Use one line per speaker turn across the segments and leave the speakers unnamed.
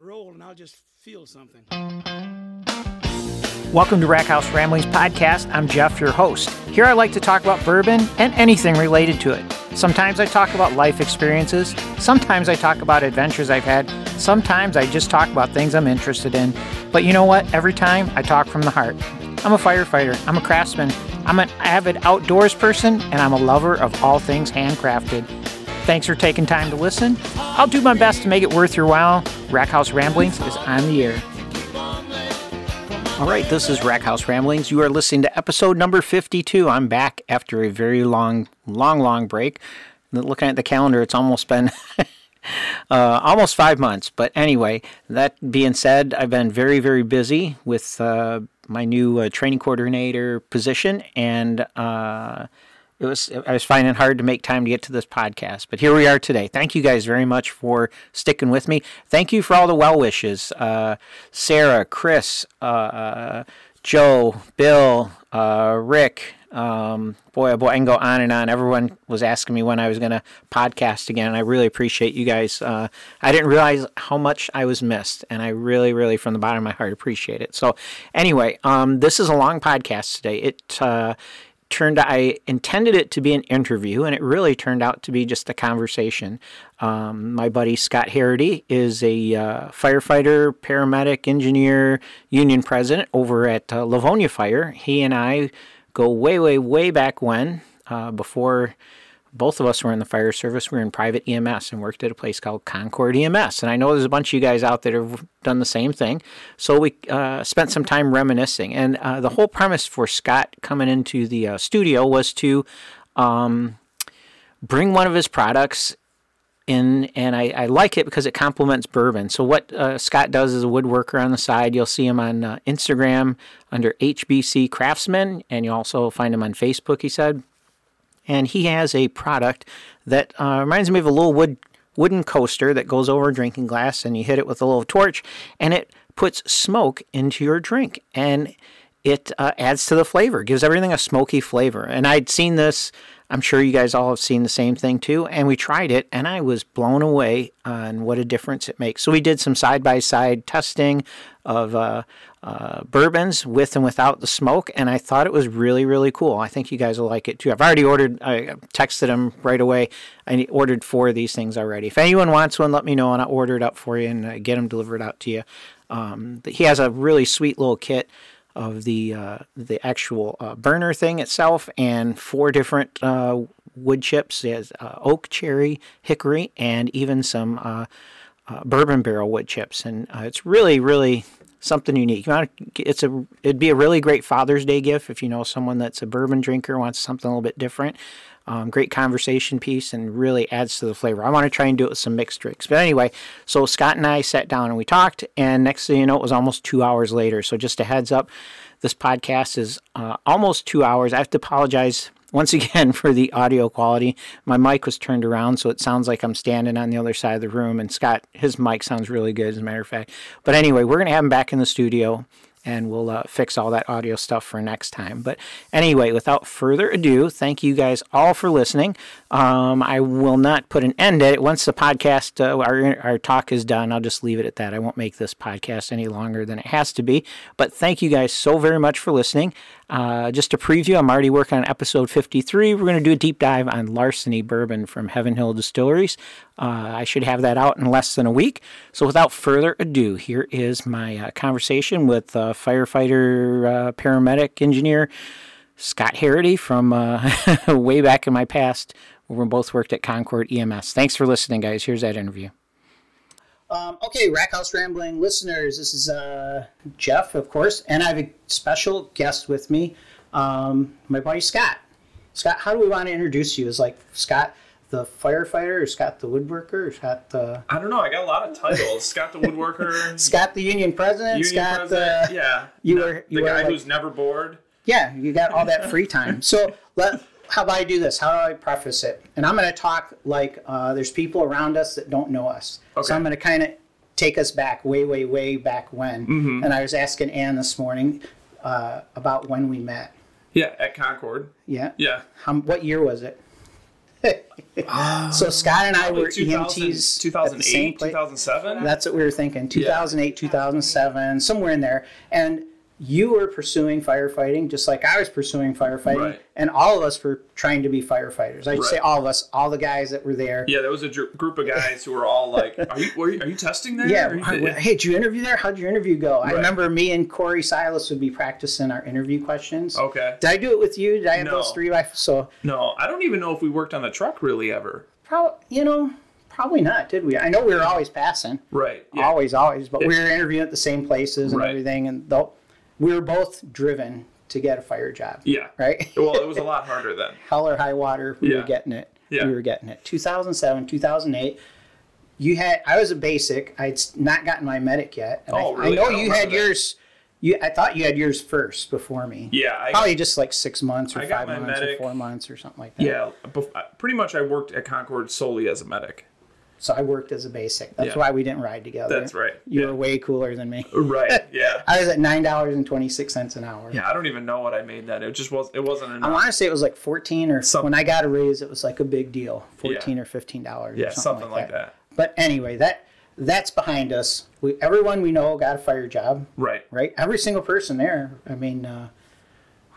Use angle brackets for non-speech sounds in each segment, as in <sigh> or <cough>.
roll and I'll just feel something.
Welcome to Rackhouse Ramblings Podcast. I'm Jeff, your host. Here I like to talk about bourbon and anything related to it. Sometimes I talk about life experiences, sometimes I talk about adventures I've had, sometimes I just talk about things I'm interested in. But you know what? Every time I talk from the heart. I'm a firefighter, I'm a craftsman, I'm an avid outdoors person, and I'm a lover of all things handcrafted. Thanks for taking time to listen. I'll do my best to make it worth your while. Rackhouse Ramblings is on the air. All right, this is Rackhouse Ramblings. You are listening to episode number 52. I'm back after a very long, long, long break. Looking at the calendar, it's almost been <laughs> uh, almost five months. But anyway, that being said, I've been very, very busy with uh, my new uh, training coordinator position, and uh, it was I was finding it hard to make time to get to this podcast. But here we are today. Thank you guys very much for sticking with me. Thank you for all the well wishes, uh, Sarah, Chris, uh, Joe, Bill, uh, Rick. Um, boy, oh boy, I can go on and on. Everyone was asking me when I was going to podcast again, and I really appreciate you guys. Uh, I didn't realize how much I was missed, and I really, really, from the bottom of my heart, appreciate it. So, anyway, um, this is a long podcast today. It uh, turned I intended it to be an interview, and it really turned out to be just a conversation. Um, my buddy Scott Harity is a uh, firefighter, paramedic, engineer, union president over at uh, Livonia Fire. He and I go way, way, way back when, uh, before both of us were in the fire service. We were in private EMS and worked at a place called Concord EMS. And I know there's a bunch of you guys out there that have done the same thing. So we uh, spent some time reminiscing. And uh, the whole premise for Scott coming into the uh, studio was to um, bring one of his products in, and I, I like it because it complements bourbon. So what uh, Scott does is a woodworker on the side. You'll see him on uh, Instagram under HBC Craftsman, and you'll also find him on Facebook. He said, and he has a product that uh, reminds me of a little wood wooden coaster that goes over a drinking glass, and you hit it with a little torch, and it puts smoke into your drink, and it uh, adds to the flavor, gives everything a smoky flavor. And I'd seen this. I'm sure you guys all have seen the same thing too. And we tried it, and I was blown away on what a difference it makes. So we did some side by side testing of uh, uh, bourbons with and without the smoke, and I thought it was really, really cool. I think you guys will like it too. I've already ordered. I texted him right away. I ordered four of these things already. If anyone wants one, let me know, and I'll order it up for you and uh, get them delivered out to you. Um, but he has a really sweet little kit of the uh, the actual uh, burner thing itself and four different uh, wood chips. It has uh, oak, cherry, hickory, and even some uh, uh, bourbon barrel wood chips. And uh, it's really, really something unique. You wanna- It's a it'd be a really great Father's Day gift if you know someone that's a bourbon drinker wants something a little bit different. Um, great conversation piece and really adds to the flavor. I want to try and do it with some mixed drinks. But anyway, so Scott and I sat down and we talked, and next thing you know, it was almost two hours later. So just a heads up, this podcast is uh, almost two hours. I have to apologize once <laughs> again for the audio quality. My mic was turned around, so it sounds like I'm standing on the other side of the room, and Scott, his mic sounds really good, as a matter of fact. But anyway, we're going to have him back in the studio and we'll uh, fix all that audio stuff for next time. But anyway, without further ado, thank you guys all for listening. Um, I will not put an end at it. Once the podcast, uh, our, our talk is done, I'll just leave it at that. I won't make this podcast any longer than it has to be. But thank you guys so very much for listening. Uh, just a preview, I'm already working on episode 53. We're going to do a deep dive on Larceny Bourbon from Heaven Hill Distilleries. Uh, I should have that out in less than a week. So, without further ado, here is my uh, conversation with uh, firefighter, uh, paramedic, engineer Scott Harity from uh, <laughs> way back in my past when we both worked at Concord EMS. Thanks for listening, guys. Here's that interview. Um, okay, Rackhouse Rambling listeners, this is uh, Jeff, of course, and I have a special guest with me, um, my buddy Scott. Scott, how do we want to introduce you? Is like Scott the firefighter, or Scott the woodworker, or Scott the
I don't know. I got a lot
<laughs>
of titles. Scott the woodworker.
Scott the union president,
union
Scott
president,
the
yeah.
you
No,
were- you
the
were
guy
like-
who's never bored.
yeah, you got all that free time. So let how about I do this? How do I preface it? And I'm going to talk like uh, there's people around us that don't know us.
Okay.
So I'm going to kind of take us back way, way, way back when. And I was asking Ann this morning uh, about when we met.
Yeah, at Concord.
Yeah.
Yeah.
How, what year was it? <laughs>
so Scott and I were
E
2000,
EMTs at the same
2008,
place.
2007.
That's what we were thinking. 2008, 2007, somewhere in there. And you were pursuing firefighting just like I was pursuing firefighting.
Right.
And all of us were trying to be firefighters. I would say
Right.
all of us, all the guys that were there.
yeah, there was a dr- group of guys who were all like, "Are you were you- are you testing there?
Yeah.
Are you-
I went, hey, did your interview there? How'd your interview go? I
Right.
remember me and Corey Silas would be practicing our interview questions.
okay.
Did I do it with you? Did I have
No.
those three? By, so,
No, I don't even know if we worked on the truck really ever.
prob- you know, probably not, did we? I know we were always passing.
Right. Yeah.
always, always. But we were interviewing at the same places and
Right.
everything, and though we were both driven to get a fire job.
Yeah.
Right.
well, it was a lot
<laughs>
harder then.
Hell or high water, we were
Yeah.
getting it.
Yeah.
We were getting it. 2007, 2008. You had. I was a basic. I'd s- not gotten my medic yet. And I-
Oh,
I,
really? I
know
don't
you had
remember that.
yours. You. I thought you had yours first before me.
Yeah. I,
Probably just like six months or
I
five
got my
months or
medic.
four months or something like that.
Yeah. bef- I- pretty much, I worked at Concord solely as a medic.
So I worked as a basic. That's
Yeah.
why we didn't ride together.
That's right.
You were way cooler than me.
Right. Yeah.
I was at nine dollars and twenty six cents an hour.
Yeah. I don't even know what I made that. It just was. It wasn't
I
enough.
want to say it was like 14 or
Some-
when I got a raise, it was like a big deal, 14
Yeah.
or 15 dollars.
Yeah.
or something,
Something like that.
But anyway, that that's behind us. We, everyone we know got a fire job,
Right.
right? Every single person there. I mean, uh,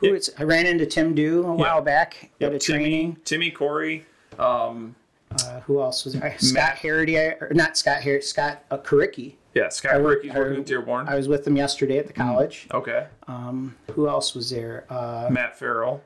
who it's, I ran into Tim Dew a while back at a
Timmy.
training.
Timmy, Corey,
Uh, who else was there? Scott Harity, I- or not Scott Harity, Scott uh, Karicki.
yeah, Scott
work-
Ricky's working
I-
with Dearborn.
I was with them yesterday
Mm.
at the college.
okay.
Who else was there? Uh,
Matt
<laughs>
Farrell.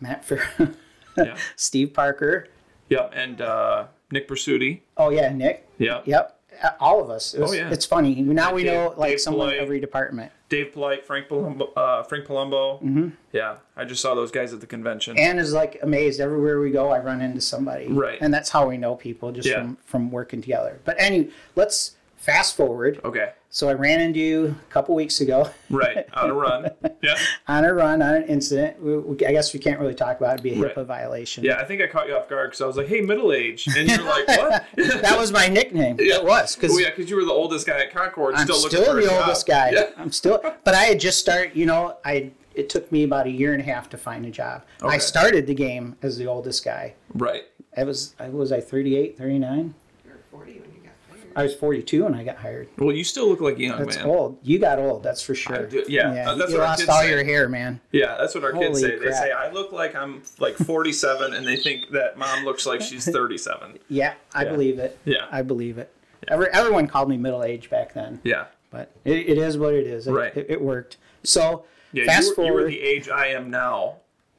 Matt Fer- <laughs>
Yeah.
Steve Parker.
Yep. And uh, Nick Pursuti.
Oh, yeah, Nick.
Yep.
Yep. Uh, All of us. It was-
Oh, yeah.
It's funny. Now we
Dave-
know like
Dave
someone in
Polite.
every department.
Dave Polite, Frank Palumbo. Uh, Frank Palumbo. Mm-hmm. Yeah. I just saw those guys at the convention.
Anne is like amazed everywhere we go. I run into somebody.
Right.
And that's how we know people just
Yeah.
from, from working together. But anyway, let's fast forward.
okay.
So I ran into you a couple weeks ago <laughs>
Right. On a run. Yeah.
on a run on an incident. We, we, I guess we can't really talk about it. It'd be a
Right.
HIPAA violation.
Yeah. I think I caught you off guard because I was like, "Hey, middle age," and
<laughs>
you're like, "What?" <laughs>
That was my nickname. It was because
Oh yeah, because you were the oldest guy at Concord.
I'm
still
still,
looking for a
the
job.
oldest guy.
Yeah.
I'm still, but I had just started. You know, I it took me about a year and a half to find a job. I
Okay.
started the game as the oldest guy.
Right.
I was I was I 38, 39.
You were 40 when you got fired.
I was 42 when I got hired.
Well, you still look like a young
That's
man.
old. You got old, that's for sure.
do- yeah, uh, that's
you
what our
lost
kids
all
say.
your hair, man.
Yeah, that's what our kids
Holy
say. They
crap.
say I look like I'm like 47, and they think that mom looks
<laughs>
like she's 37.
Yeah, I
Yeah.
believe it.
Yeah.
I believe it. Every, everyone called me middle aged back then,
Yeah.
but it, it is what it is. It,
Right.
it, it worked. So
Yeah,
fast
you, were, you were
forward,
the age I am now,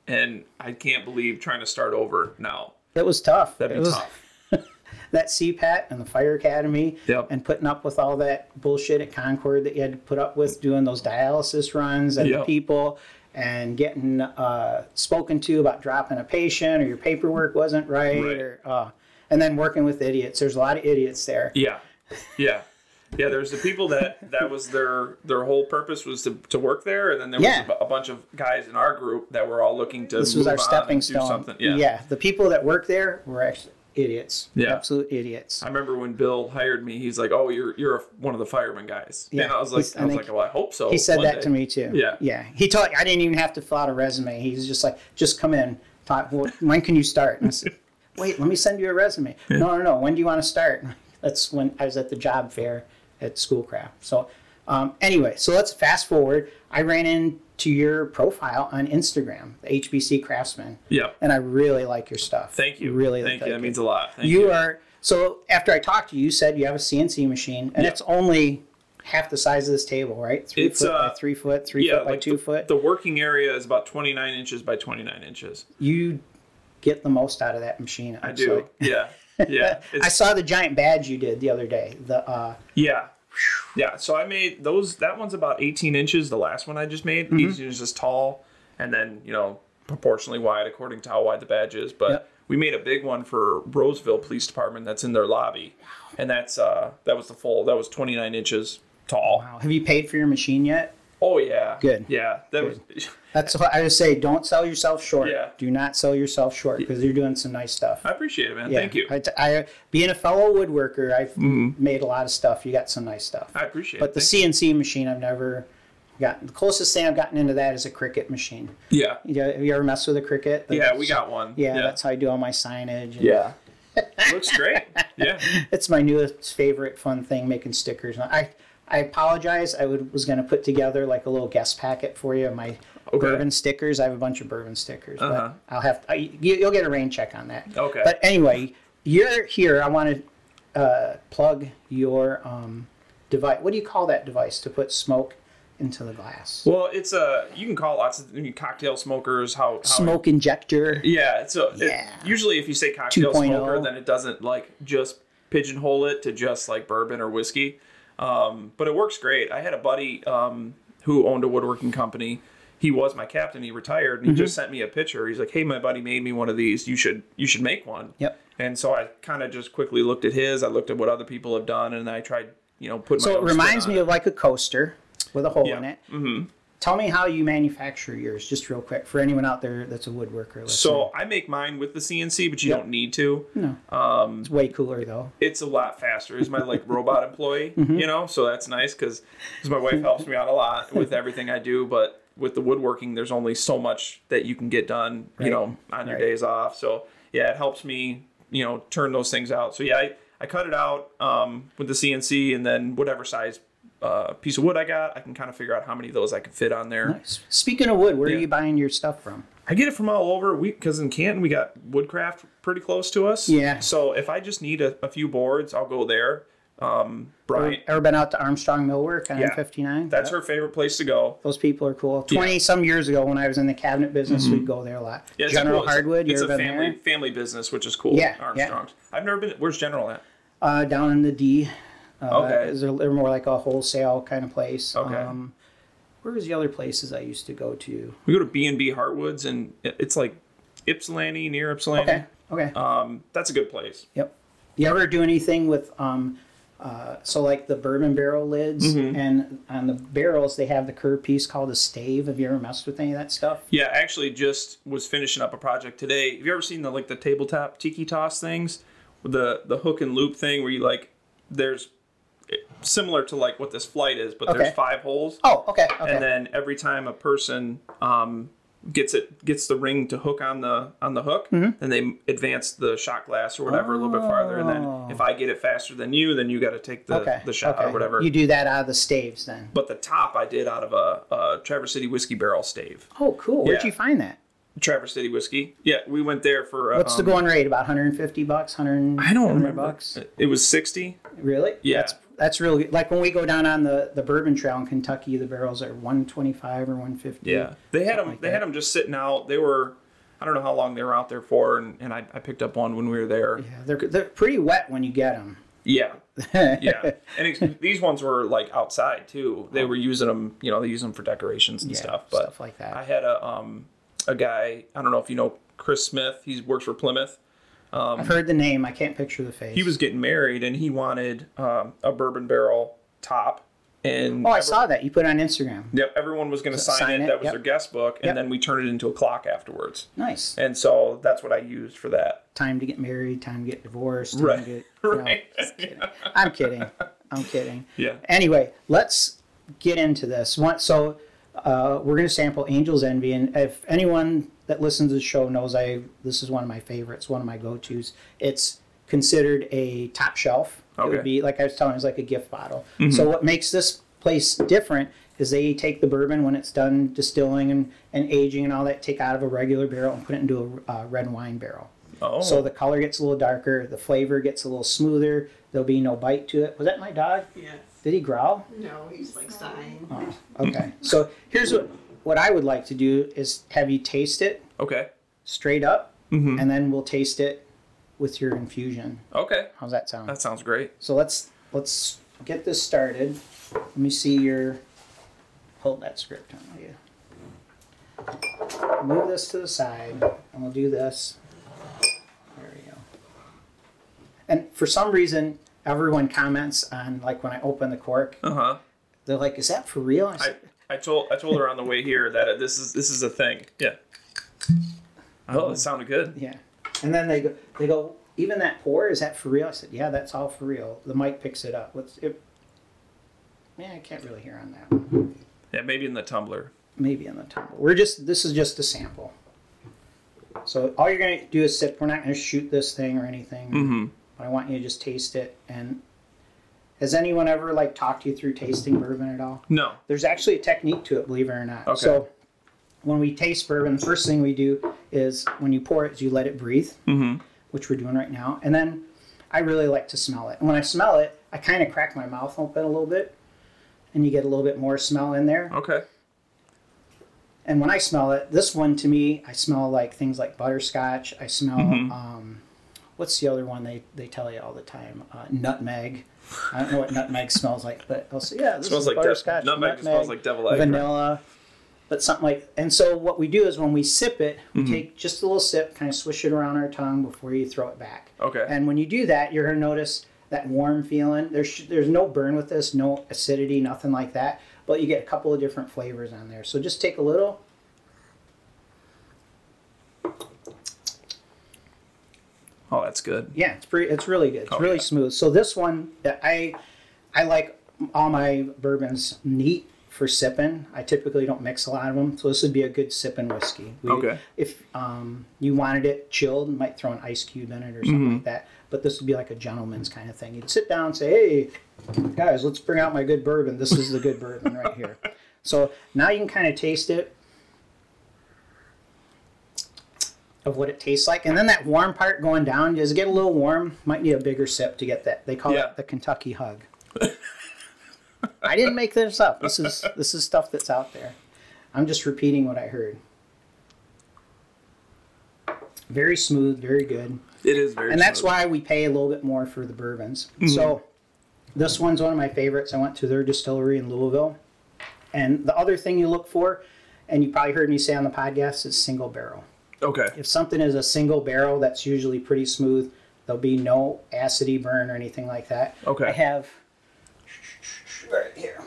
and I can't believe trying to start over now.
it was tough.
That'd
it
be
was,
tough.
that CPAT and the fire academy
Yep.
and putting up with all that bullshit at Concord that you had to put up with doing those dialysis runs and the
Yep.
people and getting uh, spoken to about dropping a patient or your paperwork wasn't right,
Right.
or uh, and then working with idiots. There's a lot of idiots there.
Yeah, yeah, yeah. There's the people that that was their their whole purpose was to, to work there, and then there
Yeah.
was a, bu- a bunch of guys in our group that were all looking to
This
move
was our
on
stepping
and do
stone.
something. Yeah.
the people that work there were actually idiots.
Yeah.
absolute idiots.
I remember when Bill hired me, he's like, "Oh, you're you're a, one of the fireman guys."
Yeah,
and I was like,
he's- I
"I was
think
like, well, I hope so."
He said
one
that
day."
to me too.
Yeah.
Yeah. He told I didn't even have to fill out a resume. He was just like, just come in. Talk,
<laughs>
well, when can you start? And I said, wait, let me send you a resume. No, no, no. When do you want to start? <laughs> That's when I was at the job fair at Schoolcraft. So, um, anyway, so let's fast forward. I ran into your profile on Instagram, the HBC Craftsman,
Yeah.
and I really like your stuff.
Thank you.
Really
Thank
like
you. That
it.
means a lot. Thank
You, are so. After I talked to you, you said you have a CNC machine, and
Yeah.
it's only half the size of this table, right? Three
It's,
foot by
uh,
three foot, three
yeah,
foot by
like
two
the,
foot.
The working area is about 29 inches by 29 inches.
you get the most out of that machine.
I do. <laughs> Yeah. Yeah.
<laughs> I
It's,
saw the giant badge you did the other day. The uh,
yeah. Yeah. So I made those. That one's about 18 inches. The last one I just made.
Mm-hmm.
Each is just tall, and then you know proportionally wide according to how wide the badge is. But
Yep.
we made a big one for Roseville Police Department. That's in their lobby, and that's uh that was the full. That was 29 inches tall.
have you paid for your machine yet?
Oh yeah.
Good.
Yeah. That was. <laughs>
That's what I would say. Don't sell yourself short.
Yeah.
Do not sell yourself short because you're doing some nice stuff.
I appreciate it, man.
Yeah.
Thank you. Mm-hmm.
I, I- being a fellow woodworker, I've made a lot of stuff. You got some nice stuff.
I appreciate it.
But the
Thank
CNC machine, I've never got the closest thing I've gotten into that is a cricket machine.
Yeah.
You, have you ever messed with a cricket?
Yeah, we got one.
Yeah,
yeah.
that's how I do all my signage. and-
yeah. Looks great.
<laughs>
Yeah.
It's my newest favorite fun thing, making stickers. And I I apologize. I would, was going to put together like a little guest packet for you of my bourbon stickers. I have a bunch of bourbon stickers,
Uh-huh.
but I'll have I, you, you'll get a rain check on that.
Okay.
But anyway, you're here. I want to uh, plug your um, device. What do you call that device to put smoke into the glass?
Well, it's a you can call it lots of I mean, cocktail smokers how, how
Smoke injector.
Yeah, so
Yeah.
It, usually if you say cocktail
2.0.
smoker, then it doesn't like just pigeonhole it to just like bourbon or whiskey. Um, but it works great. I had a buddy um, who owned a woodworking company. He was my captain. He retired, and he
Mm-hmm.
just sent me a picture. He's like, "Hey, my buddy made me one of these. You should you should make one."
Yep.
And so I kind of just quickly looked at his. I looked at what other people have done, and I tried you know put. my
So it
own spin
reminds
on
me of like a coaster with a hole in
Yeah.
it. Mm-hmm. Tell me how you manufacture yours, just real quick, for anyone out there that's a woodworker. listening.
So I make mine with the CNC, but you
Yep.
don't need to.
it's way cooler though.
it's a lot faster. He's my
<laughs>
like robot employee,
Mm-hmm.
you know, so that's nice because my wife helps me out a
<laughs>
lot with everything I do. But with the woodworking, there's only so much that you can get done, you know, on your
Right.
days off. So yeah, it helps me, you know, turn those things out. So yeah, I, I cut it out um, with the CNC and then whatever size uh, piece of wood I got, I can kind of figure out how many of those I can fit on there.
Nice. Speaking of wood, where are
Yeah.
you buying your stuff from?
I get it from all over. We because in Canton we got Woodcraft pretty close to us.
Yeah.
So if I just need a, a few boards, I'll go there. Um, Brian,
Ever been out to Armstrong Millwork on
Yeah.
M59?
That's her favorite place to go.
Those people are cool. Twenty some years ago, when I was in the cabinet business, we'd go there a lot.
Mm-hmm. Yeah, it's
General
cool. It's a-
Hardwood,
It's
you
a
ever been
family
there?
family business, which is cool.
Yeah, yeah.
Armstrong's. I've never been. Where's General at?
Uh, down in the D. Uh,
Okay.
is- They're more like a wholesale kind of place.
Okay.
Um, where was the other places I used to go to?
We go to B and B Heartwoods, and it- it's like Ypsilanti near Ypsilanti.
Okay. Okay.
Um, that's a good place.
Yep. You ever do anything with um, uh, so like the bourbon barrel lids
Mm-hmm.
and on the barrels they have the curved piece called a stave. Have you ever messed with any of that stuff?
Yeah, I actually, just was finishing up a project today. Have you ever seen the like the tabletop tiki toss things, With the the hook and loop thing where you like there's it- similar to like what this flight is, but
Okay.
there's five holes.
Oh, okay, okay.
and then every time a person um, gets it gets the ring to hook on the on the hook
Mm-hmm.
then they advance the shot glass or whatever a little bit farther and then if i get it faster than you then you got to take the,
okay.
the shot
okay.
or whatever
You do that out of the staves then.
but the top i did out of a, a traverse city whiskey barrel stave
Oh, cool. Where'd
Yeah.
you find that?
traverse city whiskey yeah we went there for uh,
What's the
um,
going rate? About 150 bucks, 100
i don't remember
bucks.
it was 60
Really?
yeah
That's that's really good. Like when we go down on the, the bourbon trail in Kentucky, the barrels are 125 or 150.
Yeah, they had them.
like
they
that.
had 'em just sitting out. They were, I don't know how long they were out there for, and, and I, I picked up one when we were there.
Yeah, They're, they're pretty wet when you get them.
Yeah,
<laughs>
yeah. And it's, these ones were like outside too. They were using them. You know, they use them for decorations and
Yeah,
stuff. But
stuff like that.
I had a um a guy. I don't know if you know Chris Smith. He works for Plymouth.
I've heard the name. I can't picture the face.
He was getting married, and he wanted um, a bourbon barrel top. And
Oh, I saw that. You put it on Instagram.
Yep, everyone was going to sign,
sign
it.
it,
That was
yep.
their guest book, and
Yep.
then we turned it into a clock afterwards.
Nice.
And so that's what I used for that.
Time to get married, time to get divorced. Time To
Right. <laughs>
get,
Right.
No, just kidding. <laughs> I'm kidding. I'm kidding.
Yeah.
Anyway, let's get into this. One, so uh, we're going to sample Angel's Envy. And if anyone that listens to the show knows, I this is one of my favorites, one of my go tos. It's considered a top shelf. It
Okay. Mm-hmm.
would be, like I was telling you, it's like a gift bottle. So what makes this place different is they take the bourbon when it's done distilling and, and aging and all that, take out of a regular barrel and put it into a uh, red wine barrel.
Oh,
So the color gets a little darker, the flavor gets a little smoother. There'll be no bite to it. Was that my dog?
Yes.
Did he growl?
No, he's like sighing.
Oh. Okay. So here's what what I would like to do is have you taste it
okay,
straight up, and then we'll taste it with your infusion.
okay,
How's that sound?
that sounds great.
so let's let's get this started. Let me see your hold that script on will you. Move this to the side, and we'll do this. There we go. And for some reason, everyone comments on like when I open the cork,
Uh huh.
they're like, "Is that for real?" I
I,
said,
I told I told her on the way here that this is this is a thing. Yeah. Oh, it sounded good.
Yeah. And then they go, they go, even that pour, is that for real? I said, yeah, that's all for real. The mic picks it up. What's it? Man, I can't really hear on that one.
Yeah, maybe in the tumbler.
maybe in the tumbler. We're just this is just a sample. So all you're gonna do is sip. We're not gonna shoot this thing or anything.
Mhm.
But I want you to just taste it. And has anyone ever like talked to you through tasting bourbon at all?
No.
There's actually a technique to it, believe it or not.
Okay.
So when we taste bourbon, the first thing we do is when you pour it, is you let it breathe,
Mhm.
which we're doing right now. And then I really like to smell it. And when I smell it, I kind of crack my mouth open a little bit, and you get a little bit more smell in there.
Okay.
And when I smell it, this one to me, I smell like things like butterscotch. I smell,
Mm-hmm.
um, what's the other one they, they tell you all the time? Uh, nutmeg. I don't know what nutmeg smells like, but I'll say, yeah, this
Smells
is
like de-
butterscotch.
nutmeg just smells like deviled egg, right?
Vanilla. But something like, and so what we do is when we sip it, we
Mm-hmm.
take just a little sip, kind of swish it around our tongue before you throw it back.
Okay.
And when you do that, you're gonna notice that warm feeling. There's there's no burn with this, no acidity, nothing like that. But you get a couple of different flavors on there. So just take a little.
oh, that's good.
Yeah, it's pretty. It's really good. It's
Oh,
really
yeah.
smooth. So this one, that I I like all my bourbons neat for sipping. I typically don't mix a lot of them, so this would be a good sipping whiskey. We-
Okay.
If um, you wanted it chilled, you might throw an ice cube in it or something like that. But this would be like a gentleman's kind of thing. You'd sit down and say, "Hey, guys, let's bring out my good bourbon. This is the good bourbon right here." So now you can kind of taste it. of what it tastes like. And then that warm part going down, just get a little warm. Might need a bigger sip to get that. They call
Yeah.
it the Kentucky hug. I didn't make this up. This is this is stuff that's out there. I'm just repeating what I heard. Very smooth, very good.
It is very. Mm-hmm.
And that's
smooth.
why we pay a little bit more for the bourbons. So this one's one of my favorites. I went to their distillery in Louisville. And the other thing you look for, and you probably heard me say on the podcast, is single barrel
Okay.
if something is a single barrel, that's usually pretty smooth. There'll be no acidity burn or anything like that.
Okay.
I have right here.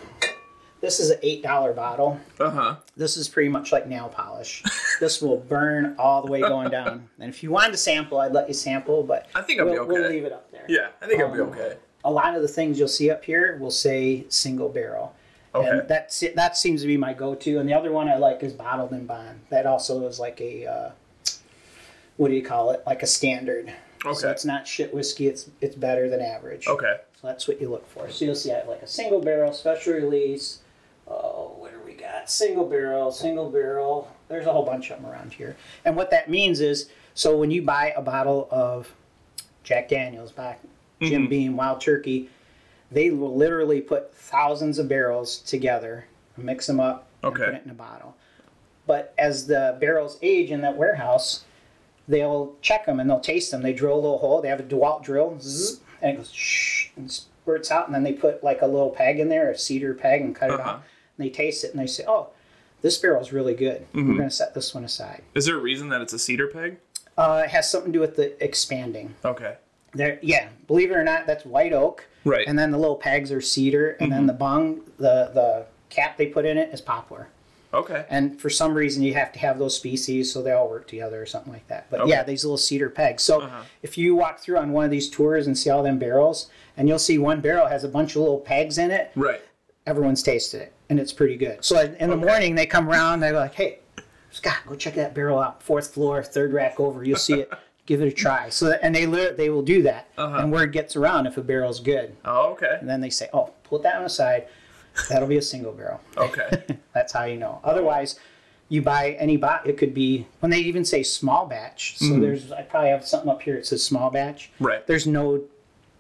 This is an eight dollar bottle.
Uh huh.
This is pretty much like nail
<laughs>
polish. this will burn all the way going down. And if you wanted to sample, I'd let you sample, but
I think I'll be
we'll, we'll
okay.
leave it up there.
Yeah, I think I'll
Um,
be okay.
A lot of the things you'll see up here will say single barrel.
Okay.
And that's it. that seems to be my go-to. And the other one I like is bottled and bond. That also is like a uh, what do you call it? Like a standard. So
Okay.
it's not shit whiskey. It's it's better than average.
Okay.
So that's what you look for. So you'll see I have like a single barrel special release. Oh, what do we got? Single barrel, single barrel. There's a whole bunch of them around here. And what that means is, so when you buy a bottle of Jack Daniels, back Jim Beam, Wild Turkey, they will literally put thousands of barrels together, mix them up,
Okay.
and put it in a bottle. But as the barrels age in that warehouse, they'll check them and they'll taste them. They drill a little hole. They have a Dewalt drill, zzz, and it goes shh, and spurts out. And then they put like a little peg in there, a cedar peg, and cut it
Uh-huh.
out. And they taste it and they say, "Oh, this barrel's really good.
Mm-hmm.
We're going to set this one aside."
Is there a reason that it's a cedar peg?
Uh, it has something to do with the expanding.
Okay.
There, yeah, believe it or not, that's white oak.
Right. Mm-hmm.
And then the little pegs are cedar, and then the bung, the the cap they put in it is poplar.
Okay.
And for some reason, you have to have those species so they all work together or something like that. But yeah, these little cedar pegs. So if you walk through on one of these tours and see all them barrels, and you'll see one barrel has a bunch of little pegs in it,
Right.
everyone's tasted it and it's pretty good. So in in the morning they come around, they're like, "Hey, Scott, go check that barrel out. Fourth floor, third rack over. You'll see it. Give it a try." So that- and they lit- they will do that, and word gets around if a barrel's good,
Oh, okay.
and then they say, "Oh, put that one aside. That'll be a single barrel." <laughs>
Okay.
That's how you know. Otherwise, you buy any bot. It could be when they even say small batch. So there's I probably have something up here. It says small batch.
Right.
There's no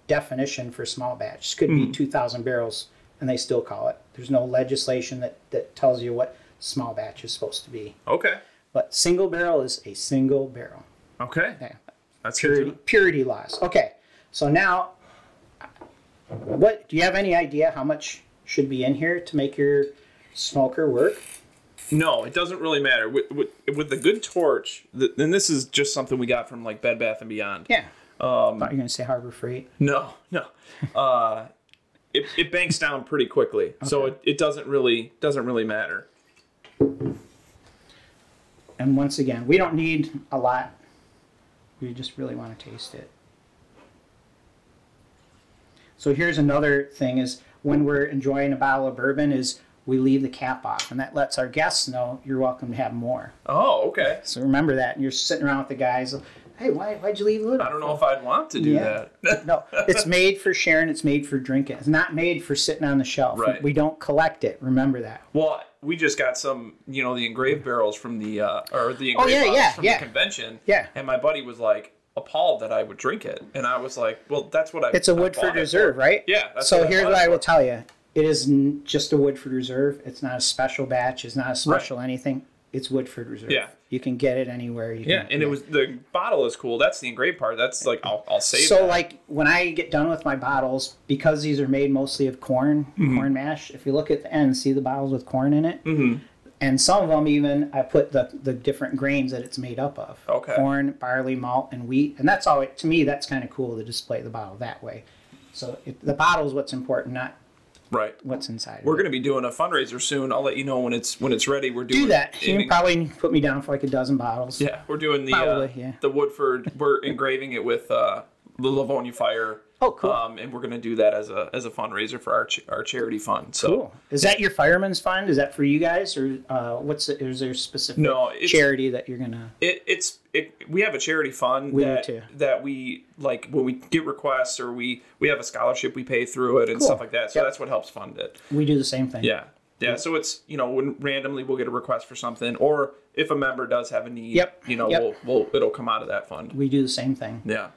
definition for small batch. This could be two thousand barrels, and they still call it. There's no legislation that that tells you what small batch is supposed to be.
Okay.
But single barrel is a single barrel.
Okay.
Yeah.
That's good. to
Purity
know.
purity laws. Okay. So now, what do you have any idea how much should be in here to make your smoker work?
No, it doesn't really matter. With with, with the good torch, th- and this is just something we got from like Bed Bath and Beyond.
Yeah. Um, Thought you were gonna say Harbor Freight.
No, no. Uh, it, it banks down pretty quickly, so it, it doesn't really doesn't really matter.
And once again, we don't need a lot. We just really want to taste it. So here's another thing: is when we're enjoying a bottle of bourbon, is we leave the cap off, and that lets our guests know you're welcome to have more.
Oh, okay.
So remember that. And you're sitting around with the guys. Hey, why, why'd you leave the lid?
I don't know if I'd want to do
Yeah.
that. <laughs>
no, it's made for sharing. It's made for drinking. It's not made for sitting on the shelf.
Right.
We don't collect it. Remember that.
well, we just got some, you know, the engraved barrels from the uh, or the engraved
Oh, yeah,
bottles
yeah,
from
yeah.
the convention.
Yeah.
And my buddy was like appalled that I would drink it, and I was like, well, that's what I.
It's a
I bought
Woodford
it
Reserve,
for.
right?
Yeah, that's
So
what I
here's
bought
what
it
I
for.
will tell you: it is n- just a Woodford Reserve. It's not a special batch. It's not a special anything. It's Woodford Reserve.
Yeah.
You can get it anywhere. You
Yeah,
Can,
and it was the bottle is cool. That's the engraved part. That's like I'll, I'll save.
So
that.
like when I get done with my bottles, because these are made mostly of corn,
Mm-hmm.
corn mash. If you look at the end, see the bottles with corn in it. Mm-hmm. And some of them even I put the the different grains that it's made up of.
Okay.
Corn, barley, malt, and wheat, and that's all. It, to me, that's kind of cool to display the bottle that way. So it, the bottle's what's important, not
right.
what's inside. of
We're
it.
gonna be doing a fundraiser soon. I'll let you know when it's when it's ready. We're doing
do that.
an
You can
en-
probably put me down for like a dozen bottles.
yeah, we're doing the uh,
Probably, yeah.
the Woodford. We're engraving it with uh, the Livonia Fire.
Oh, cool.
Um, and we're gonna do that as a as a fundraiser for our ch- our charity fund. So
Cool. Is that your fireman's fund? Is that for you guys, or uh, what's the, is there a specific
No, it's-
charity that you're gonna?
it, it's it we have a charity fund
We do
that
too.
that we like when we get requests or we we have a scholarship we pay through it and stuff like that. So
Yep.
that's what helps fund it.
We do the same thing.
Yeah. Yeah, so it's you know when randomly we'll get a request for something, or if a member does have a need,
Yep.
you know
Yep.
we'll, we'll it'll come out of that fund.
We do the same thing.
Yeah.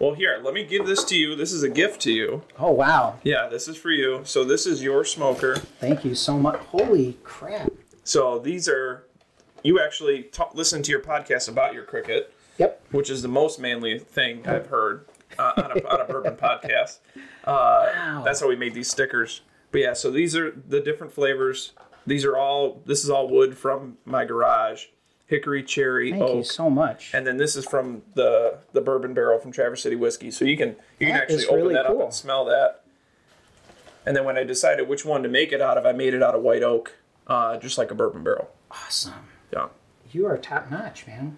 Well, here, let me give this to you. This is a gift to you.
Oh wow!
Yeah, this is for you. So this is your smoker.
Thank you so much. Holy crap!
So these are you actually ta listen to your podcast about your cricket,
Yep.
which is the most manly thing I've heard uh, on, a, on a
<laughs>
bourbon podcast. Uh,
Wow.
That's how we made these stickers. But yeah, so these are the different flavors. These are all. This is all wood from my garage. Hickory, cherry,
Thank
oak,
you so much.
and then this is from the the bourbon barrel from Traverse City Whiskey. So you can you can
That
actually
is
open
really
that up
cool.
and smell that. And then when I decided which one to make it out of, I made it out of white oak, uh, just like a bourbon barrel.
awesome.
Yeah.
You are top notch, man.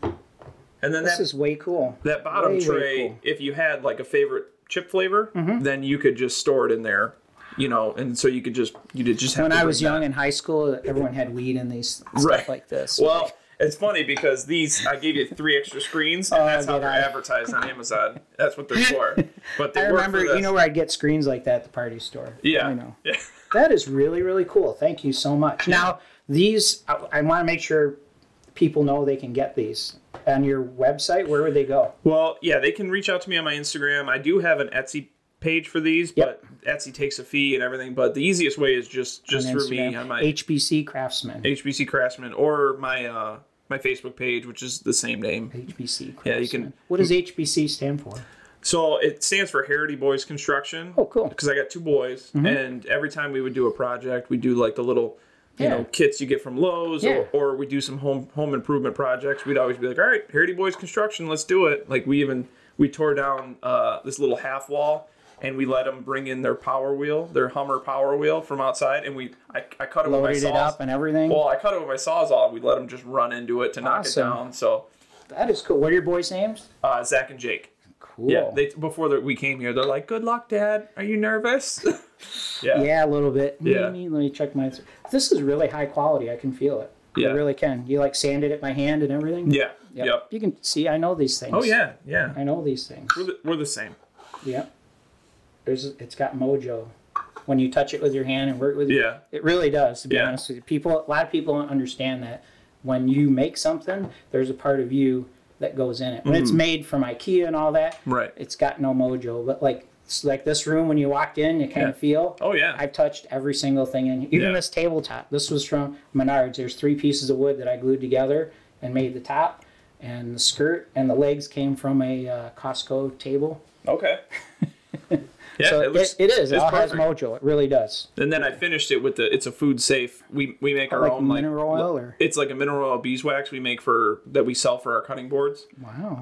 And then
This
that
is way cool.
that bottom
way, way
tray,
cool. Mm-hmm.
if you had like a favorite chip flavor, then you could just store it in there, you know, and so you could just you did just have
When
to
I
bring
was
that.
young in high school, everyone had weed in these stuff like this.
Well, it's funny because these I gave you three extra screens, and
Oh,
that's how
good
they're
eye.
advertised on Amazon. That's what
<laughs>
they're for. But they
I
work for
remember, you
this.
know, where I'd get screens like that at the party store.
yeah,
I know.
yeah.
That is really, really cool. Thank you so much. Now, these, I, I want to make sure people know they can get these. On your website, where would they go?
Well, yeah, they can reach out to me on my Instagram. I do have an Etsy page for these,
Yep.
but Etsy takes a fee and everything. But the easiest way is just just
On
through me
Instagram?
on my
HBC Craftsman.
HBC Craftsman or my uh, my Facebook page, which is the same name.
HBC.
Yeah, you
Craftsman.
can-
What does HBC stand for?
So it stands for Harity Boys Construction.
Oh, cool. Mm-hmm.
Because I got two boys, and every time we would do a project, we do like the little. You
Yeah.
know, kits you get from Lowe's,
Yeah.
or, or we do some home home improvement projects. We'd always be like, "All right, Harity Boys Construction, let's do it." Like we even we tore down uh, this little half wall, and we let them bring in their power wheel, their Hummer power wheel from outside, and we I, I cut it with my
Loaded it
saws.
up and everything.
Well, I cut it with my sawzall. We let them just run into it to knock
Awesome.
it down. So
that is cool. What are your boys' names?
uh, Zach and Jake.
Cool.
Yeah, they before the, we came here, they're like, "Good luck, Dad. Are you nervous?" <laughs> yeah.
Yeah, a little bit.
Yeah.
Let me, let me check my. This is really high quality. I can feel it.
Yeah.
I really can. You like sanded it by hand and everything?
yeah,
Yep.
yep.
You can see, I know these things.
Oh yeah, yeah.
I know these things.
We're the, we're the same.
Yep. There's it's got mojo when you touch it with your hand and work with it.
Yeah.
It really does, to be
Yeah.
honest with you. People a lot of people don't understand that when you make something, there's a part of you that goes in it. When it's made from IKEA and all that,
Mm-hmm. Right.
it's got no mojo. But like it's like this room when you walked in, you kind
Yeah.
of feel
Oh yeah.
I've touched every single thing in here. Even
Yeah.
this tabletop. This was from Menards. There's three pieces of wood that I glued together and made the top and the skirt and the legs came from a uh, Costco table. <laughs>
okay. yeah,
So
it looks.
it is. It
it's
all has
perfect.
mojo. It really does.
And then I finished it with the. It's a food safe. We we make our
Like
own
mineral
like.
oil or
It's like a mineral oil beeswax we make for that we sell for our cutting boards,
wow,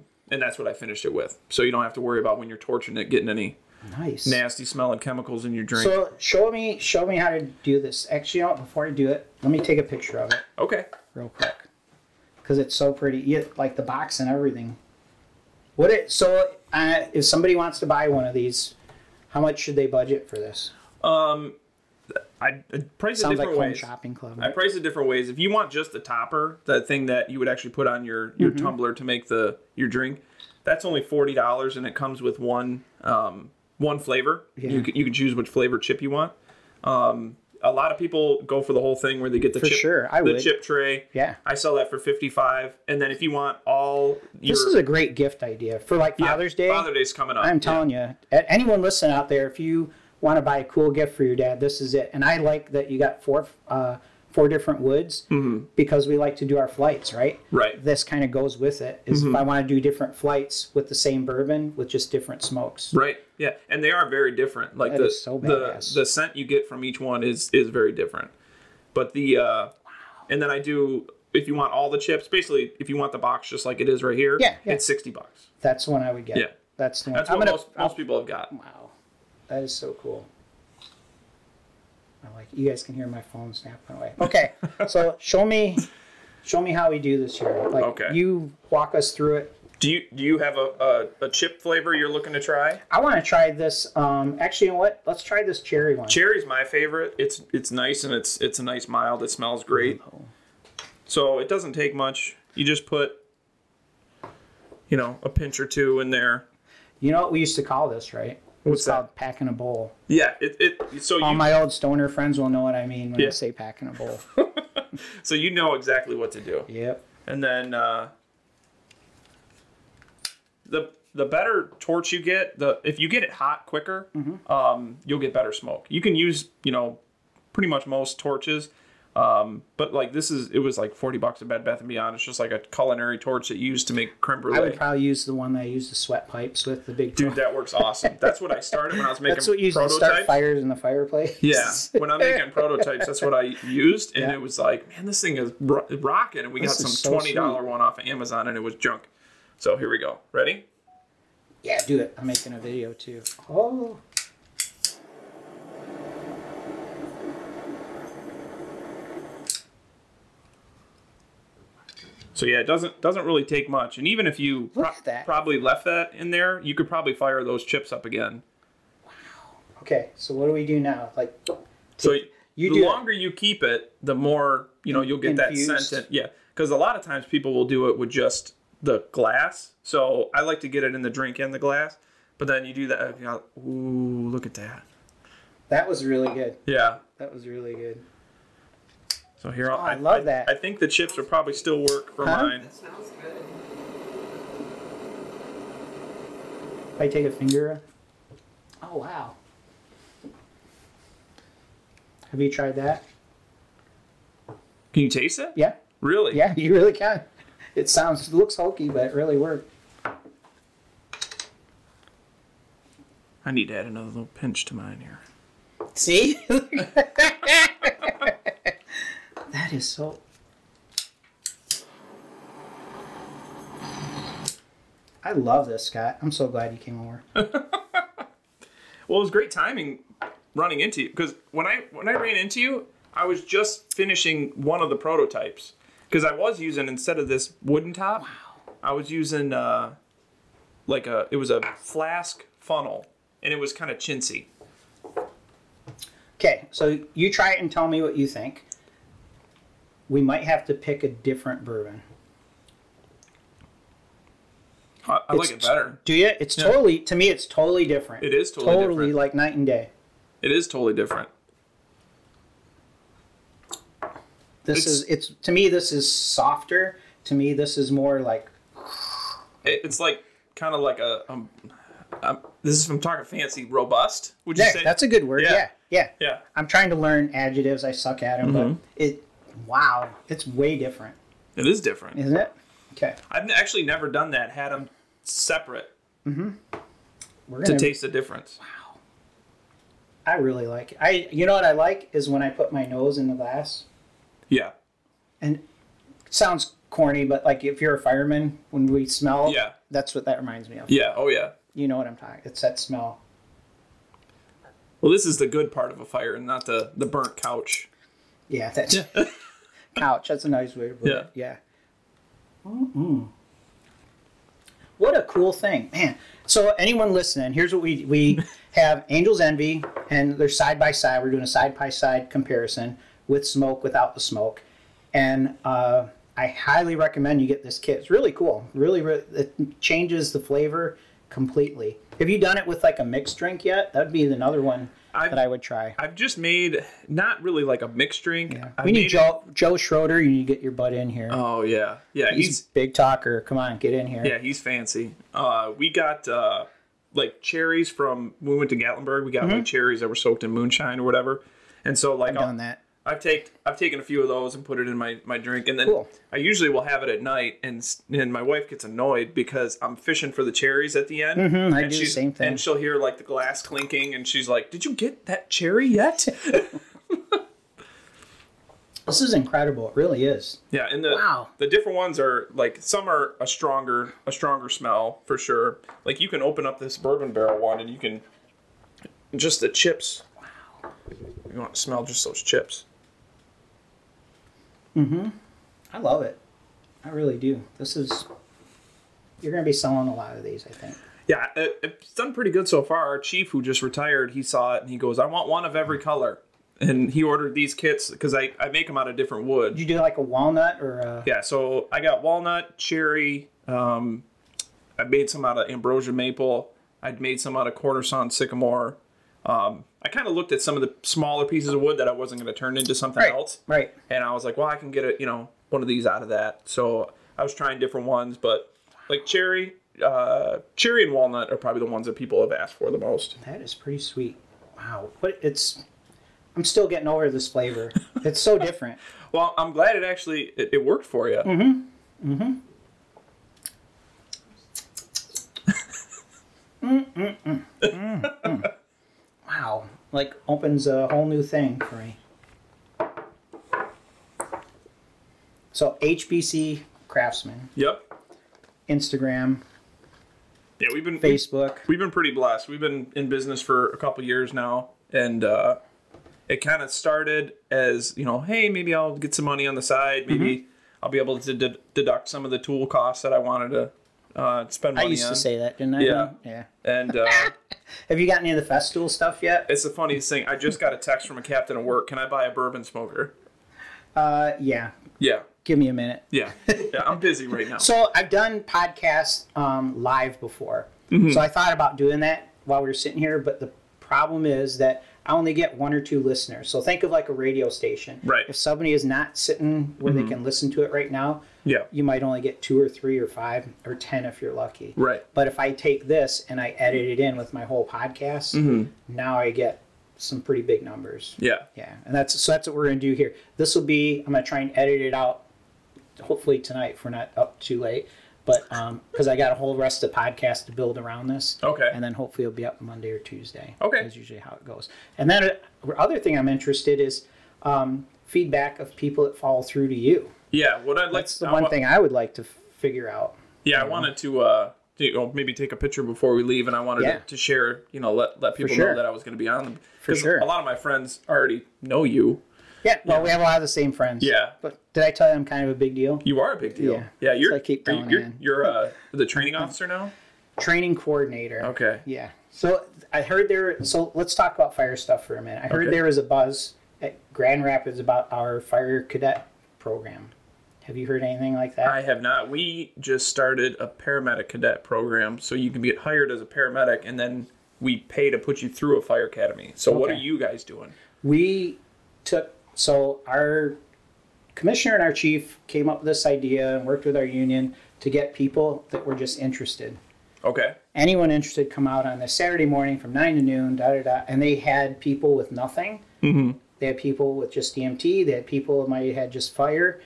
Uh, and that's what I finished it with. So you don't have to worry about when you're torching it getting any
nice.
nasty smelling chemicals in your drink.
So show me, show me how to do this. Actually, you know what, before I do it, let me take a picture of it
okay.
real quick because it's so pretty. You, like the box and everything. What it so uh, if somebody wants to buy one of these, how much should they budget for this?
I I price it
Sounds
different
like home
ways.
shopping club.
I price it different ways. If you want just the topper, the thing that you would actually put on your your
Mm-hmm.
tumbler to make the your drink, that's only forty dollars, and it comes with one um, one flavor. You can, you can choose which flavor chip you want. Um, a lot of people go for the whole thing where they get the
For
chip,
sure, I
the
would.
chip tray.
Yeah.
I sell that for fifty five, and then if you want all your
This is a great gift idea for like
yeah,
Father's Day.
Father's Day's coming up.
I'm telling you, a- anyone listening out there, if you want to buy a cool gift for your dad, this is it. And I like that you got four uh, four different woods because we like to do our flights, right?
Mm-hmm. Right. Mm-hmm.
This kind of goes with it. is if I want to do different flights with the same bourbon with just different smokes.
Right. Yeah, and they are very different. Like
That
the
is so
the
badass.
the scent you get from each one is is very different. But the uh and then I do if you want all the chips, basically if you want the box just like it is right here,
Yeah, yeah.
it's 60 bucks.
That's the one I would get.
Yeah.
That's the one.
That's
I'm
what
gonna,
most most people have got.
Wow, that is so cool. I like you guys can hear my phone snapping away.
<laughs>
Okay, so show me, show me how we do this here. Like
Okay.
you walk us through it.
Do you do you have a a, a chip flavor you're looking to try?
I want to try this. Um, actually, you know what? Let's try this cherry one.
Cherry's my favorite. It's it's nice and it's it's a nice mild. It smells great. So it doesn't take much. You just put you know, a pinch or two in there.
You know what we used to call this, right? It was
What's that?
called packing a bowl.
Yeah, it, it so
All
you
my old stoner friends will know what I mean when
Yeah.
I say packing a
<laughs>
bowl.
So you know exactly what to do.
yep.
And then uh, the the better torch you get, the if you get it hot quicker,
Mm-hmm.
um, you'll get better smoke. You can use you know pretty much most torches, um, but like this is it was like forty bucks at Bed Bath and Beyond. It's just like a culinary torch that you use to make creme
I
brulee.
would probably use the one that I use the sweat pipes with the big.
Dude, that works awesome. That's what I started when I was making
That's what you used to start
prototypes.
fires in the fireplace. <laughs>
Yeah, when I'm making prototypes, that's what I used, and it was like, man, this thing is ro- rocking, and we
This
got some
is so
twenty dollar one off of Amazon, and it was junk. So here we go. Ready?
Yeah, do it. I'm making a video too. Oh.
So yeah, it doesn't doesn't really take much, and even if you
Look at that.
probably left that in there, you could probably fire those chips up again.
Okay, so what do we do now? Like,
So
You
the
do it.
longer you keep it, the more you know you'll get that
Infused.
scent. in- Yeah, because a lot of times people will do it with just the glass. So I like to get it in the drink and the glass, but then you do that. You know, ooh, look at that.
that was really good.
Yeah,
That was really good.
So here, I'll,
Oh, I love that.
I think the chips would probably still work for
Huh?
mine.
That smells good.
If I take a finger. Oh, wow. Have you tried that?
Can you taste it?
Yeah.
Really?
Yeah, you really can. It sounds, it looks hokey, but it really worked.
I need to add another little pinch to mine here.
<laughs> See? that is so. I love this, Scott. I'm so glad you came over.
Well, it was great timing running into you because when I when I ran into you, I was just finishing one of the prototypes because I was using instead of this wooden top, I was using uh, like a it was a flask funnel and it was kind of chintzy.
Okay, so you try it and tell me what you think. We might have to pick a different bourbon.
I, I like it
It's-
better.
Do you? It's totally to me. It's totally different.
It is totally different.
like night and day.
It is totally different.
This
It's-
is it's to me. This is softer. To me, this is more like
It- It's like kind of like a um, um, this is from talking fancy robust. Would you
yeah.
say
That's a good word.
Yeah.
Yeah. yeah,
yeah?
I'm trying to learn adjectives. I suck at them, but it. Wow, it's way different,
It is different.
isn't it? Okay,
I've n- actually never done that. Had them separate
we're
to
gonna.
taste the difference.
I really like it. I. You know what I like is when I put my nose in the glass
Yeah,
and it sounds corny, but like if you're a fireman, when we smell,
Yeah.
that's what that reminds me of.
yeah, oh yeah.
You know what I'm talking. It's that smell.
Well, this is the good part of a fire, and not the the burnt couch.
Yeah, that's <laughs> couch. That's a nice way to put it. Yeah. Mm-mm. <laughs> What a cool thing, man! So anyone listening, here's what we we have Angel's Envy, and they're side by side. We're doing a side by side comparison with smoke, without the smoke, and uh, I highly recommend you get this kit. It's really cool. Really, re- it changes the flavor completely. Have you done it with like a mixed drink yet? That'd be another one
I've-
that I would try.
I've just made not really like a mixed drink. I
we need
made-
Joe Joe Schroeder. You need to get your butt in here.
Oh yeah, yeah.
he's,
He's
big talker. Come on, get in here.
yeah he's fancy. Uh, we got uh, like cherries from when we went to Gatlinburg. We got like cherries that were soaked in moonshine or whatever. And so like I'll-
Mm-hmm. done that.
I've taken I've taken a few of those and put it in my, my drink, and then
Cool.
I usually will have it at night, and s- and my wife gets annoyed because I'm fishing for the cherries at the end. Mm-hmm,
I
and
do the
she's-
same thing.
and she'll hear like the glass clinking, and she's like, "Did you get that cherry
<laughs>
yet?"
This is incredible. It really is.
yeah, and the
Wow.
the different ones are like some are a stronger a stronger smell for sure. Like you can open up this bourbon barrel one, and you can just the chips. Wow, you want to smell just those chips?
I love it. I really do. This is you're gonna be selling a lot of these, I think.
Yeah, it, it's done pretty good so far. Our chief, who just retired, he saw it and he goes, "I want one of every color." And he ordered these kits because I, I make them out of different wood.
Did you do like a walnut or a
Yeah, so I got walnut, cherry. Um, I made some out of ambrosia maple. I'd made some out of cornerstone sycamore. Um, I kind of looked at some of the smaller pieces of wood that I wasn't going to turn into something
right,
else,
Right.
and I was like, well, I can get a you know one of these out of that. So I was trying different ones, but like cherry, uh, cherry and walnut are probably the ones that people have asked for the most.
That is pretty sweet. Wow. What it's I'm still getting over this
<laughs>
flavor. It's so different.
Well, I'm glad it actually it, it worked for you.
Mm-hmm. Wow. Like opens a whole new thing for me. So HBC Craftsman,
Yep.
Instagram,
Yeah, we've been
Facebook.
we've been pretty blessed. We've been in business for a couple years now, and uh, it kind of started as you know, hey, maybe I'll get some money on the side,
Mm-hmm.
maybe. I'll be able to de- deduct some of the tool costs that I wanted to uh, spend
I
money
used
on.
to say that, didn't I?
Yeah.
Yeah. <laughs>
and uh,
Have you got any of the festival stuff yet?
It's the funniest thing. I just got a text from a captain at work. Can I buy a bourbon smoker?
Uh, yeah.
Yeah,
Give me a minute.
yeah, yeah. I'm busy right now.
So I've done podcasts um, live before.
Mm-hmm.
So I thought about doing that while we were sitting here, but the problem is that I only get one or two listeners. So think of like a radio station.
Right. Mm-hmm.
If somebody is not sitting where they can listen to it right now,
Yeah,
you might only get two or three or five or ten if you're lucky.
Right.
But if I take this and I edit it in with my whole podcast,
Mm-hmm.
now I get some pretty big numbers.
yeah,
Yeah, and that's so that's what we're gonna do here. This will be I'm gonna try and edit it out, hopefully tonight if we're not up too late. But because I got a whole rest of the podcast to build around this.
Okay.
And then hopefully it'll be up Monday or Tuesday.
Okay.
That's usually how it goes. And then uh, other thing I'm interested is um, feedback of people that follow through to you.
yeah. What I'd like
That's the
I
one
wa-
thing I would like to figure out.
Yeah, I wanted to uh, to, you know, maybe take a picture before we leave, and I wanted
Yeah.
to, to share. You know, let let people
sure.
know that I was going to be on them.
For
'Cause
sure.
A lot of my friends already know you.
Yeah. Well, we have a lot of the same friends.
Yeah.
But did I tell you I'm kind of a big deal?
You are a big deal.
Yeah.
Yeah,
That's
you're.
what I keep
are you-
telling
you're
Ann.
you're uh, the training officer now.
Training coordinator.
Okay.
Yeah. So I heard there. So let's talk about fire stuff for a minute. I heard
Okay.
there was a buzz at Grand Rapids about our fire cadet program. Have you heard anything like that?
I have not. We just started a paramedic cadet program, so you can get hired as a paramedic, and then we pay to put you through a fire academy. So what are
Okay.
you guys doing?
we took so our commissioner and our chief came up with this idea and worked with our union to get people that were just interested.
Okay.
anyone interested come out on this Saturday morning from nine to noon, da da da. And they had people with nothing. Mm-hmm. They had people with just DMT. They had people that might have had just fire,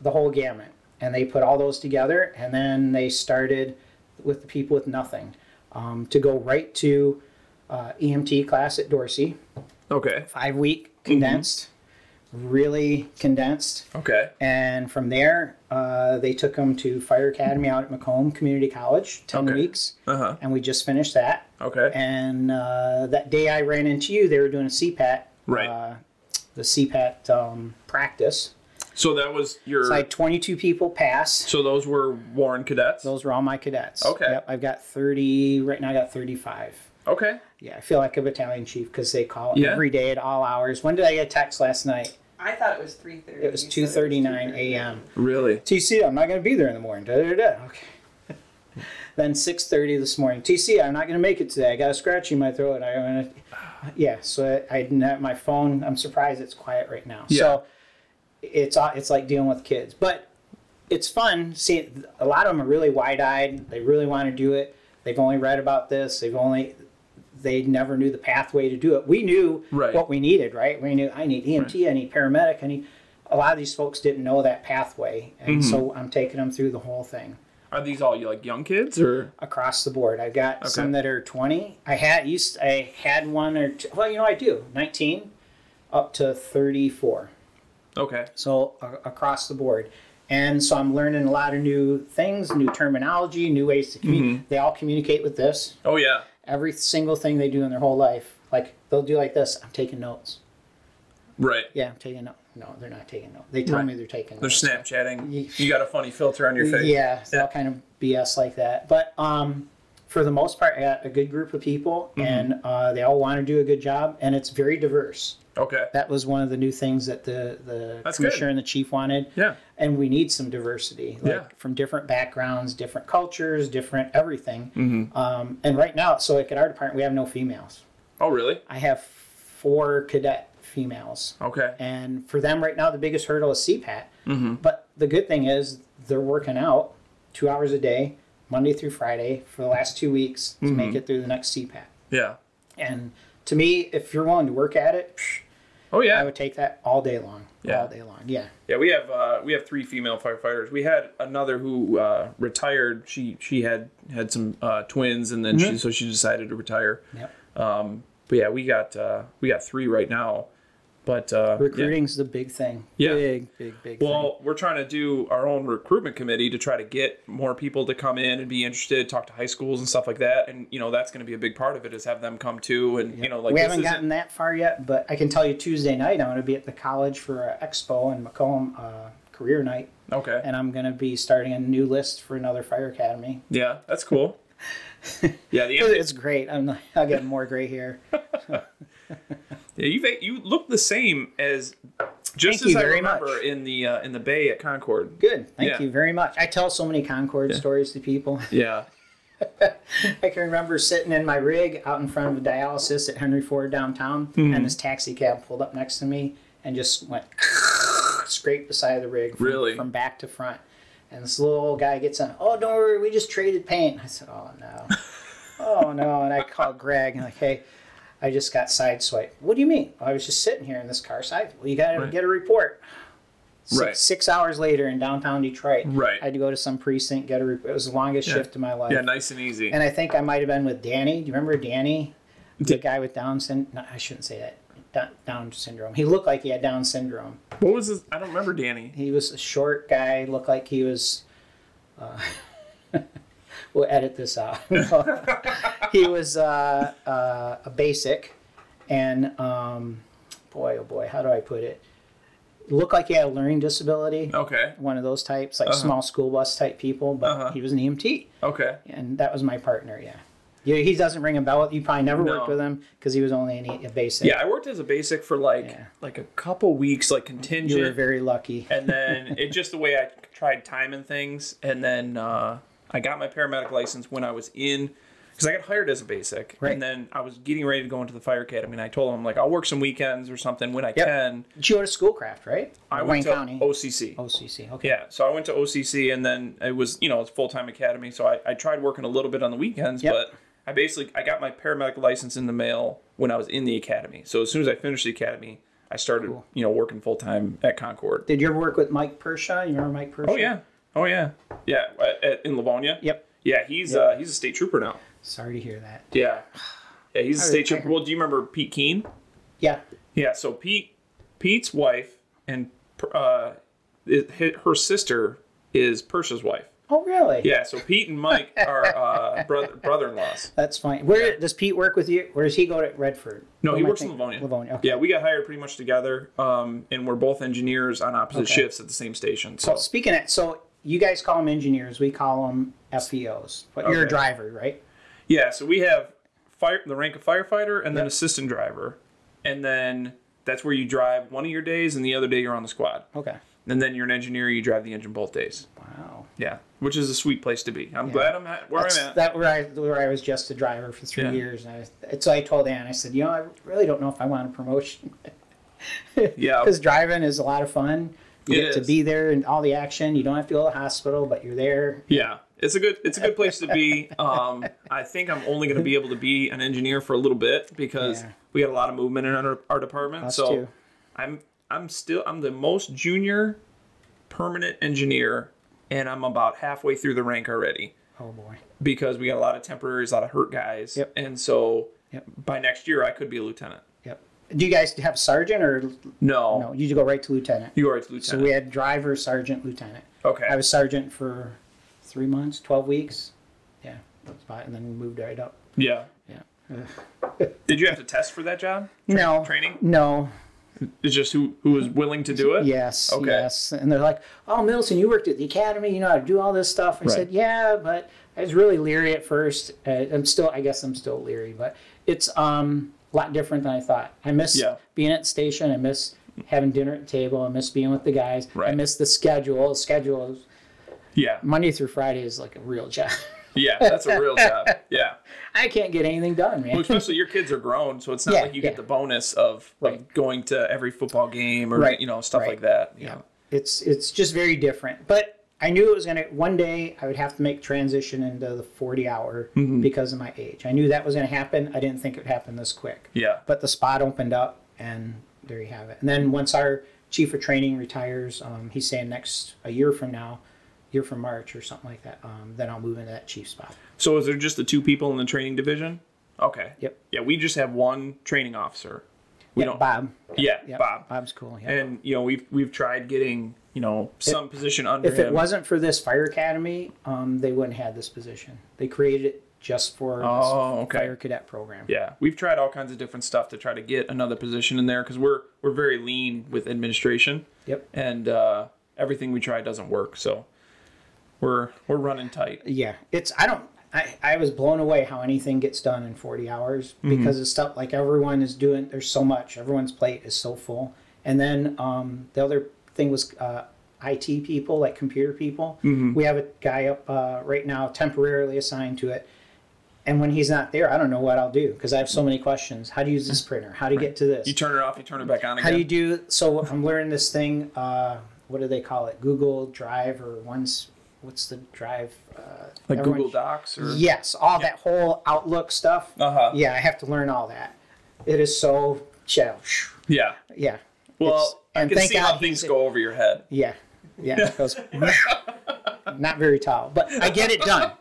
the whole gamut. And they put all those together, and then they started with the people with nothing um, to go right to uh, EMT class at Dorsey,
Okay.
five week condensed, really condensed.
Okay.
And from there, uh, they took them to Fire Academy out at Macomb Community College, 10
Okay.
weeks.
Uh-huh.
And we just finished that.
Okay.
And uh, that day I ran into you, they were doing a CPAT.
Right.
Uh, the CPAT um, practice.
so that was your.
So I had 22 people pass.
so those were Warren cadets.
Those were all my cadets.
Okay.
Yep, I've got 30, right now I got 35.
Okay.
Yeah, I feel like a battalion chief because they call
Yeah.
every day at all hours. When did I get a text last night?
I thought it was three thirty.
It was two thirty nine a.m.
Really?
TC, I'm not going to be there in the morning. Da, da, da, da. Okay. <laughs> then 6:30 this morning. TC, I'm not going to make it today. I got a scratch in my throat. I want to. Yeah, so I, I didn't have my phone. I'm surprised it's quiet right now. So it's a- it's like dealing with kids, but it's fun. See, a lot of them are really wide-eyed. They really want to do it. They've only read about this. They've only they never knew the pathway to do it. We knew
Right.
what we needed, right? We knew I need EMT, I need paramedic, I need. A lot of these folks didn't know that pathway, and so I'm taking them through the whole thing
Are these all like young kids or?
across the board. I've got some that are 20. I had used I had one or two, well, you know I do 19 up to 34
Okay.
so a across the board and so i'm learning a lot of new things new terminology new ways to communicate
Mm-hmm.
they all communicate with this
Oh yeah.
every single thing they do in their whole life like they'll do like this i'm taking notes
Right.
yeah i'm taking notes no they're not taking notes they tell
Right.
me they're taking
They're
notes
Snapchatting. You got a funny filter on your face.
yeah, it's all kind of bs like that but um for the most part i got a good group of people
Mm-hmm.
and uh, they all want to do a good job and it's very diverse
Okay.
that was one of the new things that the the
That's
commissioner
good.
and the chief wanted
Yeah.
and we need some diversity like
Yeah.
from different backgrounds different cultures different everything
Mm-hmm.
um, and right now so like at our department we have no females
Oh really?
i have four cadet females
Okay.
and for them right now the biggest hurdle is cpat
Mm-hmm.
but the good thing is they're working out two hours a day monday through friday for the last two weeks to
Mm-hmm.
make it through the next cpat
yeah.
and to me if you're willing to work at it psh,
Oh yeah.
i would take that all day long
Yeah.
all day long yeah
Yeah, we have uh, we have three female firefighters. We had another who uh, retired. She she had had some uh, twins, and then she so she decided to retire.
Mm-hmm. yep
Um, but yeah, we got uh, we got three right now. But uh, yeah.
Recruiting's the big thing.
Yeah.
Big, big, big
Well, we're trying to do our own recruitment committee to try to get more people to come in and be interested, talk to high schools and stuff like that. And you know that's going to be a big part of it is have them come too. And you know
thing. We
like this
haven't
isn't-
gotten that far yet, but I can tell you Tuesday night I'm going to be at the college for an expo and Macomb uh, career night,
okay.
and I'm going to be starting a new list for another fire academy.
yeah, that's
<laughs>
cool. yeah, the
It's great. I'm like, <laughs> I'll get more gray hair.
Yeah, you you look the same as just
Thank you
as I
very
remember
much.
in the uh, in the bay at Concord.
Good. Thank
Yeah.
you very much. I tell so many Concord stories to people. <laughs>
Yeah.
I can remember sitting in my rig out in front of a dialysis at Henry Ford downtown,
Mm-hmm.
and this taxi cab pulled up next to me and just went <laughs> scraped the side of the rig from,
Really?
from back to front. And this little old guy gets on, oh, don't worry, we just traded paint. I said, oh,
<laughs>
no. oh, no. And I called Greg and, like, hey, I just got sideswiped. What do you mean? "Well, I was just sitting here in this car side. Well, you got to
Right.
get a report. Six,
Right.
six hours later in downtown Detroit,
Right.
I had to go to some precinct, get a report. It was the longest shift of my life.
Yeah, nice and easy.
And I think I might have been with Danny. Do you remember Danny? The guy with Down syndrome. No, I shouldn't say that. Down- Down syndrome. He looked like he had Down syndrome.
what was this? I don't remember Danny.
He was a short guy. Looked like he was. Uh, <laughs> we'll edit this out. <laughs> he was uh, uh, a basic, and um, boy, oh boy, how do I put it? Looked like he had a learning disability.
Okay.
One of those types, like small school bus type people, but he was an E EMT
Okay.
and that was my partner. Yeah, yeah. He doesn't ring a bell. You probably never
No.
worked with him because he was only an, a basic.
Yeah, I worked as a basic for like
Yeah.
like a couple weeks, like
you were
contingent,
very lucky.
and then it just the way I tried timing things, and then uh, I got my paramedic license when I was in. Because I got hired as a basic,
Right.
and then I was getting ready to go into the fire academy, and I told them like I'll work some weekends or something when I
Yep.
can.
Did you go to Schoolcraft, right?
I
Wayne
went to
County.
OCC.
OCC. Okay.
Yeah, so I went to OCC and then it was, you know, it's full time academy. So I, I tried working a little bit on the weekends,
Yep.
but I basically I got my paramedic license in the mail when I was in the academy. So as soon as I finished the academy, I started, you know, working full time at Concord.
Did you ever work with Mike Pershaw? You remember Mike Pershaw?
oh yeah, oh yeah, yeah, at, at, in Livonia.
Yep.
Yeah, he's uh, he's a state trooper now.
Sorry to hear that.
Yeah, yeah, he's a state
retired.
trooper. Well, do you remember Pete Keene?
Yeah.
Yeah, so Pete, Pete's wife and uh, it, her sister is Persha's wife.
Oh really?
Yeah, so Pete and
<laughs>
Mike are uh, brother brother in laws.
That's fine. Where does Pete work with you? Where does he go to Redford?
No,
What
he
am I
works in
thinking?
Livonia.
Oh, Livonia. Okay.
Yeah, we got hired pretty much together, um, and we're both engineers on opposite
Okay.
shifts at the same station. So
Speaking of, so you guys call them engineers. We call them FEOs. But you're a
Okay.
driver, right?
yeah, so we have fire the rank of firefighter and then assistant driver, and then that's where you drive one of your days, and the other day you're on the squad.
Okay.
And then you're an engineer, you drive the engine both days.
Wow.
Yeah, which is a sweet place to be. I'm glad I'm at where
That's
I'm at.
that where I where I was just a driver for three
Yeah.
years. And I, it's so I told Ann, I said, you know, I really don't know if I want a promotion
yeah,
because driving is a lot of fun. You
It
get to
is.
be there and all the action. You don't have to go to the hospital, but you're there.
yeah. It's a good it's a good place to be. Um, I think I'm only going to be able to be an engineer for a little bit because
Yeah.
we got a lot of movement in our, our department.
Us
so
too.
I'm I'm still I'm the most junior permanent engineer, and I'm about halfway through the rank already.
Oh boy.
because we got a lot of temporaries, a lot of hurt guys.
Yep.
And so
Yep.
by next year, I could be a lieutenant.
Yep. Do you guys have sergeant or
No,
no? You go right to lieutenant.
you are a
So
lieutenant.
we had driver, sergeant, lieutenant.
okay.
I was sergeant for three months, twelve weeks. Yeah, that's about, and then we moved right up.
yeah.
Yeah.
Did you have to test for that job?
no
training?
No.
It's just who who was willing to do it.
Yes.
Okay.
Yes. And they're like, "Oh, Middleton, you worked at the academy. You know how to do all this stuff." I
Right.
said, "Yeah, but I was really leery at first. Uh, I'm still, I guess, I'm still leery, but it's um a lot different than I thought. I miss
Yeah.
being at the station. I miss having dinner at the table. I miss being with the guys. I
Right.
miss the schedule. The schedule is-
Yeah.
Monday through Friday is like a real job. <laughs>
Yeah. That's a real job. Yeah.
I can't get anything done, man.
Well, especially your kids are grown, so it's not
Yeah,
like you
yeah.
get the bonus of like
Right.
going to every football game or
Right,
you know stuff
right.
like that. Yeah.
it's it's just very different but i knew it was going to one day i would have to make transition into the 40 hour
Mm-hmm.
because of my age i knew that was going to happen i didn't think it would happen this quick
Yeah.
but the spot opened up and there you have it and then once our chief of training retires um, he's saying next a year from now year from march or something like that um, then i'll move into that chief spot
So is there just the two people in the training division? Okay.
Yep.
Yeah. We just have one training officer. We
yeah,
don't.
bob
Yeah.
Yep,
Bob.
bob's cool yeah.
and you know we've we've tried getting you know some position under
if
him.
it wasn't for this fire academy um, they wouldn't have had this position they created it just for
Oh,
this
okay.
fire cadet program
yeah, we've tried all kinds of different stuff to try to get another position in there because we're we're very lean with administration,
yep
and uh, everything we try doesn't work. So we're we're running tight.
yeah it's i don't I, I was blown away how anything gets done in 40 hours
Mm-hmm.
because it's stuff like everyone is doing there's so much everyone's plate is so full and then um, the other thing was uh, it people like computer people
Mm-hmm.
we have a guy up uh, right now temporarily assigned to it and when he's not there i don't know what i'll do because i have so many questions how to use
<laughs>
this printer how to get to this
You turn it off, you turn it back on again.
how do you do so i'm learning this thing uh, what do they call it google drive or one's what's the drive uh,
like
everyone-
Google Docs or
Yes, all that whole Outlook stuff.
Uh-huh.
Yeah, I have to learn all that. It is so chill.
yeah.
Yeah. It's-
Well, I
and
can
thank
see how
God
things
he's-
go over your head.
Yeah. Yeah.
<laughs>
it goes- not very tall, but I get it done.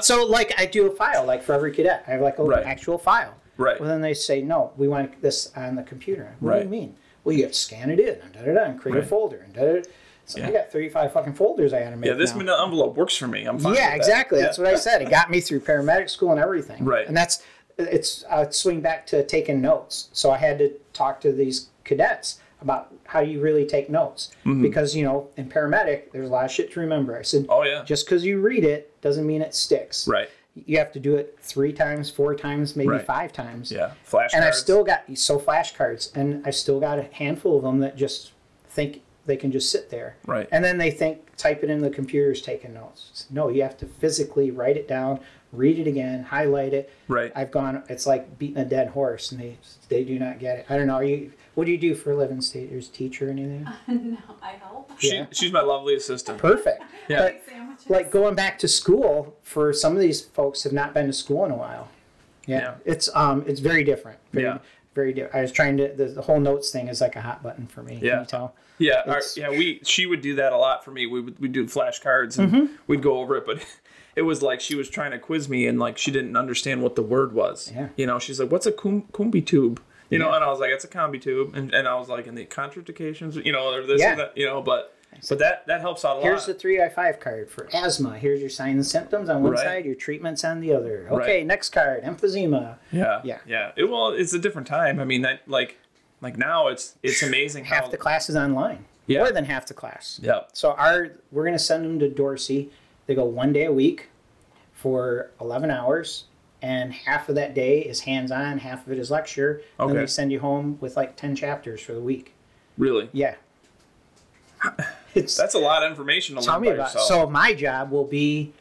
So, like, I do a file, like for every cadet, I have like an
Right.
actual file.
Right.
Well, then they say, no, we want this on the computer. What do
Right.
you mean? Well, you have to scan it in and da da da and create a
Right.
folder and da da. da. So I
Yeah.
got thirty-five fucking folders I had to make.
Yeah, this
now.
manila envelope works for me. I'm fine.
Yeah,
with that.
exactly. That's
Yeah.
what I said. It got me through paramedic school and everything.
Right.
And that's it's I swing back to taking notes. So I had to talk to these cadets about how you really take notes because you know in paramedic there's a lot of shit to remember. I said,
Mm-hmm. Oh, yeah.
just because you read it doesn't mean it sticks.
Right.
You have to do it three times, four times, maybe
Right.
five times.
Yeah. Flash.
And I've
cards.
still got so flashcards, and I've still got a handful of them that just think they can just sit there.
Right.
And then they think type it in the computer's taking notes. It's- No, you have to physically write it down, read it again, highlight it.
Right.
I've gone. It's like beating a dead horse, and they they do not get it. I don't know. Are you? What do you do for a living? State? You're a teacher or anything?
no, <laughs> I help.
She,
yeah.
She's my lovely assistant.
Perfect.
Yeah.
But
Sandwiches.
like going back to school for some of these folks have not been to school in a while. Yeah,
Yeah.
it's um, it's very different. Very,
Yeah.
very different. I was trying to the, the whole notes thing is like a hot button for me. Can
Yeah.
you tell?
Yeah, our,
It's-
yeah, we she would do that a lot for me. We would we do flashcards and
Mm-hmm.
we'd go over it, but <laughs> it was like she was trying to quiz me and like she didn't understand what the word was.
Yeah.
You know, she's like, "What's a cum- cumbi tube?" You know, and I was like, "It's a combi tube," and, and I was like, "And the contradictions, you know, or this
Yeah.
and that, you know." But but that that helps out a
Here's the
lot.
three I five card for asthma. Here's your signs and symptoms on one
Right.
side, your treatments on the other. Okay,
Right.
next card, emphysema.
yeah,
yeah.
yeah. It, well, it's a different time. I mean, that like like now it's it's amazing how
Half the class is online.
Yeah.
More than half the class.
yeah
So our we're gonna send them to Dorsey. They go one day a week for eleven hours, and half of that day is hands on, half of it is lecture. And Then
Okay.
they send you home with like ten chapters for the week.
Really?
Yeah. It's
That's a lot of information to
tell
learn
me
by
about.
yourself.
So my job will be,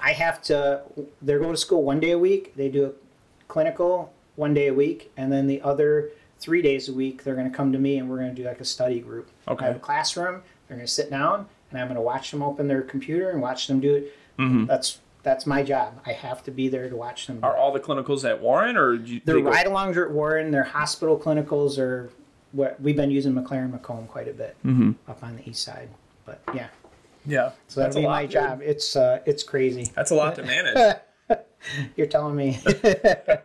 I have to. They go to school one day a week. They do a clinical one day a week, and then the other three days a week they're going to come to me, and we're going to do like a study group.
Okay.
I have a classroom. They're going to sit down, and I'm going to watch them open their computer and watch them do it. That's that's my job. I have to be there to watch them. do
Are
it.
Mm-hmm. all the clinicals at Warren or do you,
Their
they go-
ride alongs are at Warren. Their hospital clinicals are what we've been using McLaren Macomb quite a bit
Mm-hmm.
up on the east side. But yeah.
Yeah.
So that'll
a
be
lot,
my
dude.
job. It's uh, it's crazy.
That's a lot to
<laughs>
manage.
You're telling me.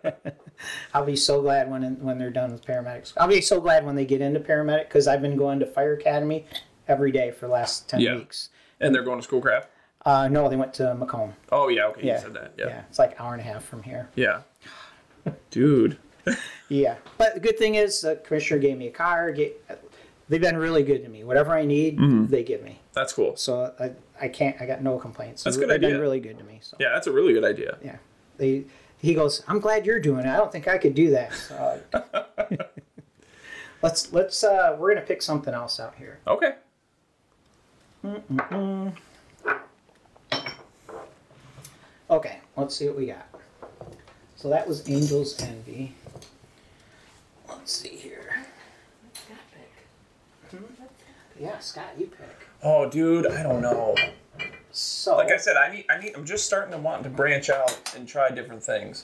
<laughs> I'll be so glad when when they're done with paramedics. I'll be so glad when they get into paramedic because I've been going to fire academy every day for the last ten
Yeah.
weeks.
and they're going to Schoolcraft?
Uh, no, they went to Macomb.
Oh, yeah. Okay.
Yeah.
You said that. Yeah.
it's like hour and a half from here.
Yeah. Dude.
Yeah, but the good thing is the commissioner gave me a car. Get, they've been really good to me. Whatever I need,
Mm-hmm.
they give me.
That's cool.
So I, I can't. I got no complaints.
That's a
they've
good
been
idea.
really good to me. So.
Yeah. That's a really good idea.
yeah they he goes i'm glad you're doing it i don't think i could do that So,
<laughs>
uh, let's let's uh we're gonna pick something else out here
Okay.
okay let's see what we got so that was angel's envy let's see here
Scott pick.
yeah scott you pick
Oh, dude. I don't know.
so
Like I said, I need, I need, I'm just starting to want to branch out and try different things.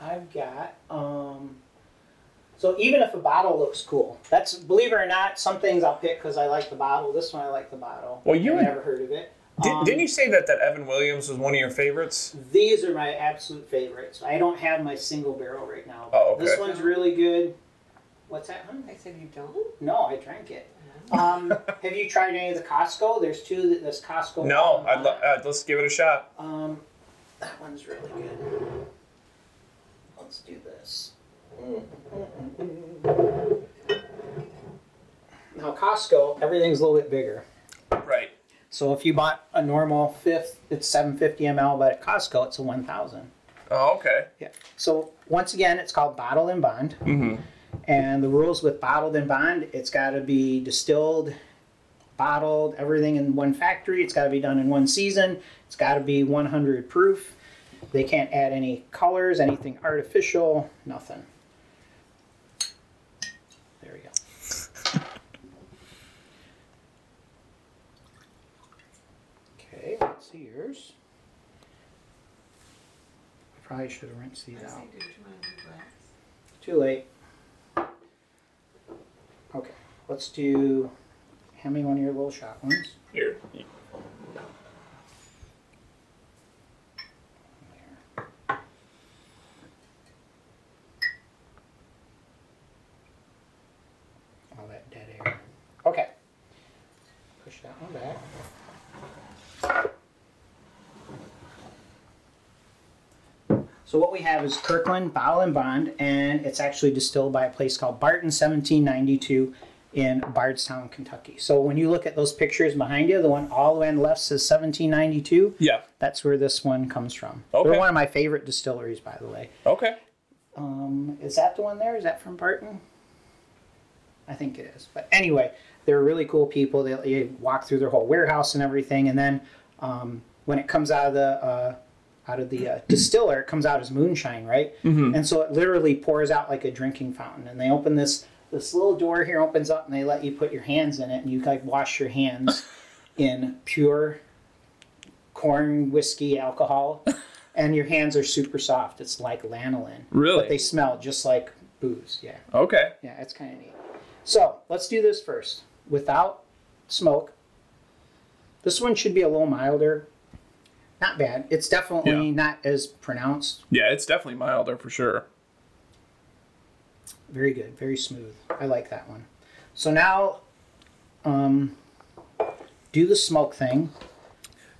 I've got. Um, so even if a bottle looks cool, that's believe it or not, some things I'll pick because I like the bottle. This one I like the bottle.
Well, you
I've
and-
never heard of it.
Did,
Um,
didn't you say that that Evan Williams was one of your favorites?
These are my absolute favorites. I don't have my single barrel right now. but
Oh, okay.
This one's really good. What's that one?
I said you don't?
No, I drank it.
<laughs>
Um, have you tried any of the Costco? There's two that this Costco.
No. I'd, lo- uh, let's give it a shot.
Um, that one's really good. Let's do this. Now Costco, everything's a little bit bigger.
Right.
So if you bought a normal fifth, it's 750 ml, but at Costco it's a 1,000.
Oh, okay.
Yeah. So once again, it's called bottled and bond. And the rules with bottled and bond, it's got to be distilled, bottled, everything in one factory. It's got to be done in one season. It's got to be 100 proof. They can't add any colors, anything artificial, nothing. There we go. Okay, let's see yours. I probably should have rinsed these
I
out.
said you do want to do glass.
Too late. Okay, let's do. Hand me one of your little shot ones.
Here.
All that dead air. Okay. Push that one back. So what we have is Kirkland Bottle and Bond, and it's actually distilled by a place called Barton 1792 in Bardstown, Kentucky. So when you look at those pictures behind you, the one all the way on the left says 1792.
Yeah.
That's where this one comes from.
Okay.
They're one of my favorite distilleries, by the way.
Okay.
Um, is that the one there? Is that from Barton? I think it is. But anyway, they're really cool people. They, they walk through their whole warehouse and everything, and then um, when it comes out of the uh, out of the uh, distiller, it comes out as moonshine, right? And so it literally pours out like a drinking fountain. And they open this this little door here opens up, and they let you put your hands in it, and you like wash your hands in pure corn whiskey alcohol, and your hands are super soft. It's like lanolin.
Really?
But they smell just like booze. Yeah.
Okay.
Yeah, it's kind of neat. So let's do this first without smoke. This one should be a little milder. Not bad. It's definitely
Yeah.
not as pronounced.
Yeah, it's definitely milder for sure.
Very good. Very smooth. I like that one. So now, um, do the smoke thing.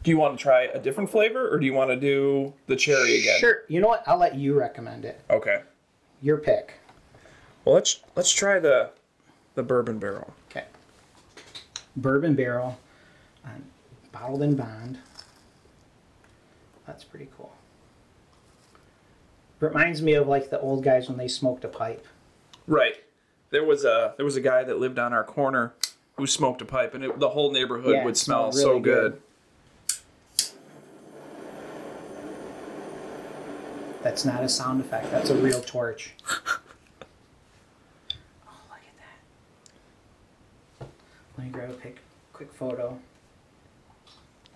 Do you want to try a different flavor or do you want to do the cherry again?
Sure. You know what? I'll let you recommend it.
Okay.
Your pick.
Well, let's let's try the the bourbon barrel.
Okay. Bourbon barrel, um, bottled in bond. That's pretty cool. reminds me of like the old guys when they smoked a pipe.
Right. There was a there was a guy that lived on our corner who smoked a pipe, and it, the whole neighborhood
Yeah,
would
it
smell
smelled
so
really
good.
good. That's not a sound effect. That's a real torch.
Oh, look at that.
Let me grab a pic, quick photo.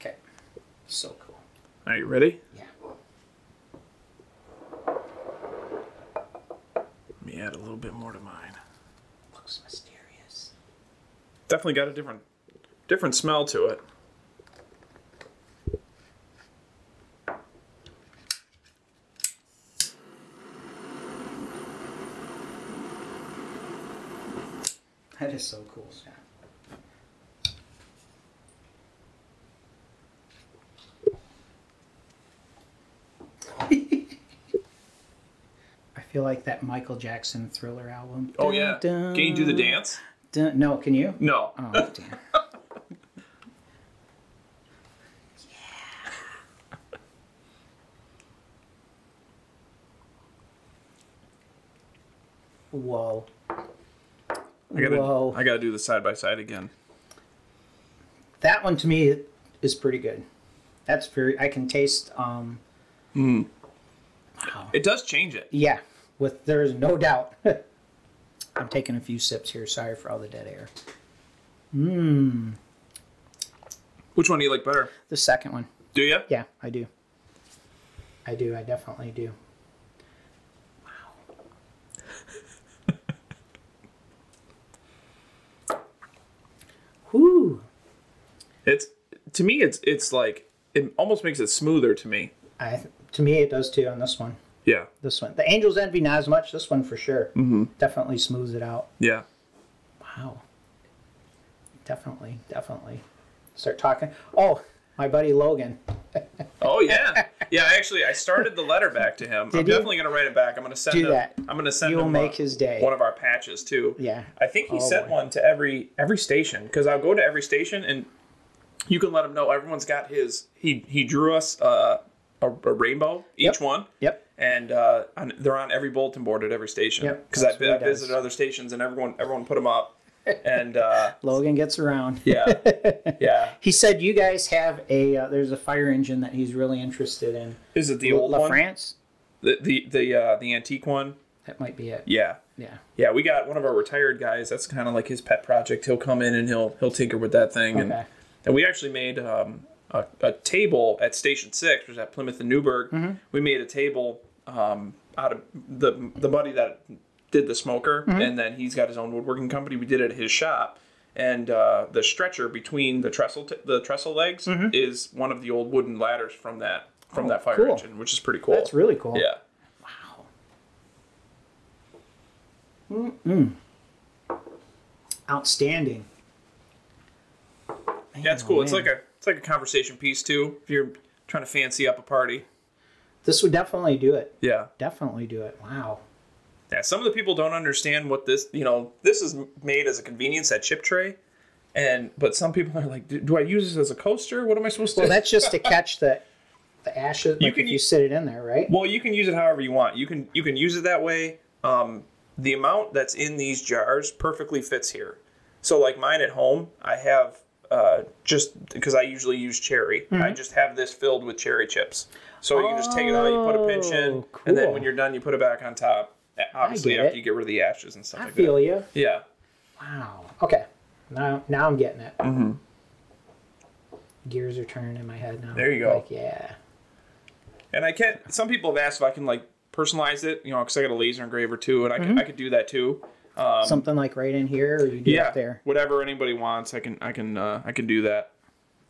Okay. So cool.
Are you ready?
Yeah.
Let me add a little bit more to mine.
Looks mysterious.
Definitely got a different different smell to it.
That is so cool, Scott. <laughs> I feel like that Michael Jackson Thriller album.
Oh yeah.
Dun,
Can you do the dance?
dun. No, can
<laughs>
you?
No.
Oh damn. Whoa.
I gotta
Whoa.
I gotta do the side by side again.
That one to me is pretty good. That's very I can taste um
It does change it.
yeah, with there is no doubt. <laughs> I'm taking a few sips here. Sorry for all the dead air.
Which one do you like better?
The second one.
Do you?
Yeah, I do. I do. I definitely do. <laughs> Wow. Whoo!
It's to me it's it's like it almost makes it smoother to me.
I to me it does too on this one.
Yeah.
This one, the Angels Envy, not as much. This one for sure. Definitely smooths it out.
Yeah.
Wow. Definitely, definitely. Start talking. Oh, my buddy Logan.
Oh yeah, yeah. Actually, I started the letter back to him. I'm
you?
definitely gonna write it back. I'm gonna send
Do
him.
that.
I'm gonna send
You will
him
make
uh,
his day.
One of our patches too.
Yeah.
I think he
Oh,
sent
boy.
one to every every station because I'll go to every station and you can let him know everyone's got his. He he drew us uh, a, a rainbow each
Yep.
one.
Yep.
And uh, on, they're on every bulletin board at every station.
Yep,
Because
that's
I,
what
I
he does.
visited other stations and everyone everyone put them up. And uh,
Logan gets around.
yeah, yeah.
He said you guys have a uh, there's a fire engine that he's really interested in.
Is it the old
La
one?
France.
The the the uh, the antique one.
That might be it.
Yeah.
Yeah.
Yeah, we got one of our retired guys. That's kind of like his pet project. He'll come in and he'll he'll tinker with that thing. And,
Okay.
and we actually made um, a, a table at Station Six, which is at Plymouth and Newburgh.
Mm-hmm.
We made a table um, out of the the buddy that did the smoker,
Mm-hmm.
and then he's got his own woodworking company. We did it at his shop, and uh, the stretcher between the trestle t- the trestle legs
Mm-hmm.
is one of the old wooden ladders from that from that fire
Oh, cool.
engine, which is pretty cool.
That's really cool.
yeah.
Outstanding.
Yeah, it's cool. It's
Oh, man.
like a it's like a conversation piece too. If you're trying to fancy up a party.
This would definitely do it.
Yeah.
Definitely do it. Wow.
Yeah. Some of the people don't understand what this you know, this is made as a convenience at chip tray. And but some people are like, do, do I use this as a coaster? What am I supposed to
Well, that's just to catch the the ashes. Like
can
if you
use-
sit it in there, right?
<laughs> Well, you can use it however you want. You can you can use it that way. Um, the amount that's in these jars perfectly fits here. So like mine at home, I have uh, just because I usually use cherry.
Mm-hmm.
I just have this filled with cherry chips. So you can just take it out, you put a pinch in,
Oh,
and then
cool.
when you're done, you put it back on top. Uh, Obviously,
get
after
it.
you get rid of the ashes and stuff
I
like
feel
that.
you.
Yeah.
Wow. Okay. Now, now I'm getting it.
Mm-hmm.
Gears are turning in my head now.
There you go.
Like, yeah.
And I can't. Some people have asked if I can like personalize it, you know, because I got a laser engraver too, and I could I could do that too.
Something like right in here, or you do
Um, Yeah.
up there.
Whatever anybody wants, I can I can uh, I can do that.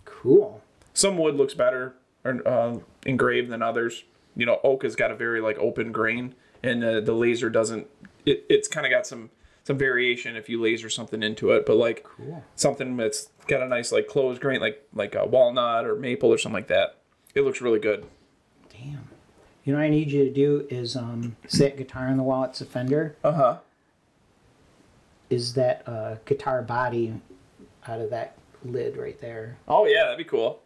Cool.
some wood looks better or uh, engraved than others. You know, oak has got a very like open grain, and uh, the laser doesn't. It, it's kind of got some some variation if you laser something into it, but like something that's got a nice like closed grain, like like a walnut or maple or something like that. It looks really good.
Damn. You know what I need you to do is um, set guitar on the wall. It's a Fender.
Uh huh.
Is that uh, guitar body out of that lid right there?
Oh yeah, that'd be cool.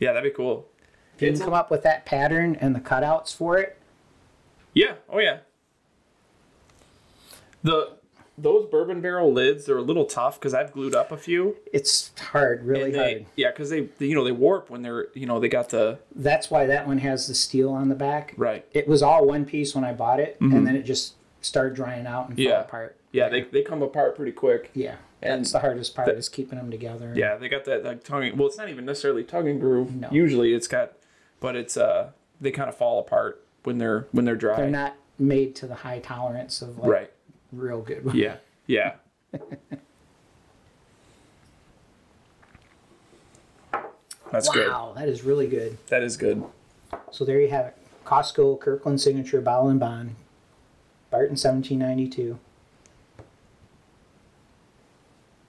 Yeah, that'd be cool.
If you
It's-
can come up with that pattern and the cutouts for it,
Yeah. Oh yeah. The those bourbon barrel lids they're a little tough because I've glued up a few.
It's hard, really
and
hard.
they, yeah, because they, they you know they warp when they're you know they got the
That's why that one has the steel on the back.
right.
It was all one piece when I bought it, and then it just started drying out and
Mm-hmm. Yeah.
fell apart.
Yeah, they they come apart pretty quick.
Yeah,
And
that's the hardest part
the-
is keeping them together.
Yeah, they got that that tongue. Well, it's not even necessarily tongue and groove.
No.
Usually it's got, but it's uh they kind of fall apart when they're when they're dry.
they're not made to the high tolerance of like
right.
real good ones.
Yeah.
<laughs>
Yeah. That's good.
wow, that is really good.
That is good.
So there you have it. Costco Kirkland Signature Bottle and Bond, Barton 1792.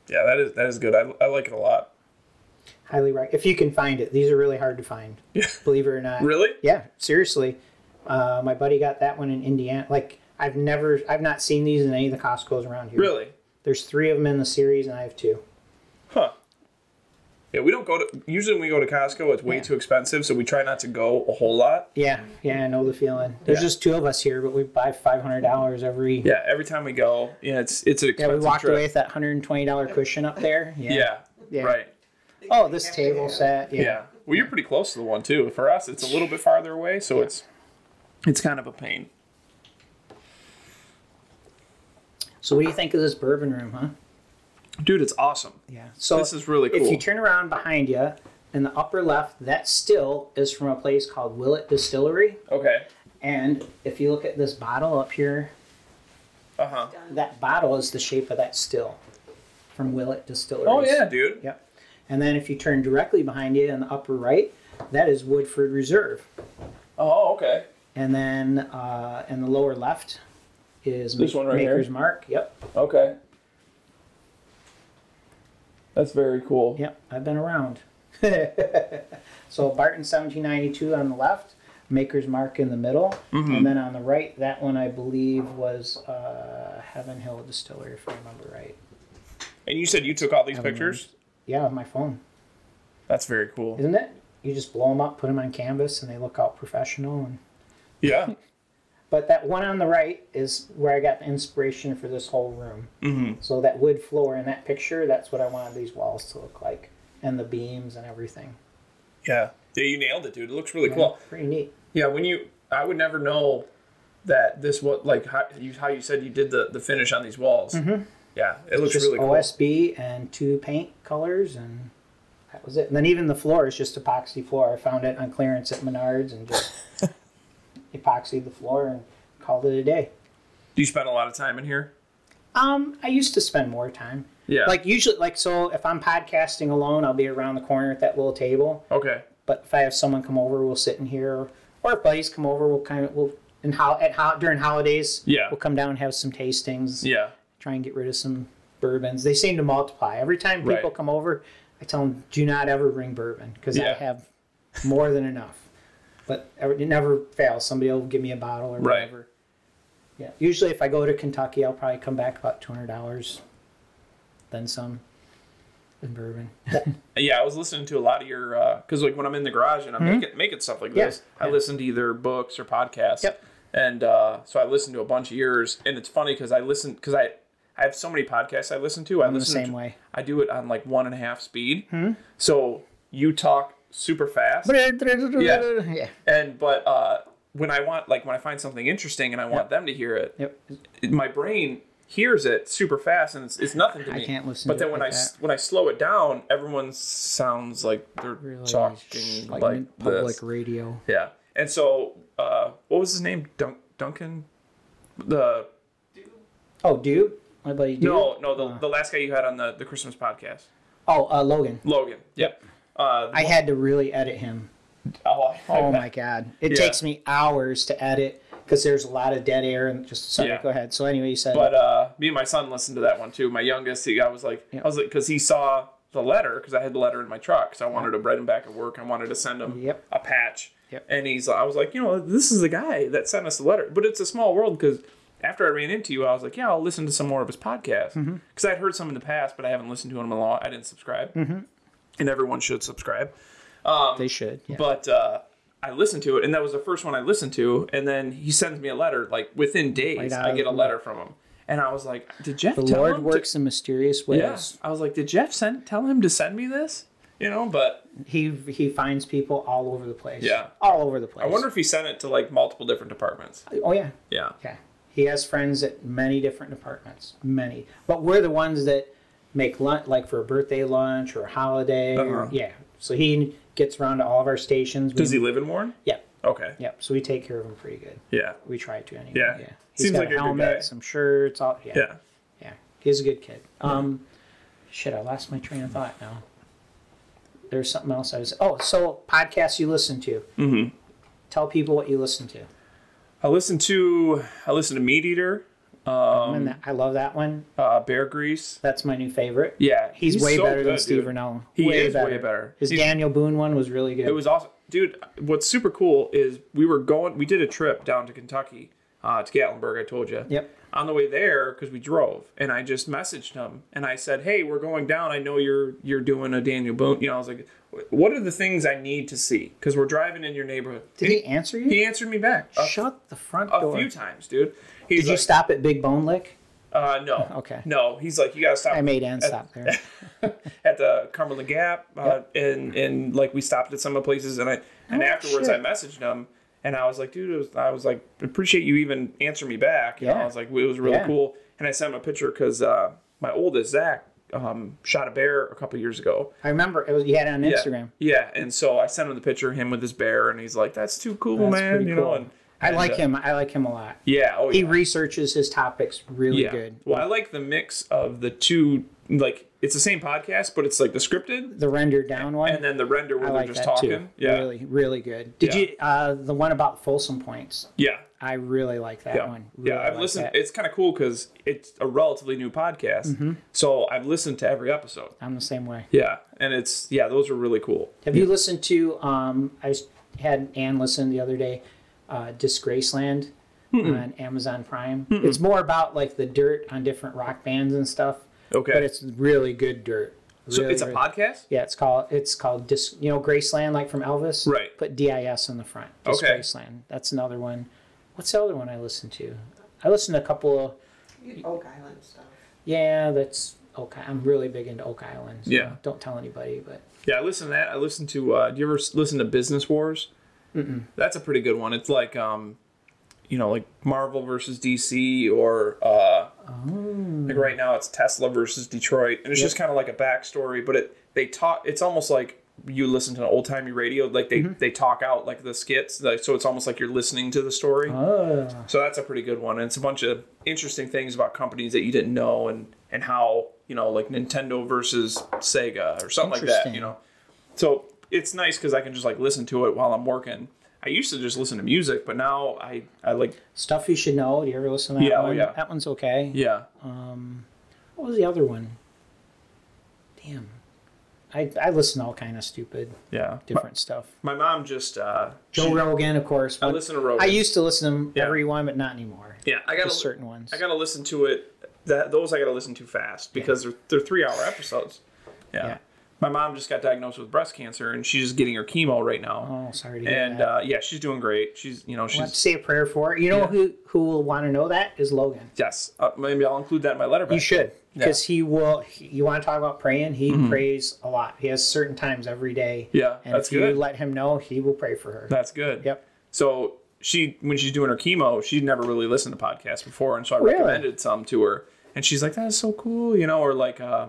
Yeah, that is that is good. I, I like it a lot.
Highly recommend if you can find it. These are really hard to
<laughs>
find. Believe it or not.
Really?
Yeah, seriously. Uh, my buddy got that one in Indiana. Like I've never, I've not seen these in any of the Costco's around here.
Really?
There's three of them in the series, and I have two.
Huh. Yeah, we don't go to usually when we go to Costco, it's way too expensive, so we try not to go a whole lot.
Yeah, yeah, I know the feeling. There's
Yeah.
just two of us here, but we buy five hundred dollars every.
Yeah, every time we go, yeah, it's it's an
Yeah,
expensive
we walked
trip.
away with that hundred and twenty dollar cushion up there. Yeah.
yeah,
Yeah.
Right.
Oh, this table set. Yeah.
Yeah. Well, you're pretty close to the one too. For us, it's a little bit farther away, so it's it's kind of a pain.
So what do you think of this bourbon room, huh?
Dude, it's awesome.
Yeah. So
This is really
If
cool.
you turn around behind you, in the upper left, that still is from a place called Willett Distillery.
Okay.
And if you look at this bottle up here,
Uh huh.
that bottle is the shape of that still from Willett Distillery.
Oh yeah, dude.
Yep. And then if you turn directly behind you in the upper right, that is Woodford Reserve.
Oh okay.
And then uh, in the lower left is
This
Ma-
one right here?
Maker's Mark. Yep.
Okay. That's very cool.
Yep. I've been around. <laughs> so Barton 1792 on the left, Maker's Mark in the middle.
Mm-hmm.
And then on the right, that one I believe was uh, Heaven Hill Distillery, if I remember right.
And you said you took all these pictures.
Yeah, with my phone.
That's very cool.
Isn't it? You just blow them up, put them on canvas, and they look all professional. And <laughs>
Yeah.
But that one on the right is where I got the inspiration for this whole room. Mm-hmm. So that wood floor in that picture, that's what I wanted these walls to look like, and the beams and everything.
Yeah. Yeah, you nailed it, dude. It looks really cool.
Pretty neat.
Yeah, when you, I would never know that this what like how you how you said you did the the finish on these walls. Yeah, it looks
Mm-hmm. Just
really cool.
OSB and two paint colors, and that was it. And then even the floor is just epoxy floor. I found it on clearance at Menards and
<laughs>
just epoxied the floor and called it a day.
Do you spend a lot of time in here?
Um, I used to spend more time.
Yeah.
Like usually, like so, if I'm podcasting alone, I'll be around the corner at that little table.
okay.
But if I have someone come over, we'll sit in here, or if buddies come over, we'll kind of we'll and how at how during holidays,
Yeah.
we'll come down and have some tastings,
Yeah.
try and get rid of some bourbons. They seem to multiply every time people
Right.
come over. I tell them, do not ever bring bourbon because I
Yeah.
have more than enough. But ever- it never fails. Somebody will give me a bottle or
Right.
whatever. Yeah. Usually, if I go to Kentucky, I'll probably come back about two hundred dollars, then some, in bourbon.
Yeah, I was listening to a lot of your because like when I'm in the garage and I'm making making stuff like
Mm-hmm. Yeah.
this, I listen to either books or podcasts.
Yep.
And uh, so I listened to a bunch of yours, and it's funny because I listen because I I have so many podcasts I listen to. I
the
listen
same
to,
way.
I do it on like one and a half speed.
Hmm?
So you talk super fast.
yeah.
and but uh, when I want like when I find something interesting and I want them to hear it,
Yep.
it- my brain hears it super fast and it's, it's nothing to
I
me.
can't listen
But
to
then
it
when
like
I s-
that.
when I slow it down, everyone sounds like they're
Really
talking like,
public
this.
radio.
Yeah. And so uh, what was his name? Dun- Duncan. The
Oh, dude, my buddy. Dude.
no no the,
Uh.
the last guy you had on the the Christmas podcast,
Oh, uh, Logan.
Logan. Yep. Uh,
I had to really edit him.
oh,
Oh my god, it
Yeah.
takes me hours to edit because there's a lot of dead air and just. Sorry,
Yeah.
go ahead. So anyway, you said.
But uh, me and my son listened to that one too. My youngest, he, I was like, I was like, because he saw the letter, because I had the letter in my truck, so I wanted to write him back at work. I wanted to send him
Yep.
a patch.
Yep.
And he's, I was like, you know, this is the guy that sent us the letter. But it's a small world because after I ran into you, I was like, yeah, I'll listen to some more of his podcast because
Mm-hmm.
I'd heard some in the past, but I haven't listened to him in a long.
Mm-hmm.
I didn't subscribe, and everyone should subscribe.
they should. Yeah.
um, But uh, I listened to it, and that was the first one I listened to. And then he sends me a letter, like within days,
Right out
I
of
get a
the-
letter from him, and I was like, "Did Jeff
The
tell
Lord
him to-
works in mysterious ways.
Yeah. I was like, "Did Jeff send tell him to send me this?" You know, but
He he finds people all over the place.
Yeah.
all over the place.
I wonder if he sent it to like multiple different departments.
Oh yeah,
Yeah,
yeah. He has friends at many different departments, many. But we're the ones that make lunch, like for a birthday lunch or a holiday. or-
Uh-huh.
yeah. So he gets around to all of our stations. We-
does he live in Warren?
Yeah,
Okay.
yeah. So we take care of him pretty good.
Yeah.
We try to anyway.
Yeah.
yeah.
Seems like a good guy.
some shirts, all. Yeah, yeah.
Yeah.
He's a good kid. Um, shit, I lost my train of thought now. There's something else I was. Oh, so podcasts you listen to. Mm-hmm. Tell people what you listen to.
I listened to I listened to Meat Eater, Um,
and that, I love that one.
uh, Bear Grease.
That's my new favorite.
Yeah,
He's, way
so
better than
good,
Steve
dude.
Renell.
He is way better.
His
He's-
Daniel Boone one was really good.
It was awesome, dude. What's super cool is we were going. We did a trip down to Kentucky uh, to Gatlinburg. I told you.
Yep.
On the way there, because we drove, and I just messaged him, and I said, "Hey, we're going down. I know you're you're doing a Daniel Boone. You know, I was like, what are the things I need to see? Because we're driving in your neighborhood."
Did he answer you?
He answered me back a,
Shut the front
a
door.
few times, dude. He's
Did
like,
you stop at Big Bone Lick?
Uh, no.
Okay.
No, he's like, you gotta stop.
I made
<laughs>
Ann stop there.
at the Cumberland Gap, uh, and and like we stopped at some of the places, and I and
Oh,
afterwards
shit.
I messaged him, and I was like, dude, it was, I was like, appreciate you even answering me back. You know,
Yeah.
I was like, it was really
Yeah.
cool, and I sent him a picture because uh, my oldest Zach um, shot a bear a couple years ago.
I remember it was you had it on
Yeah.
Instagram.
Yeah, and so I sent him the picture of him with his bear, and he's like, that's too cool,
That's
Oh, man.
pretty
You
cool.
know, and
I
and,
like
uh,
him. I like him a lot.
Yeah. Oh,
He
yeah.
researches his topics really
yeah.
good.
Well, I like the mix of the two. Like it's the same podcast, but it's like the scripted.
The rendered down one.
And then the render where
I
they're
like
just
that
talking.
too.
Yeah.
Really, really good. Did
Yeah.
you uh the one about Folsom Points?
Yeah.
I really like that
Yeah.
one.
yeah,
Really
I've
like
listened.
that. Mm-hmm.
It's kind of cool because it's a relatively new podcast, so I've listened to every episode.
I'm the same way.
Yeah, and it's yeah, those are really cool.
Have you listened to? Um, I s- had Ann listen the other day, uh, Disgraceland on Amazon Prime. It's more about like the dirt on different rock bands and stuff.
Okay.
but it's really good dirt.
So
Really,
it's a
really-
podcast.
Yeah, it's called it's called Dis. You know, Graceland, like from Elvis.
Right.
Put DIS on the front.
Okay.
Disgraceland. That's another one. What's the other one I listened to? I listened to a couple of.
You- Oak Island stuff.
Yeah, that's Oak. I'm really big into Oak Island. so
Yeah.
Don't tell anybody, but
Yeah, I listen to that. I listen to. Uh, do you ever s- listen to Business Wars? Mm-mm. That's a pretty good one. It's like, um, you know, like Marvel versus DC, or uh, like right now it's Tesla versus Detroit, and it's just kind of like a backstory. But it they talk. It's almost like you listen to an old timey radio. Like they
Mm-hmm.
they talk out like the skits. Like, so it's almost like you're listening to the story.
oh,
So that's a pretty good one. And it's a bunch of interesting things about companies that you didn't know and and how, you know, like Nintendo versus Sega or something like that,
Interesting.
you know. So it's nice cuz I can just like listen to it while I'm working. I used to just listen to music, but now I I like
stuff you should know. Do you ever listen to that
Yeah, oh,
one?
yeah.
That one's okay.
yeah.
What was the other one? Damn. I, I listen to all kind of stupid
Yeah.
different stuff.
My, my mom just uh
Joe Rogan, of course.
I
but
listen to Rogan.
I used to listen to him
Yeah.
every one, but not anymore.
yeah, I got
Just certain ones.
I got to listen to it that those I got to listen to fast because they're they're 3-hour episodes. Yeah.
Yeah.
My mom just got diagnosed with breast cancer and she's just getting her chemo right now.
oh, sorry to hear
and
that.
uh, yeah, she's doing great. She's you know she's
Let's say a prayer for her. You know who who will want to know that is Logan.
yes. Uh, maybe I'll include that in my letter.
You should because he will. He, you want to talk about praying? He prays a lot. He has certain times every day.
Mm-hmm. Yeah,
and
that's
if you
good.
let him know, he will pray for her.
That's good.
Yep.
So she when she's doing her chemo, she'd never really listened to podcasts before, and so I
Really?
recommended some to her, and she's like, "That's so cool," you know, or like uh,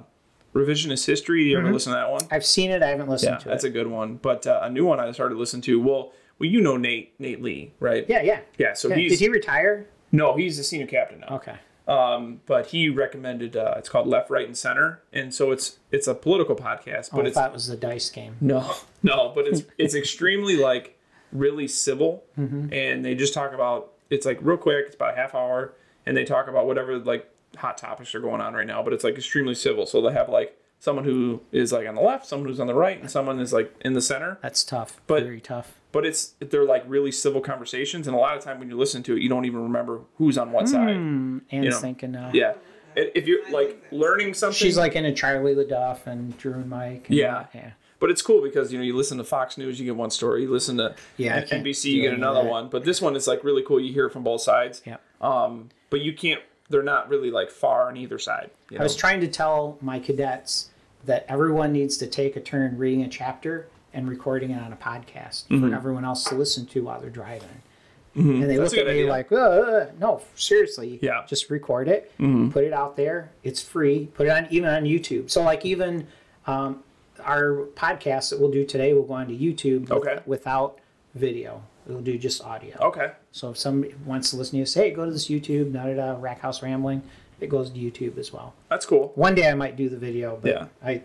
revisionist history. You ever listen to that one?
I've seen it. Mm-hmm. I haven't listened
Yeah,
to
that's
it.
a good one. But uh, a new one I started listening to. Well, well, you know Nate Nate Lee, right?
yeah, yeah.
Yeah. So
Yeah.
he's
Did he retire?
no, he's a senior captain now.
Okay.
Um, but he recommended uh, it's called Left, Right, and Center, and so it's it's a political podcast, but
I
it's
thought it was the dice game. <laughs>
No, no, but it's it's extremely like really civil,
Mm-hmm.
and they just talk about it's like real quick. It's about a half hour, and they talk about whatever like hot topics are going on right now. But it's like extremely civil. So they have like someone who is like on the left, someone who's on the right, and someone is like in the center.
That's tough.
But-
Very tough.
But it's they're like really civil conversations, and a lot of time when you listen to it, you don't even remember who's on what side.
Anne's
know,
thinking uh, now.
Yeah, if if you're like learning something,
She's like into Charlie LaDuff and Drew and Mike. and-
Yeah.
yeah.
But it's cool because you know you listen to Fox News, you get one story. You listen to
Yeah, I
yeah,
can't
NBC, you
do
get
any of
another
that.
one. But this one is like really cool. You hear it from both sides.
Yeah.
Um, but you can't. They're not really like far on either side. You know?
I was trying to tell my cadets that everyone needs to take a turn reading a chapter and recording it on a podcast for everyone else to listen to while they're driving. And they
Mm-hmm. That's a
look at
good
me
idea.
like, "Uh, no, seriously,
Yeah. Mm-hmm.
just record it, put it out there. It's free. Put it on even on YouTube. So like even um, our podcast that we'll do today will go onto YouTube with-
Okay.
without video. It'll do just audio.
okay.
So if somebody wants to listen to you, say, hey, go to this YouTube, not at a rack house rambling. It goes to YouTube as well.
That's cool.
One day I might do the video, but
Yeah.
I.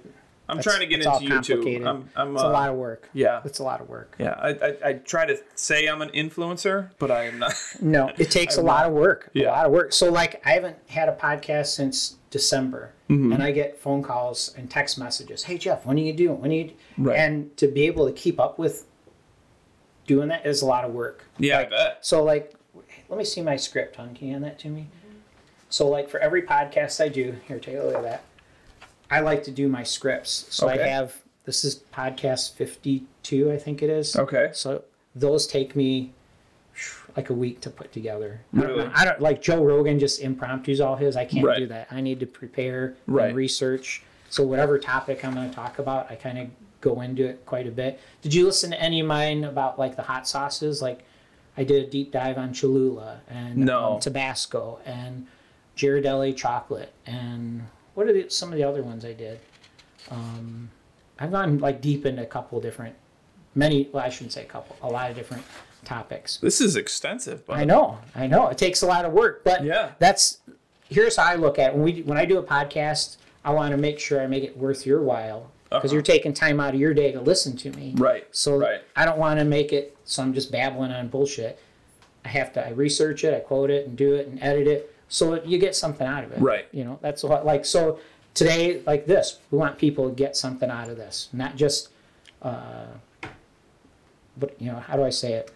I'm
that's-
trying to get
it's all
into YouTube.
complicated.
I'm. I'm
it's
uh,
a lot of work.
yeah.
it's a lot of work.
Yeah. I, I I try to say I'm an influencer, but I am not. <laughs>
No, it takes a lot of work.
Yeah.
A lot of work. So like, I haven't had a podcast since December,
Mm-hmm.
and I get phone calls and text messages. Hey Jeff, when are you doing? When are you?
Right.
And to be able to keep up with doing that is a lot of work.
Yeah, I bet.
So like, let me see my script, hon. Can you hand that to me?
Mm-hmm.
So like for every podcast I do, here, take a look at that. I like to do my scripts. So I
Okay.
have this is podcast fifty-two, I think it is.
Okay.
So those take me like a week to put together. I,
Really?
don't, know. I don't like Joe Rogan just impromptus all his. I can't
Right.
do that. I need to prepare
Right.
and research. So whatever topic I'm going to talk about, I kind of go into it quite a bit. Did you listen to any of mine about like the hot sauces? Like I did a deep dive on Cholula and
No.
um, Tabasco and Ghirardelli chocolate and what are the, some of the other ones I did? Um, I've gone like deep into a couple different, many. Well, I shouldn't say a couple, a lot of different topics.
This is extensive, but
I know, I know. It takes a lot of work, but
Yeah.
that's here's how I look at it. when we when I do a podcast. I want to make sure I make it worth your while because
Uh-huh.
you're taking time out of your day to listen to me.
Right,
So
right.
I don't want to make it so I'm just babbling on bullshit. I have to I research it, I quote it, and do it and edit it so that you get something out of it.
Right.
You know that's what like so today like this we want people to get something out of this, not just. uh, But you know how do I say it?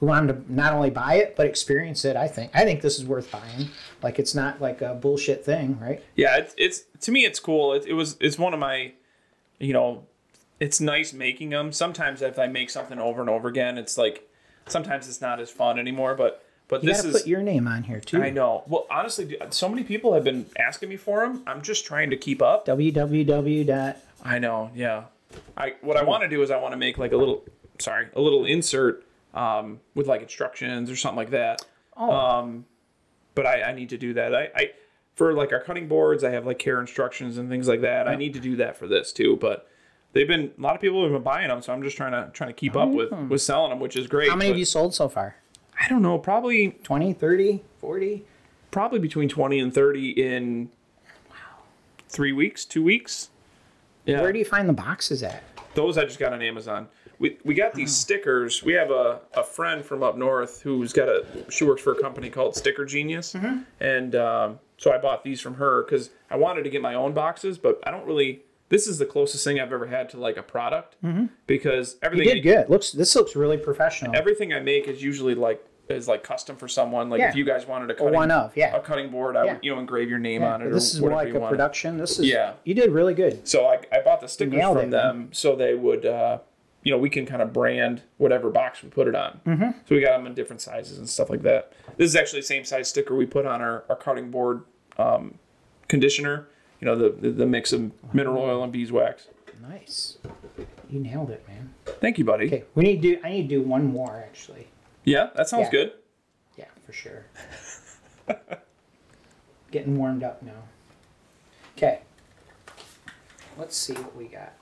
We want them to not only buy it but experience it. I think I think this is worth buying. Like it's not like a bullshit thing, right?
yeah, it's, it's to me it's cool. It, it was it's one of my, you know, it's nice making them. Sometimes if I make something over and over again, it's like sometimes it's not as fun anymore. But but
You
this
gotta
is
put your name on here too.
I know. Well, honestly, dude, so many people have been asking me for them. I'm just trying to keep up.
www. dot
I know. Yeah. I what I want to do is I want to make like a little sorry a little insert um, with like instructions or something like that.
Oh.
Um, but I, I need to do that. I, I for like our cutting boards, I have like care instructions and things like that. I need to do that for this too. But they've been a lot of people have been buying them, so I'm just trying to trying to keep up with with selling them, which is great.
Hmm. How many
but
have you sold so far?
I don't know. Probably
20, 30, 40?
probably between twenty and thirty in three weeks, two weeks. Yeah.
Where do you find the boxes at?
those I just got on Amazon. We, we got
Mm-hmm.
these stickers. We have a, a friend from up north who's got a she works for a company called Sticker Genius,
Mm-hmm.
and um, so I bought these from her because I wanted to get my own boxes, but I don't really. This is the closest thing I've ever had to like a product
Mm-hmm.
because
You
everything
did good. Looks this looks really professional.
everything I make is usually like is like custom for someone. Like if
Yeah.
you guys wanted a cutting,
one of, yeah.
a cutting board, I
Yeah.
would you know engrave your name on it.
this
or
is more
whatever
like
you
a
wanted.
production. This is
Yeah.
You did really good.
So I, I bought the stickers
Nailed
from
it,
them so they would, uh, you know, we can kind of brand whatever box we put it on. Mm-hmm. So we got them in different sizes and stuff like that. This is actually the same size sticker we put on our, our cutting board um, conditioner, you know, the, the, the mix of mineral oil and beeswax.
Nice. You nailed it, man.
Thank you, buddy.
Okay, we need to. do I need to do one more actually.
Yeah, that sounds
Yeah.
good.
Yeah, for
<laughs>
sure. Getting warmed up now. Okay. Let's see what we got.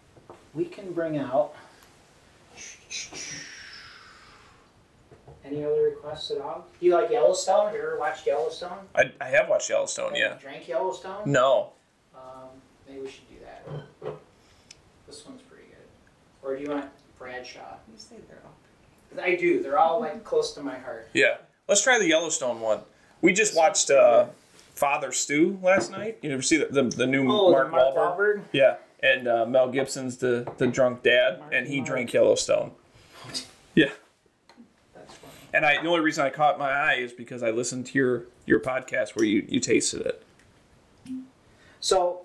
We can bring out. Any other requests at all? Do you like Yellowstone? Have you ever watched Yellowstone?
I, I have watched Yellowstone, yeah.
Drank Yellowstone?
No.
Um, maybe we should do that. This one's pretty good. Or do you want Bradshaw?
You say they're all.
I do. They're all like close to my heart.
Yeah. Let's try the Yellowstone one. We just watched uh, Father Stew last night. You ever see the, the, the new
Oh,
Mark,
the Mark
Wahlberg?
Wahlberg?
Yeah, and uh, Mel Gibson's the the drunk dad, and he drank Yellowstone. Yeah,
That's funny.
and I the only reason I caught my eye is because I listened to your your podcast where you you tasted it.
So,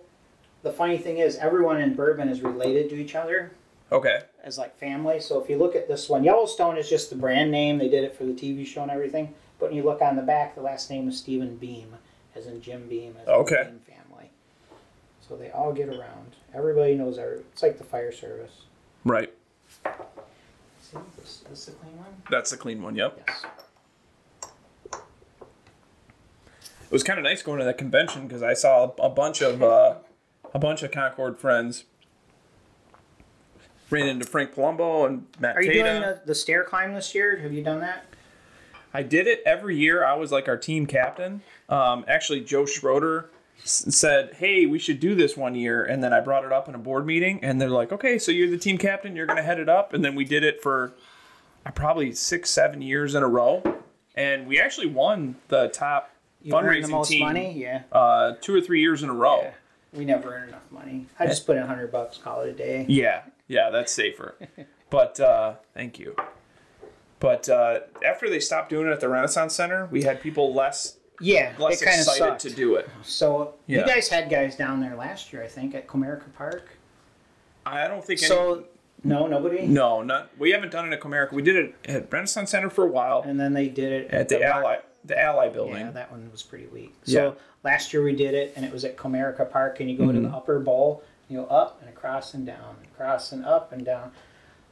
the the funny thing is, everyone in bourbon is related to each other
Okay.
as like family. So if you look at this one, Yellowstone is just the brand name. They did it for the TV show and everything. But when you look on the back, the last name is Stephen Beam, as in Jim Beam, as in
Okay.
Beam family. So they all get around. Everybody knows every. It's like the fire service.
Right.
See, this, this the clean one.
That's the clean one. Yep.
Yes.
It was kind of nice going to that convention because I saw a bunch of uh, a bunch of Concord friends. Ran into Frank Palumbo and Matt
Are you
Tata.
doing the, the stair climb this year? Have you done that?
I did it every year. I was like our team captain. Um, actually, Joe Schroeder s- said, "Hey, we should do this one year," and then I brought it up in a board meeting, and they're like, "Okay, so you're the team captain. You're gonna head it up." And then we did it for uh, probably six, seven years in a row, and we actually won the top
You earn
fundraising
the most
team
money. Yeah.
Uh, two or three years in a row.
Yeah. We never earn enough money. I just put in hundred bucks, call it a day.
Yeah, yeah, that's
<laughs>
safer. but uh, thank you. But uh, after they stopped doing it at the Renaissance Center, we had people less
Yeah,
less
it kind of
excited
sucked.
to do it.
So
Yeah.
you guys had guys down there last year, I think, at Comerica Park.
I don't think any,
So no, nobody.
No, not we haven't done it at Comerica. We did it at Renaissance Center for a while
And then they did it
at the,
Rock-
Ally the Ally Building.
Yeah, that one was pretty weak. So
Yeah. Mm-hmm.
last year we did it, and it was at Comerica Park, and you go to the upper bowl, you go up and across and down, and across and up and down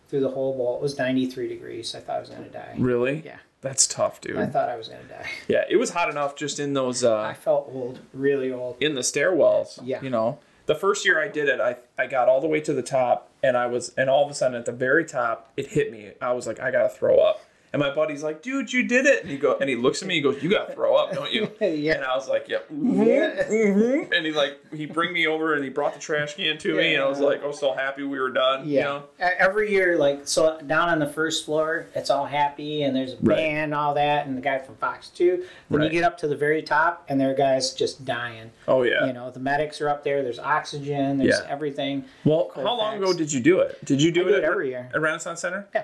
through the whole bowl. It was 93 degrees. I thought I was gonna die.
really?
Yeah.
That's tough, dude.
I thought I was gonna die.
yeah, it was hot enough just in those
I
uh,
felt old, really old.
in the stairwells.
Yeah.
You know, the first year I did it, I I got all the way to the top, and I was, and all of a sudden at the very top, it hit me. I was like, I gotta throw up. And my buddy's like, dude, you did it. And he go, and he looks at me. He goes, you gotta throw up, don't you?
<laughs> Yeah. Mm-hmm.
And I was like, yep.
Yeah.
Mhm. And he like, he bring me over, and he brought the trash can to me, and I was like, I was so happy we were done.
Yeah.
You know?
E- Every year, like, so down on the first floor, it's all happy and there's a
Right.
band, all that, and the guy from Fox 2. Then
Right.
you get up to the very top, and there are guys just dying.
Oh yeah.
You know, the medics are up there, there's oxygen, there's
Yeah.
everything.
well,
Cold
how long ago
facts.
did you do it? Did you do
I
it,
do
at,
it every year.
at Renaissance Center?
Yeah.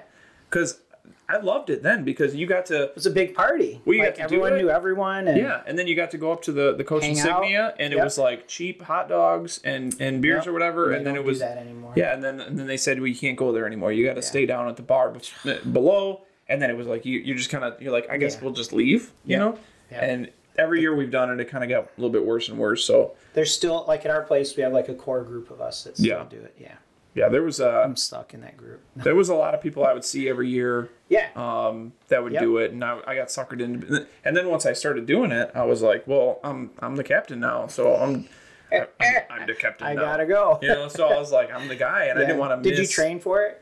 Because I loved it then because you got to
It was a big party.
We
like,
got to do
everyone
it.
knew everyone. And
yeah, and then you got to go up to the the coach
Hang
insignia
out.
and it
Yep.
was like cheap hot dogs and and beers
Yep.
or whatever,
they
and then
don't
it
do
was
that anymore.
yeah, and then and then they said well you can't go there anymore. You got to stay down at the bar bef- uh, below, and then it was like you you just kind of you're like I guess
Yeah.
we'll just leave, you
Yeah.
know,
Yeah.
and. Every year we've done it, it kind of got a little bit worse and worse. So
There's still, like, at our place, we have, like, a core group of us that still
Yeah.
do it. Yeah.
yeah, there was a
I'm stuck in that group. <laughs>
there was a lot of people I would see every year
yeah.
um, that would
Yep.
do it, and I, I got suckered into. And then once I started doing it, I was like, well, I'm I'm the captain now, so I'm I- I'm, I'm the captain.
Eh, I
now.
gotta go.
you know so i was like i'm the guy and i didn't want to
Did you train for it?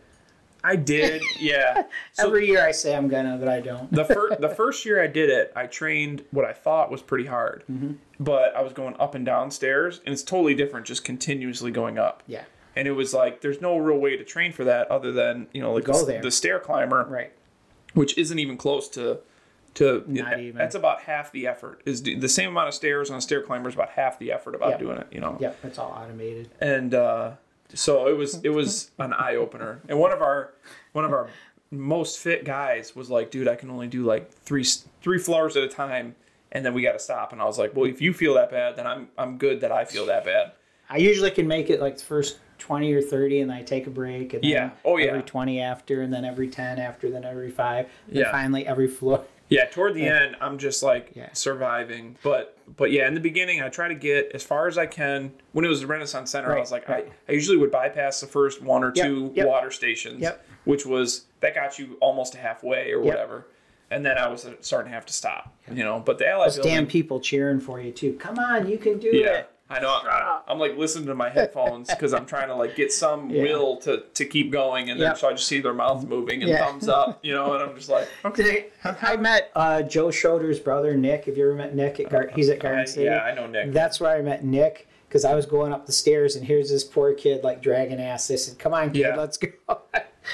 i did
<laughs>
yeah so
Every year I say I'm gonna, but I don't.
the first the first year i did it i trained what i thought was pretty hard
Mm-hmm.
but i was going up and down stairs and it's totally different just continuously going up
Yeah.
and it was like there's no real way to train for that other than you know like
Go
the s-
there.
the stair climber
Right.
which isn't even close to to
Not even.
that's about half the effort is do- the same amount of stairs on a stair climber is about half the effort about
Yep.
doing it you know
Yep, it's all automated.
and uh, so it was it was an eye opener. And one of our one of our most fit guys was like, "Dude, I can only do like three three floors at a time." And then we got to stop. And I was like, "Well, if you feel that bad, then I'm I'm good that I feel that bad."
I usually can make it like the first twenty or thirty, and then I take a break, and then
Yeah. Oh, yeah.
every twenty after, and then every ten after, then every five, and
Yeah.
finally every floor.
Yeah, toward the end, I'm just like
Yeah.
surviving. But but yeah, in the beginning, I try to get as far as I can. When it was the Renaissance Center, I
Right,
was like,
right.
I, I usually would bypass the first one or
Yep,
two
yep.
water stations,
Yep.
which was that got you almost to halfway or whatever. And then I was uh, starting to have to stop, you know. But the Ally
Those
building,
damn people cheering for you too. Come on, you can do
yeah,
it.
I know. I'm, I'm like listening to my headphones because I'm trying to like get some
Yeah.
will to to keep going, and then
Yep.
so I just see their mouth moving and
Yeah.
thumbs up, you know, and
<laughs>
I'm just like, okay,
Today, I met uh, Joe Schroeder's brother Nick. Have you ever met Nick? At Gar- he's at Garden
I-
City.
Uh, yeah, I know Nick.
That's where I met Nick because I was going up the stairs, and here's this poor kid like dragging ass. They said, "Come on, kid,
Yeah.
let's go." <laughs>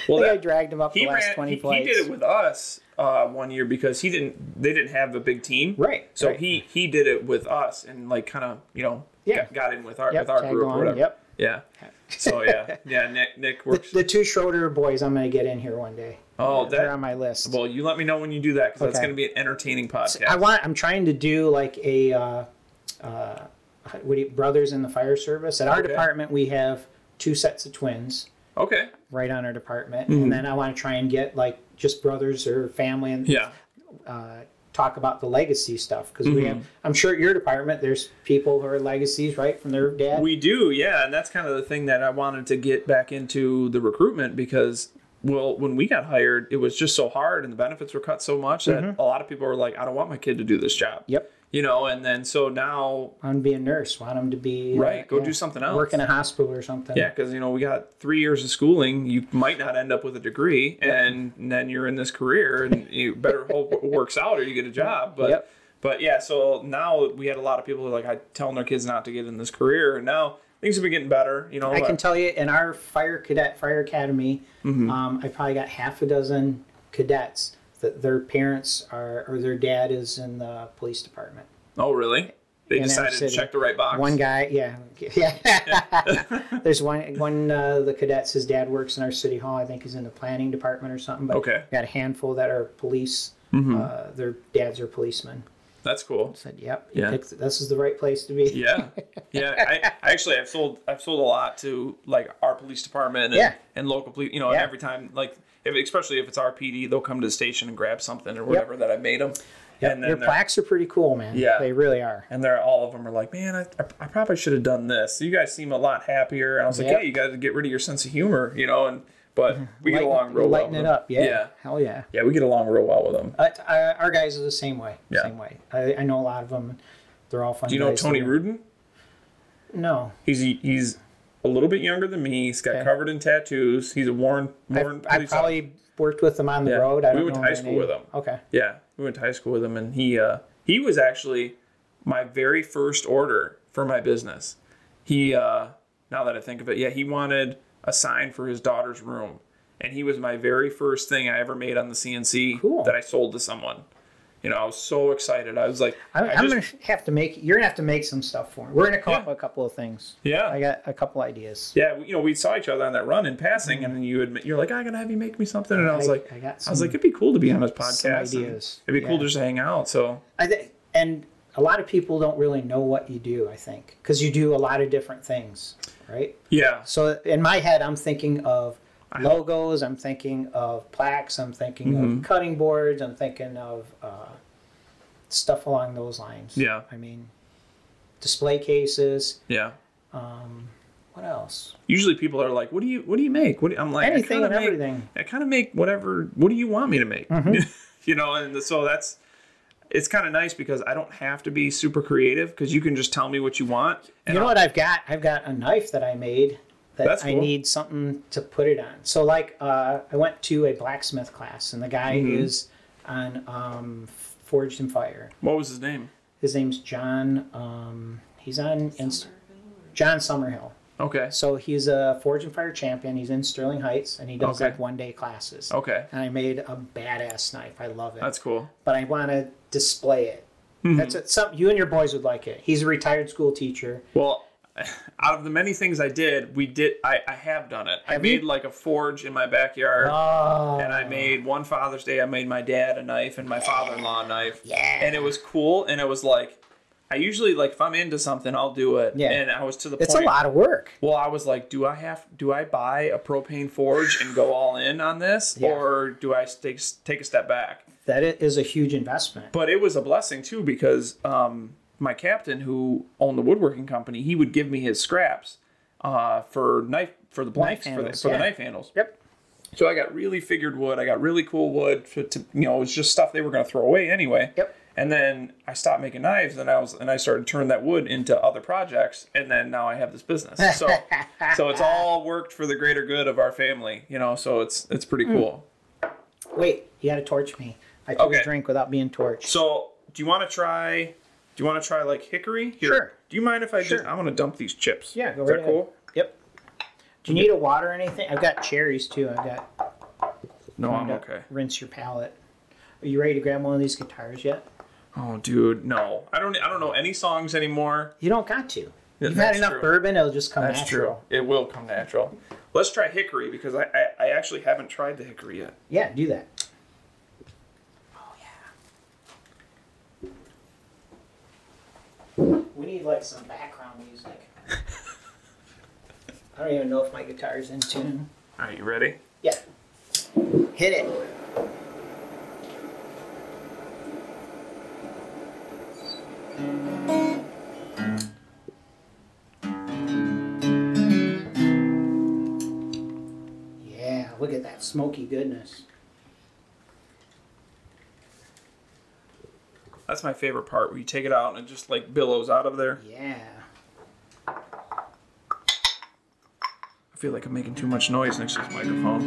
Well,
I think I
that-
dragged him up
he
the last
ran,
twenty
he, he
flights.
did it with us uh, one year because he didn't they didn't have a big team
Right,
so
right.
he he did it with us and like kind of you know
Yeah.
got, got in with our
Yep,
with our
tag
group
along,
or whatever
yep.
yeah so yeah yeah nick nick works
<laughs> The two Schroeder boys, I'm going to get in here one day.
oh
They're
that
on my list.
well you let me know when you do that because that's
Okay.
going to be an entertaining podcast
I want. I'm trying to do like a uh, uh, what do you, brothers in the fire service. At our
Okay.
department, we have two sets of twins
Okay.
right on our department,
Mm-hmm.
and then I want to try and get like just brothers or family and
Yeah.
uh, talk about the legacy stuff because we have.
Mm-hmm.
I'm sure at your department, there's people who are legacies right from their dad.
We do, yeah, and that's kind of the thing that I wanted to get back into the recruitment because well, when we got hired, it was just so hard and the benefits were cut so much that a lot of people were like, I don't want my kid to do this job.
Mm-hmm. Yep.
You know, and then so now
want 'em to be a nurse. Want them to be uh,
Right, go do something else.
Work in a hospital or something.
yeah, because you know we got three years of schooling. You might not end up with a degree, and then you're in this career, and you better hope it works out or you get a job. But
Yep.
but yeah, so now we had a lot of people who like I telling their kids not to get in this career, and now things have been getting better. You know,
I can
but-
tell you in our fire cadet fire academy,
Mm-hmm.
um, I probably got half a dozen cadets that their parents are or their dad is in the police department.
Oh, really? They
in our
decided to
city.
check the right box.
One guy, yeah, <laughs> yeah. <laughs> There's one one uh, the cadets. His dad works in our city hall. I think he's in the planning department or something. But
Okay. Mm-hmm.
got a handful that are police. Uh, their dads are policemen.
That's cool.
Said, yep. you
Yeah.
picked- This is the right place to be.
Yeah, yeah. I, I actually I've sold I've sold a lot to like our police department and,
Yeah.
and local police. You know,
Yeah.
every time like if, especially if it's our PD, they'll come to the station and grab something or whatever that I made them. And
Your
then they're-
plaques are pretty cool, man.
Yeah.
They really are.
and they're all of them are like, man, I, I probably should have done this. You guys seem a lot happier. And I was like,
Yep.
hey, you got to get rid of your sense of humor, you know. And
<laughs>
but we get along real well.
Lighten
with
it
them.
up. Yeah.
yeah,
Hell yeah.
yeah. We get along real well with them.
Uh, t- uh, our guys are the same way.
Yeah.
Same way. I, I know a lot of them. They're all fun.
Do you know
guys.
Tony Rudin?
No.
He's he's a little bit younger than me. He's got
Okay.
covered in tattoos. He's a worn
I,
worn.
I probably worked with them on the
Yeah.
road. I
We
don't
went
know
to high
their
school
name.
with them.
Okay.
yeah. We went to high school with him, and he uh, he was actually my very first order for my business. He uh, now that I think of it, yeah, he wanted a sign for his daughter's room, and he was my very first thing I ever made on the CNC
Cool.
that I sold to someone. You know, I was so excited. I was like,
I'm,
I
I'm
just-
gonna have to make. You're gonna have to make some stuff for me. We're gonna come
Yeah.
up with a couple of things.
yeah,
I got a couple ideas.
yeah, you know, we saw each other on that run in passing, and then you admit you're like, I'm gonna have you make me something, and I was
I-
like,
I got
was
some-
like, it'd be cool to be on this podcast.
some
and
ideas.
It'd be cool
Yeah.
just to hang out. So
I think, and a lot of people don't really know what you do. I think because you do a lot of different things, right?
yeah,
So in my head, I'm thinking of
Uh-huh.
logos. I'm thinking of plaques. I'm thinking
Mm-hmm.
of cutting boards. I'm thinking of uh, stuff along those lines.
Yeah.
I mean, display cases.
yeah.
What else?
Usually people are like, what do you what do you make? What do, I'm like, I
Anything
kinda
and
make-
everything. Mm-hmm.
I kind of make whatever. What do you want me to make? <laughs> you know, and so that's it's kind of nice because I don't have to be super creative because you can just tell me what you want.
you
And
know
I'll-
what I've got? I've got a knife that I made that
That's
I
cool.
need something to put it on. So like, uh, I went to a blacksmith class, and the guy
Mm-hmm.
is on um, Forged in Fire.
What was his name?
His name's John. Um, he's on Inst- John Summerhill.
Okay,
So he's a Forge and Fire champion. He's in Sterling Heights, and he does
Okay.
like one day classes.
okay,
And I made a badass knife. I love it.
that's Mm-hmm. cool.
but I want to display it. That's it. Some you and your boys would like it. He's a retired school teacher.
Well, out of the many things I did, we did. I, I have done it. I
Have you?
made like a forge in my backyard,
Oh,
and I made one Father's Day. I made my dad a knife and my father-in-law a knife.
Yeah.
And it was cool. And it was like, I usually like if I'm into something, I'll do it.
Yeah.
And I was to the
it's
point.
a lot of work.
Well, I was like, do I have do I buy a propane forge and go all in on this,
Yeah.
or do I take take a step back?
That i- is a huge investment.
but it was a blessing too because um, my captain who owned the woodworking company he would give me his scraps uh, for knife for the blanks for, the,
handles,
for the
yeah.
knife handles
Yep.
so i got really figured wood i got really cool wood to, to you know it was just stuff they were going to throw away anyway
Yep.
and then i stopped making knives and i was and i started turning that wood into other projects and then now i have this business
<laughs>
so so it's all worked for the greater good of our family you know so it's it's pretty
Hmm.
cool
Wait, you got to torch me. I took
Okay.
a drink without being torched.
So, do you want to try? Do you want to try like hickory? Here.
Sure.
Do you mind if I just?
Sure.
I want to dump these chips.
yeah, go
Is
right
that cool?
ahead. Yep. Do you need a water or anything? I've got cherries too. I've got
No, I'm
to
okay.
Rinse your palate. Are you ready to grab one of these guitars yet?
Oh, dude, no. I don't. I don't know any songs anymore.
You don't got to. You've had
that's
enough
true.
bourbon; it'll just come
That's
natural.
true. It will come natural. Let's try hickory because I, I I actually haven't tried the hickory yet.
Yeah, do that. Oh yeah. We need like some background <laughs> music. I don't even know if my guitar's in tune.
Are you ready?
Yeah. Hit it. Yeah, look at that smoky goodness.
That's my favorite part where you take it out and it just like billows out of there.
Yeah.
I feel like I'm making too much noise next to this microphone.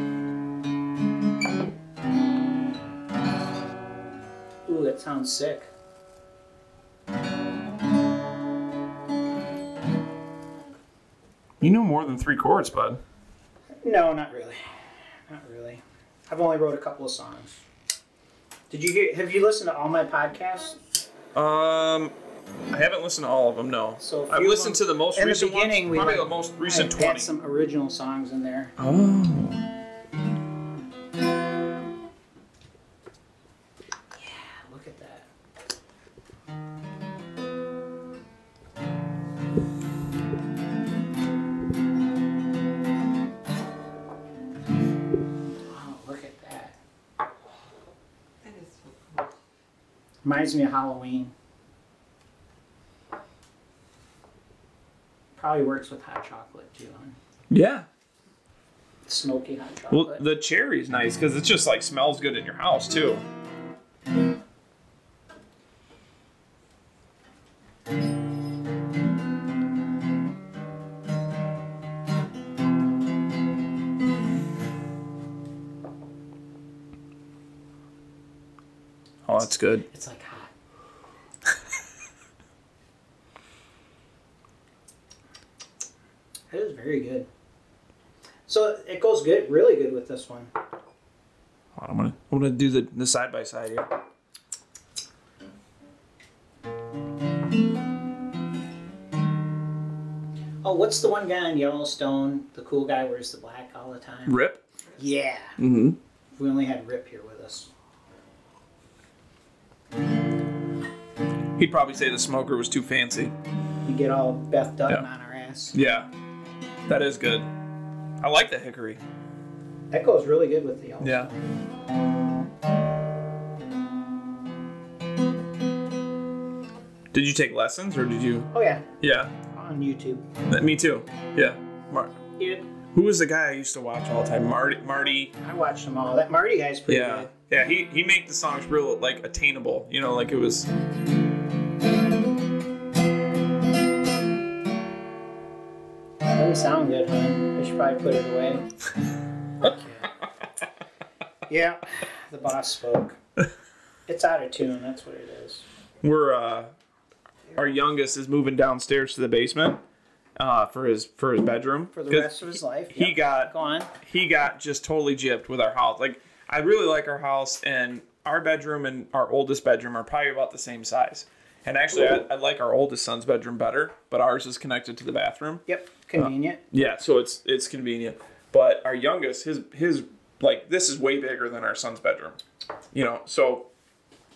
Ooh, that sounds sick.
You know more than three chords, bud.
No, not really. Not really. I've only wrote a couple of songs. Did you hear? Have you listened to all my podcasts?
Um, I haven't listened to all of them. No,
So a
I've
few
listened
of
to
them-
the most
in the
recent
beginning,
ones.
we
Probably
like,
the most recent
I
twenty.
had some original songs in there.
oh,
Look at that. Wow, Oh, look at that.
That is so cool.
Reminds me of Halloween. Probably works with hot chocolate too. Huh?
yeah.
Smoky hot chocolate.
Well, the cherry's nice because it just like smells good in your house too. Oh, that's good.
It's like hot. it is very good. So it goes good, really good with this one.
Hold on, I'm gonna I'm gonna do the the side by side here.
Oh, what's the one guy in Yellowstone? The cool guy wears the black all the time.
Rip.
Yeah.
Mm-hmm.
We only had Rip here with us.
He'd probably say the smoker was too fancy.
We get all Beth Dutton
Yeah.
on our ass.
Yeah, that is good. I like the hickory.
That goes really good with the Yellowstone.
Yeah. Did you take lessons or did you?
Oh yeah,
Yeah,
on YouTube.
that- me too. Yeah. Mar-
Dude,
Who was the guy I used to watch all the time? Marty. Marty.
I watched them all. That Marty guy's pretty
Yeah.
good.
Yeah. He he made the songs real like attainable. You know, like it was.
Doesn't sound good, huh? I should probably put it away.
<laughs>
yeah, the boss spoke. It's out of tune. That's what it is.
we're uh our youngest is moving downstairs to the basement uh for his for his bedroom
For the
'Cause
rest of his life.
he
yep.
got
Go on.
he got just totally gypped with our house like i really like our house and our bedroom and our oldest bedroom are probably about the same size and actually I, I like our oldest son's bedroom better but ours is connected to the bathroom
Yep. Convenient.
yeah, so it's it's convenient. But our youngest, his his like this is way bigger than our son's bedroom. You know, so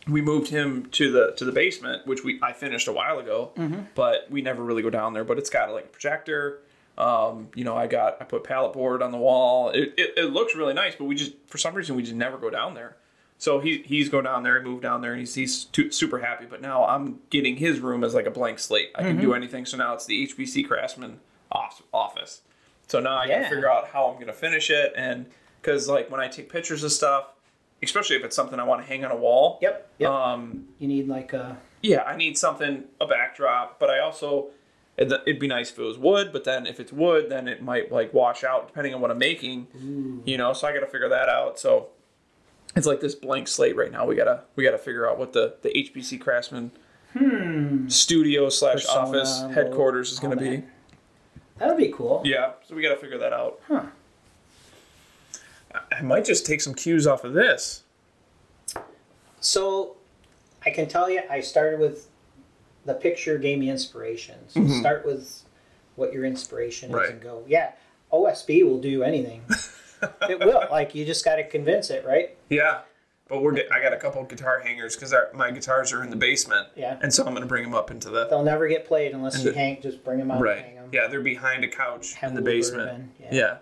we moved him to the to the basement, which we I finished a while ago, but we never really go down there. But it's got like a projector. Um, you know, I got I put pallet board on the wall. It, it, it looks really nice, but we just for some reason we just never go down there. So he he's go down there, he moved down there, and he's he's too, super happy. But now I'm getting his room as like a blank slate. I can do anything. So now it's the HBC Craftsman off, office. So now I
Yeah.
gotta figure out how I'm gonna finish it, and because like when I take pictures of stuff, especially if it's something I want to hang on a wall.
Yep. Yep.
Um,
you need like a. <clears throat>
yeah, I need something a backdrop, but I also it'd it'd be nice if it was wood, but then if it's wood, then it might like wash out depending on what I'm making, you know. So I got to figure that out. So it's like this blank slate right now. We gotta we gotta figure out what the the HBC Craftsman studio slash
Persona,
office
logo,
headquarters is
all
gonna be.
that. That'll be cool.
Yeah, so we gotta figure that out.
Huh.
I might just take some cues off of this.
So, I can tell you, I started with the picture gave me inspiration. So start with what your inspiration is
Mm-hmm. Right.
and go. Yeah,
<laughs>
OSB will do anything. it will. Like you just got to convince it, right?
Yeah. But we're get, I got a couple guitar hangers because my guitars are in the basement.
Yeah.
And so I'm gonna bring them up into the
They'll never get played unless you
the-
hang, just bring them out,
right.
and hang them,
Yeah, they're behind a couch
Have
in
a
the
little
basement.
bourbon, yeah.
yeah.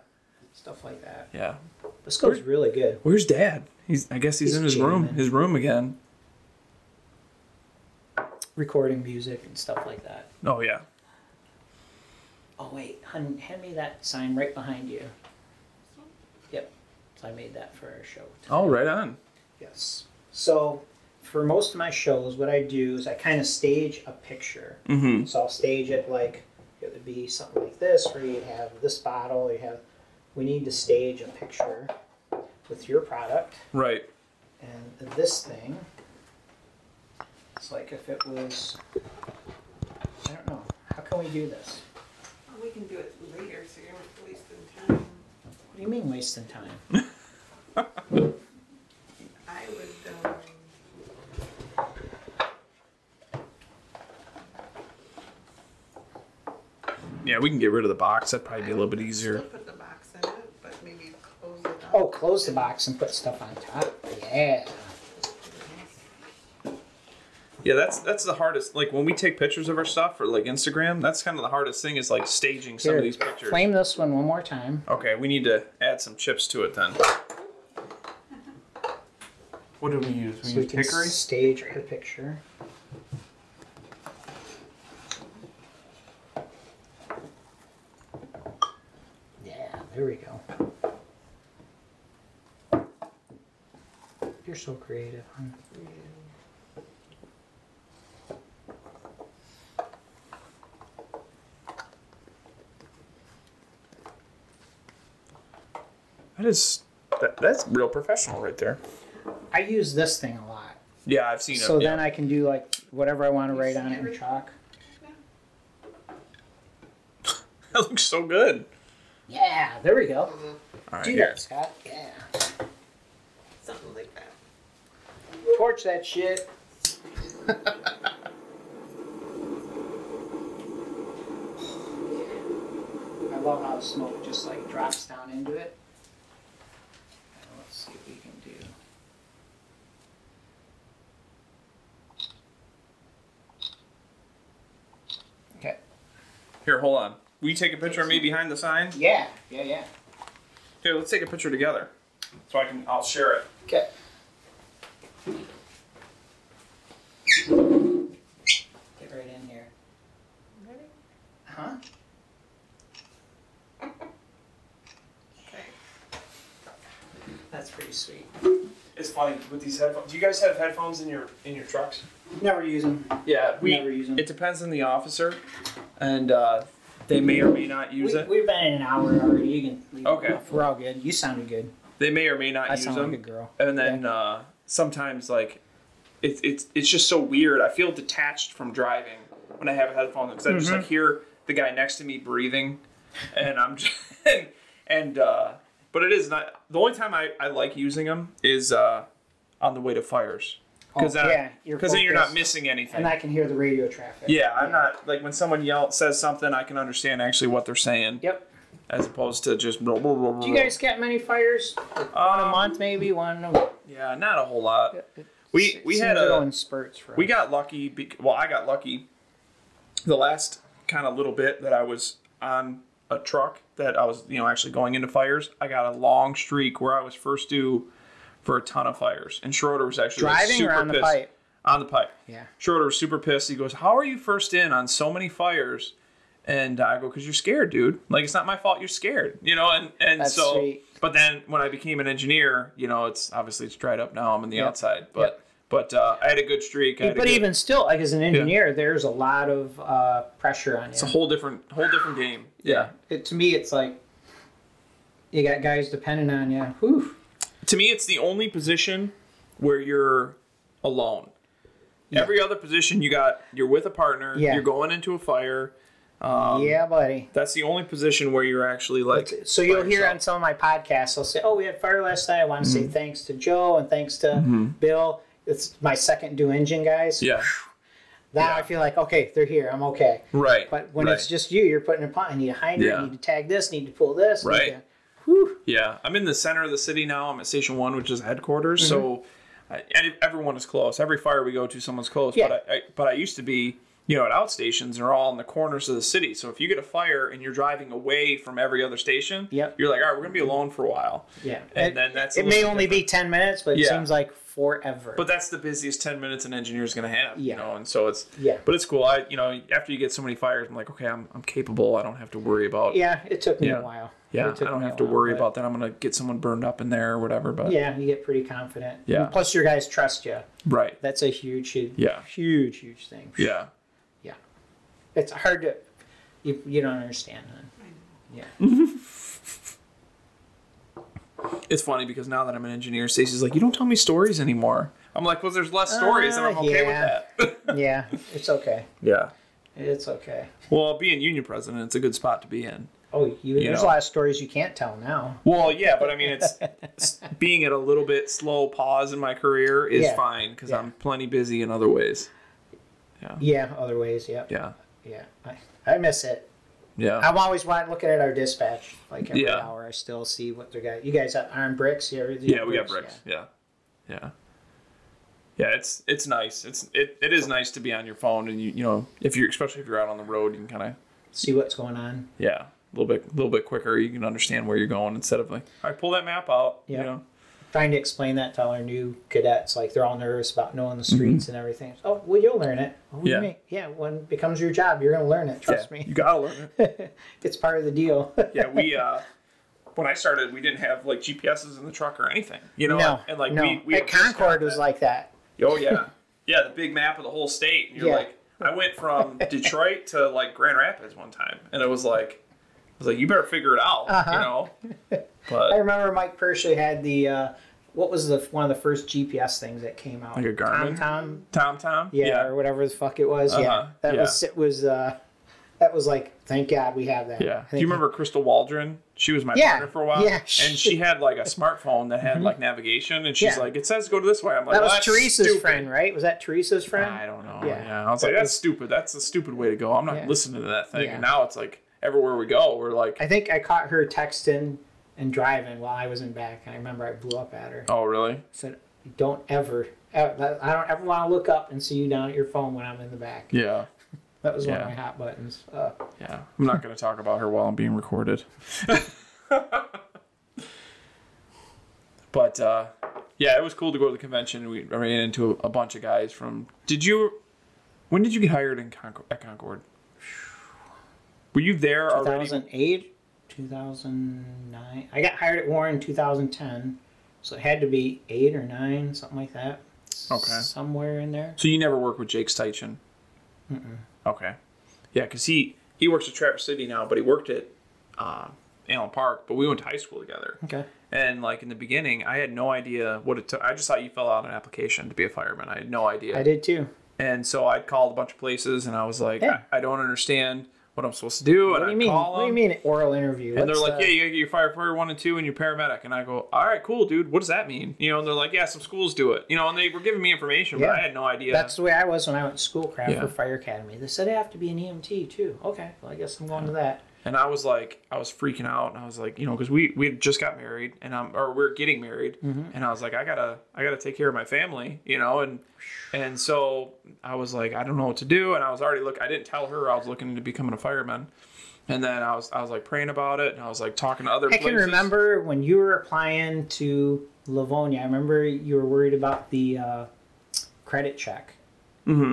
stuff like that.
Yeah.
This goes really good.
Where's Dad? He's I guess he's,
He's
in his room.
jamming.
His room again.
Recording music and stuff like that.
Oh yeah.
Oh wait, hun, hand me that sign right behind you. Yep, so I made that for our show.
Oh, right on.
Yes. So for most of my shows, what I do is I kind of stage a picture.
Mm-hmm.
So I'll stage it like it would be something like this, where you have this bottle. You have. We need to stage a picture with your product
Right.
and this thing. It's like if it was. I don't know. How can we do this?
We can do it later, so you're not wasting time.
What do you mean wasting time?
I would, um,
Yeah, we can get rid of the box. That'd probably be a little bit easier.
still put the box in it, but maybe close it up.
Oh, close the box and put stuff on top. Yeah.
Yeah, that's that's the hardest. Like when we take pictures of our stuff for like Instagram, that's kind of the hardest thing is like staging some
Here,
of these pictures.
Flame this one one more time.
Okay, we need to add some chips to it then. What did we use?
so we can stage the picture. Yeah, there we go. You're so creative. huh?
That is that, that's real professional right there.
I use this thing a lot,
Yeah, I've seen
so
it.
then I can do like whatever I want to write on it in chalk.
yeah. <laughs> that looks so good.
Yeah, there we go.
All right,
Do
here.
that, Scott. Yeah.
Something like that.
Torch that shit. I love how the smoke just like drops down into it. And let's see what we can do. Okay.
Here, hold on. Will you take a picture of me behind the sign?
Yeah, yeah, yeah.
Here, let's take a picture together, so I can I'll share it.
Okay. Get right in here.
Ready?
Huh?
Okay.
That's pretty sweet.
It's funny with these headphones. Do you guys have headphones in your in your trucks?
Never use them.
Yeah, we.
Never use 'em.
It depends on the officer, and uh, they may or may not use
we,
it.
We've been in an hour already. You can leave.
Okay.
We're all good. You sounded good.
They may or may not
I
use
sound
them.
like a girl.
and then uh, sometimes like it's it's it's just so weird. I feel detached from driving when I have a headphone because I just
Mm-hmm.
like hear the guy next to me breathing, and I'm just <laughs> and, uh, but it is not the only time I, I like using them is uh, on the way to fires because
Oh, yeah, you're
then you're not
focused.
missing anything.
And I can hear the radio traffic.
yeah, I'm not like when someone yells says something, I can understand actually what they're saying
Yep.
as opposed to just. Blah, blah, blah, blah.
Do you guys get many fires?
on
A month maybe one. A,
Yeah, not a whole lot. We
it
we
seems
had
to go
a
in spurts for
We
us.
got lucky. Be- well, I got lucky. The last kind of little bit that I was on a truck that I was, you know, actually going into fires, I got a long streak where I was first due for a ton of fires. And Schroeder was actually like,
driving
super
around the
pissed.
pipe.
On the pipe.
Yeah.
Schroeder was super pissed. He goes, "How are you first in on so many fires?" And I go, "Cause you're scared, dude. Like it's not my fault. You're scared, you know." And and
That's
so,
sweet.
but then when I became an engineer, you know, it's obviously it's dried up now. I'm on the
Yep.
outside, but
Yep.
but uh, I had a good streak. I had a
But
good-
even still, like as an engineer, there's a lot of uh, pressure on you.
It's a whole different, whole different game. Yeah.
It, to me, it's like you got guys depending on you. Whew.
To me, it's the only position where you're alone. Every other position, you got you're with a partner.
Yeah.
You're going into a fire. Um,
yeah, buddy.
That's the only position where you're actually like.
So
by
you'll hear
yourself.
on some of my podcasts, I'll say, "Oh, we had fire last night. I want to
Mm-hmm.
say thanks to Joe and thanks to Bill. It's my second do engine, guys.
Yeah.
Now
Yeah.
I feel like okay, they're here. I'm okay.
Right.
But when it's
right.
just you, you're putting a pot. I need to hide it.
Yeah.
I need to tag this. Need to pull this. need
Right.
to- whew. Mm-hmm.
Yeah, I'm in the center of the city now. I'm at Station One, which is headquarters. So I, and everyone is close. Every fire we go to, someone's close.
Yeah.
But I, I but I used to be, you know, at outstations are all in the corners of the city. So if you get a fire and you're driving away from every other station,
Yep.
you're like, all right, we're gonna be alone for a while.
Yeah.
And
it,
then that's a
it may
little
only be 10 minutes, but it
Yeah.
seems like forever.
But that's the busiest ten minutes an engineer's gonna have.
Yeah.
You know, and so it's
Yeah.
But it's cool. I you know after you get so many fires, I'm like, okay, I'm I'm capable. I don't have to worry about.
yeah, it took me
Yeah.
a while.
Yeah,
It took
I don't
me a
have to
while,
worry
but-
about that. I'm gonna get someone burned up in there or whatever. But
Yeah, you get pretty confident.
Yeah.
And plus, your guys trust you.
right.
That's a huge, huge,
Yeah.
huge, huge thing.
Yeah.
Yeah. It's hard to, you, you don't understand. Huh?
It's funny because now that I'm an engineer, Stacey's like, you don't tell me stories anymore. I'm like, well, there's less stories, and I'm
Uh,
okay
yeah.
with that. <laughs>
yeah, it's okay.
yeah.
It's okay.
Well, being union president, it's a good spot to be in.
Oh, you,
You
there's
know.
a lot of stories you can't tell now.
Well, yeah, but I
<laughs>
mean, it's, it's being at a little bit slow pause in my career is
Yeah.
fine because
Yeah.
I'm plenty busy in other ways.
Yeah, other ways. Yep.
Yeah.
Yeah. I, I miss it.
Yeah.
I'm always wa- looking at our dispatch like every
Yeah.
hour. I still see what they got. You guys have iron bricks? Yeah,
Yeah, we got bricks. Yeah. Yeah. Yeah, it's it's nice. It's it, it is nice to be on your phone and you you know if you're especially if you're out on the road you can kind of
See what's going on.
yeah a little bit a little bit quicker you can understand where you're going instead of like all right pull that map out
Yeah.
you know
Trying to explain that to all our new cadets, like they're all nervous about knowing the streets and everything. Oh, well, you'll learn it. Oh, what do you
Mm-hmm. Yeah.
mean? yeah. When it becomes your job, you're gonna learn it. Trust
Yeah,
me. <laughs>
You gotta learn it.
It's part of the deal. <laughs>
Yeah, we uh when I started we didn't have like GPSs in the truck or anything. You know?
no,
and like
no.
we, we
At Concord was like that.
Oh yeah. Yeah, the big map of the whole state. And you're
Yeah.
like I went
<laughs>
from Detroit to like Grand Rapids one time and it was like I was like, You better figure it out,
<laughs>
you know?
Uh-huh. I
But
remember Mike Persia had the uh, what was the one of the first GPS things that came out?
Like a Garmin?
Tom Tom,
Tom Tom?
yeah, or whatever the fuck it was. Yeah,
Uh-huh,
that
yeah.
was it was uh, that was like thank God we have that.
Yeah.
I
Do
think-
you remember Crystal Waldron? She was my
Yeah.
partner for a while.
Yeah. Mm-hmm.
And she had like a smartphone that had like navigation and she's
Yeah.
like, It says go to this way. I'm like,
That was
"Well, that's
Teresa's
stupid."
friend, right? Was that Teresa's friend?
I don't know.
Yeah.
Yeah. I was like,
That
that's
was-
stupid. That's a stupid way to go. I'm not
Yeah.
listening to that thing.
Yeah.
And now it's like everywhere we go, we're like,
I think I caught her texting and driving while I was in back, and I remember I blew up at her. I
oh, really?
said, "Don't ever, ever I don't ever want to look up and see you down at your phone when I'm in the back."
Yeah.
That was one of my
Yeah.
hot buttons. Uh,
Yeah. I'm not going to talk about her while I'm being recorded. but uh, yeah, it was cool to go to the convention. We ran into a, a bunch of guys from. Did you? When did you get hired in Concord, at Concord? Were you there already?
2008, 2009. I got hired at Warren in 2010, so it had to be eight or nine, something like that.
Okay.
Somewhere in there.
So you never worked with Jake Steichen? Mm-mm. Okay. Yeah, because he he works at Traverse City now, but he worked at uh, Allen Park. But we went to high school together.
Okay.
And like in the beginning, I had no idea what it took. I just thought you fill out an application to be a fireman. I had no idea.
I did too.
And so I called a bunch of places, and I was like,
Yeah.
I, I don't understand what I'm supposed to do.
What
and
do you
I
mean?
call
What do you
them,
mean oral interview?
And they're
What's
like,
the-
yeah, you gotta get your firefighter one and two and your paramedic. And I go, all right, cool, dude. What does that mean? You know, and they're like, yeah, some schools do it. You know, and they were giving me information, but I
Yeah.
had no idea.
That's the way I was when I went to schoolcraft
Yeah.
for fire academy. They said I have to be an EMT too. Okay, well I guess I'm going to that.
And I was like, I was freaking out, and I was like, you know, because we we had just got married, and I'm or we are getting married,
Mm-hmm.
and I was like, I gotta I gotta take care of my family, you know, and and so I was like, I don't know what to do, and I was already look, I didn't tell her I was looking into becoming a fireman, and then I was I was like praying about it, and I was like talking to other.
I can
places.
remember when you were applying to Livonia. I remember you were worried about the uh, credit check. Mm-hmm.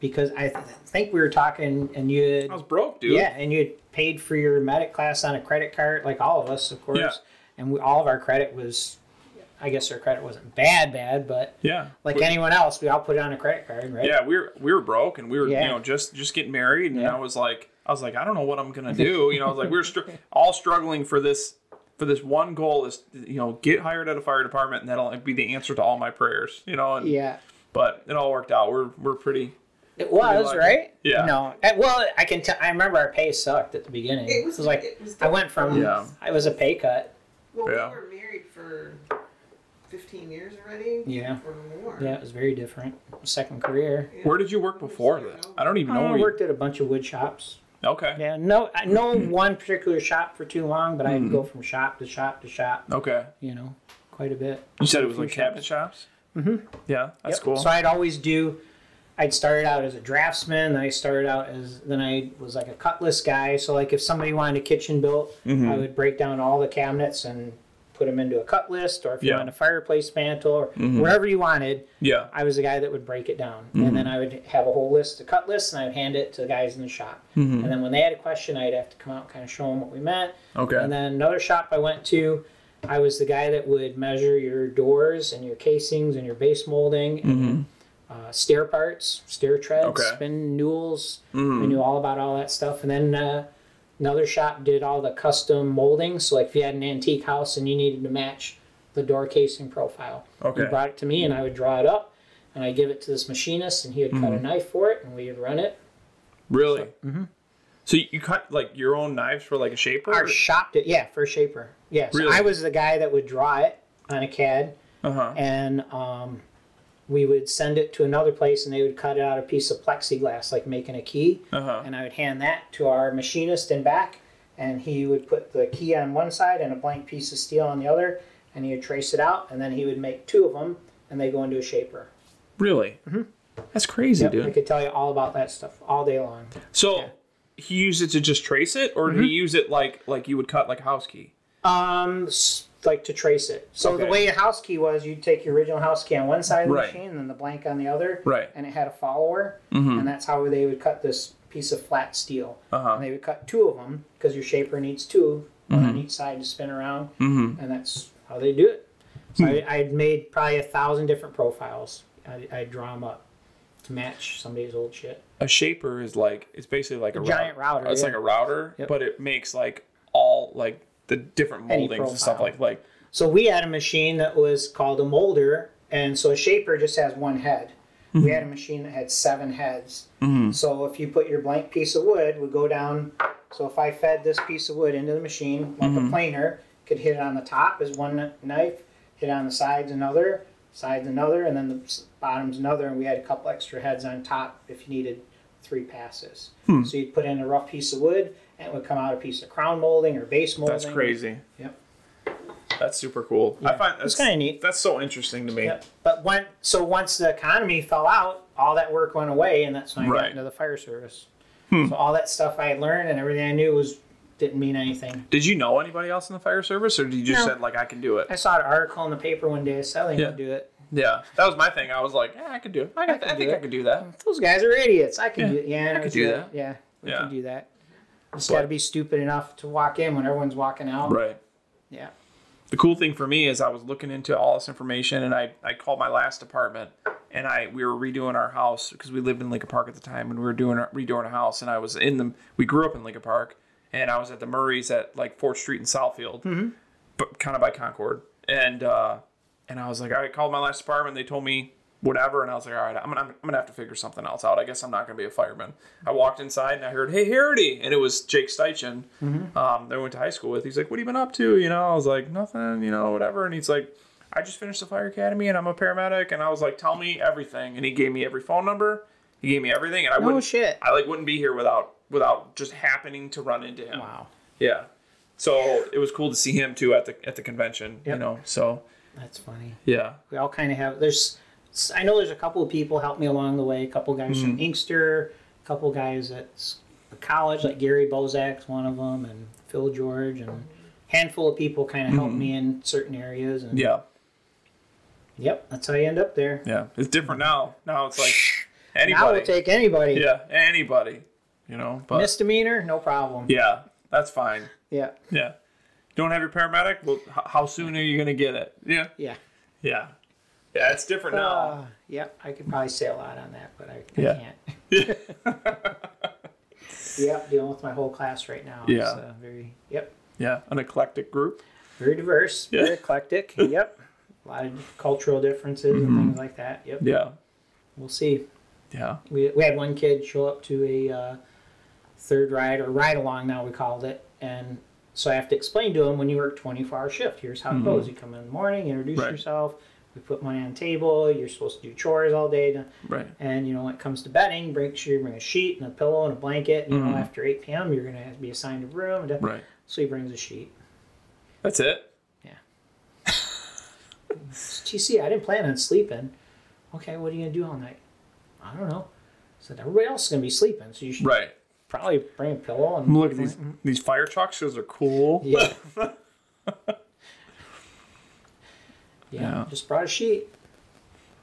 Because I th- think we were talking, and you had,
I was broke, dude.
yeah, and you had paid for your medic class on a credit card, like all of us, of course.
Yeah.
And we, all of our credit was, I guess our credit wasn't bad, bad, but
yeah.
like
We-
anyone else, we all put it on a credit card, right?
yeah, we were we were broke and we were
Yeah.
you know just just getting married and
Yeah.
I was like I was like I don't know what I'm
<laughs>
gonna do you know I was like we were str- all struggling for this for this one goal is you know get hired at a fire department and that'll be the answer to all my prayers you know and,
Yeah.
but it all worked out we're we're pretty
It was
like-
right.
Yeah.
No. eh, Well, I can tell. I remember our pay sucked at the beginning.
It was-
like
it was
I went from.
Yeah.
I was a pay cut.
Well,
Yeah.
we were married for 15 years already.
Yeah.
Or more.
Yeah, it was very different. Second career.
where did you work before that I don't even know
I
where you-
Uh, worked at a bunch of wood shops.
okay
Yeah. No. I-
<clears throat>
No one particular shop for too long, but
Hmm.
I'd go from shop to shop to shop.
okay
You know, quite a bit.
you said it was
Few
like cabinet shops Yeah, that's
Mm-hmm. Yep.
cool.
So I'd always do. I'd started out as a draftsman. Then I started out as then I was like a cut list guy. So like if somebody wanted a kitchen built,
Mm-hmm.
I would break down all the cabinets and put them into a cut list, or if you
Yeah. Mm-hmm.
want a fireplace mantle or wherever you wanted.
yeah,
I was the guy that would break it down,
Mm-hmm.
and then I would have a whole list, a cut list, and I'd hand it to the guys in the shop.
Mm-hmm.
And then when they had a question, I'd have to come out and kind of show them what we meant.
Okay.
And then another shop I went to, I was the guy that would measure your doors and your casings and your base molding
Mm-hmm.
and uh, stair parts, stair treads,
Okay. Mm.
spin newels. I knew all about all that stuff. And then uh, another shop did all the custom molding. So like if you had an antique house and you needed to match the door casing profile,
Okay.
you brought it to me and I would draw it up. And I give it to this machinist, and he would cut
Mm.
a knife for it, and we would run it.
really. So,
mm-hmm.
you cut like your own knives for like a shaper.
Or shopped it, yeah, for a shaper. Yeah, so
Really?
I was the guy that would draw it on a CAD,
Uh huh.
and um, we would send it to another place, and they would cut it out a piece of plexiglass, like making a key.
Uh-huh.
And I would hand that to our machinist in back, and he would put the key on one side and a blank piece of steel on the other, and he would trace it out, and then he would make two of them, and they go into a shaper.
Really.
Mm-hmm.
That's crazy,
I
dude.
could tell you all about that stuff all day long.
So he used it to just trace it, or
Mm-hmm.
did he use it like like you would cut like a house key?
Um, s- like to trace it. So the
Okay.
way a house key was, you'd take your original house key on one side of the
Right.
machine, and then the blank on the other.
Right. Mm-hmm.
And it had a follower, and that's how they would cut this piece of flat steel.
Uh-huh.
And they would cut two of them because your shaper needs 2 one
Mm-hmm.
on each side to spin around, mm-hmm. and that's how they do it.
Hmm.
So I, I'd made probably a thousand different profiles. I, I'd draw them up to match somebody's old shit.
a shaper is like it's basically like a,
giant router,
It's
yeah.
like a router,
Yep.
but it makes like all like the different
Any
moldings and stuff
profile.
like like
So we had a machine that was called a molder, and so a shaper just has one head. We had a machine that had seven heads. So if you put your blank piece of wood, would go down. So if I fed this piece of wood into the machine, like a planer, could hit it on the top as one kn- knife, hit it on the sides another, sides another, and then the s- bottom's another. And we had a couple extra heads on top if you needed three passes. So you'd put in a rough piece of wood, and it would come out a piece of crown molding or base molding.
that's crazy.
Yep.
That's super cool. I find
It's
that's
kinda neat.
That's so interesting to me.
Yep. But when so once the economy fell out, all that work went away, and that's when I
Right. Hmm.
got into the fire service. So all that stuff I had learned and everything I knew was didn't mean anything.
Did you know anybody else in the fire service, or did you just
No.
said like I can do it?
I saw an article in the paper one day selling
Yeah.
to do it.
Yeah, that was my thing. I was like, yeah, I could do it. I, got-
can
I
do
think I
it.
could do that.
Those guys are idiots. I can do it. Yeah, I,
could
was
do
like,
that.
Yeah, we
Yeah.
can do that. Just
But-
got to be stupid enough to walk in when everyone's walking out.
Right.
Yeah.
the cool thing for me is I was looking into all this information and I, I called my last apartment and I we were redoing our house because we lived in Lincoln Park at the time and we were doing our, redoing a house and I was in the we grew up in Lincoln Park and I was at the Murray's at like Fourth Street in Southfield, but kind of by Concord and uh, and I was like all right called my last apartment they told me whatever and I was like all right I'm gonna, I'm gonna have to figure something else out I guess I'm not gonna be a fireman I walked inside and I heard hey Harity and it was Jake Steichen
Mm-hmm.
um, that I went to high school with. He's like, "What have you been up to?" You know, I was like, "Nothing," you know, whatever. And he's like, "I just finished the fire academy and I'm a paramedic." And I was like, "Tell me everything." And he gave me every phone number. He gave me everything, and I wouldn't
shit.
I like wouldn't be here without without just happening to run into him.
Wow.
Yeah. So it was cool to see him too at the at the convention. You
Yep.
know. So
That's funny.
yeah.
we all kind of have there's i know there's a couple of people helped me along the way a couple guys
Mm.
from inkster a couple guys at s- college like gary bozak's one of them and phil george and a handful of people kind of helped me in certain areas and
Mm-hmm. Yeah.
yep that's how you end up there
Yeah. It's different now. Now it's like
now
anybody.
we'll take anybody
yeah. Anybody. You know. But
misdemeanor no problem
yeah, that's fine.
yeah
Yeah. Don't have your paramedic? Well, h- how soon are you going to get it? Yeah.
yeah
Yeah. Yeah, it's different now.
uh, yeah i could probably say a lot on that but i, I
Yeah.
can't
<laughs>
<laughs> yep dealing with my whole class right now
Yeah.
it's, uh, very yep
yeah, an eclectic group.
very diverse,
Yeah.
very eclectic.
<laughs>
Yep. A lot of cultural differences
Mm-hmm.
and things like that. Yep.
Yeah.
We'll see.
Yeah.
We, we had one kid show up to a uh, third ride or ride along now we called it. And so I have to explain to him when you work 24 hour shift, here's how it goes. You come in the morning, introduce
Mm-hmm. Right.
yourself. We put money on the table. You're supposed to do chores all day.
Right.
And you know, when it comes to bedding, make sure you bring a sheet and a pillow and a blanket. You know, after 8 p.m., you're going to have to be assigned a room.
Mm-hmm. Right.
So he brings a sheet.
That's it.
Yeah. GC, I didn't plan on sleeping. Okay, what are you gonna do all night? I don't know. I said everybody else is gonna be sleeping, so you should
Right.
probably bring a pillow and
Look at these these fire trucks. Those are cool.
Mm-hmm. Yeah. yeah.
<laughs> Yeah.
Just brought a sheet.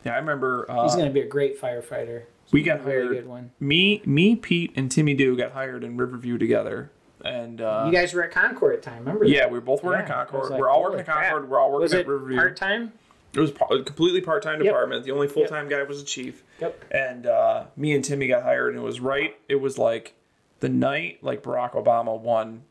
Yeah, I remember.
He's
Uh,
gonna be a great firefighter.
we got
a really
hired.
good one.
Me, me, Pete, and Timmy Do got hired in Riverview together, and uh,
You guys were at Concord at time, remember?
yeah,
that?
we were both working
Yeah, I was
at Concord.
like,
we're all
holy
working at
crap.
Concord. We're all working
Was
at
it
Riverview.
part time?
It was pa- a completely part time
Yep.
department. The only full time guy was the chief.
Yep.
And uh, me and Timmy got hired, and it was right. It was like the night like Barack Obama won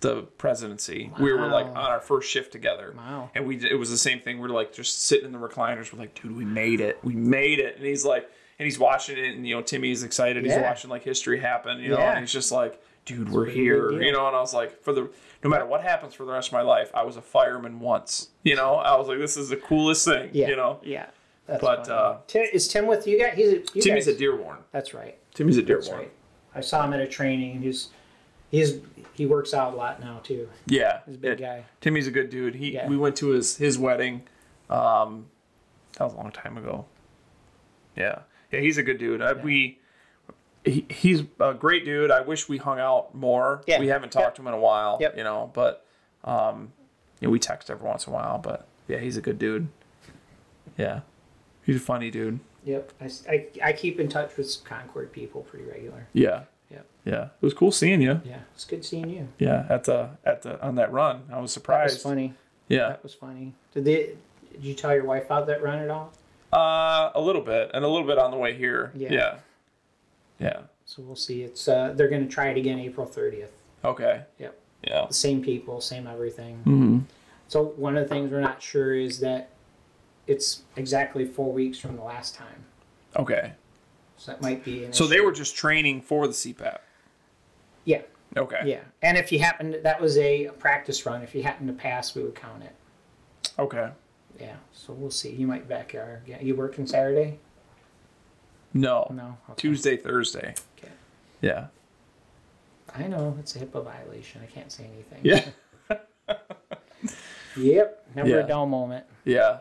the presidency. We were like on
Wow.
our first shift together.
Wow.
And we it was the same thing. We're like just sitting in the recliners. We're like, dude, we made it. We made it. And he's like, and he's watching it, and you know, Timmy's excited. He's
Yeah.
watching like history happen. You know,
Yeah.
and he's just like. Dude, we're
big
here,
deal.
you know, and I was like, for the no matter what happens for the rest of my life, I was a fireman once, you know. I was like, this is the coolest thing,
Yeah.
you know.
Yeah. That's
But,
fine.
uh,
Tim, is Tim with you guys? He's a, you
Timmy's
guys.
a Dearborn.
That's right.
Timmy's a
That's
Dearborn.
right. I saw him at a training. He's he's he works out a lot now too.
Yeah,
a big
Yeah.
guy.
Timmy's a good dude. He
Yeah.
we went to his his wedding. Um, that was a long time ago. Yeah, yeah, he's a good dude. I, We he, he's a great dude. I wish we hung out more.
Yeah.
we haven't talked to him in a while.
Yep.
you know, but um, you know, we text every once in a while. But yeah, he's a good dude. Yeah, he's a funny dude.
Yep. I, s- I- I keep in touch with Concord people pretty regular.
Yeah,
Yep.
yeah. It was cool seeing you.
Yeah. It's good seeing you.
Yeah, at the at the on that run, I was
That
surprised.
was funny.
Yeah,
That was funny. Did they? Did you tell your wife about that run at all?
Uh, a little bit, and a little bit on the way here. Yeah.
Yeah.
Yeah.
So we'll see. It's uh, they're going to try it again April thirtieth.
Okay.
Yep.
Yeah.
Same people, same everything.
Mm-hmm.
So one of the things we're not sure is that it's exactly four weeks from the last time.
Okay.
So that might be. An
So they
issue.
were just training for the CPAP.
Yeah.
Okay.
Yeah. And if you happened, that was a practice run. If you happened to pass, we would count it.
Okay.
Yeah. So we'll see. You might back our. Yeah. You working Saturday?
No.
No. Okay.
Tuesday, Thursday.
Okay.
Yeah.
I know it's a HIPAA violation. I can't say anything.
<laughs> Yeah.
Yep. Never
Yeah.
a dull moment.
Yeah.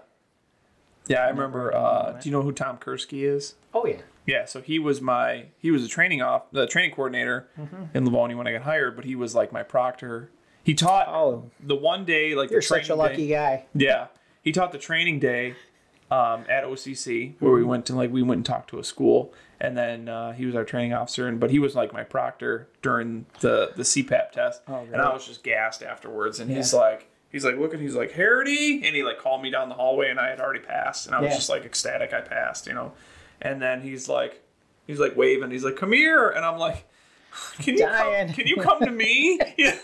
Yeah. I remember. Uh, do you know who Tom Kursky is?
Oh yeah.
Yeah, so he was my he was a training off the training coordinator
Mm-hmm.
in Livonia when I got hired, but he was like my proctor. He taught
Oh.
the one day like
You're
the training
such a
day-
lucky
<laughs>
guy.
Yeah, he taught the training day um, at OCC where
Mm-hmm.
we went to like we went and talked to a school, and then uh, he was our training officer, and but he was like my proctor during the the CPAP test,
Oh,
and I
really?
was just gassed afterwards, and he's
Yeah.
like. He's like, looking. he's like, Harity, and he like called me down the hallway, and I had already passed, and I was
Yeah.
just like ecstatic, I passed, you know. And then he's like, he's like waving, he's like, come here, and I'm like, <laughs> can you come,
Dying.
can you come to me? <laughs> Yeah.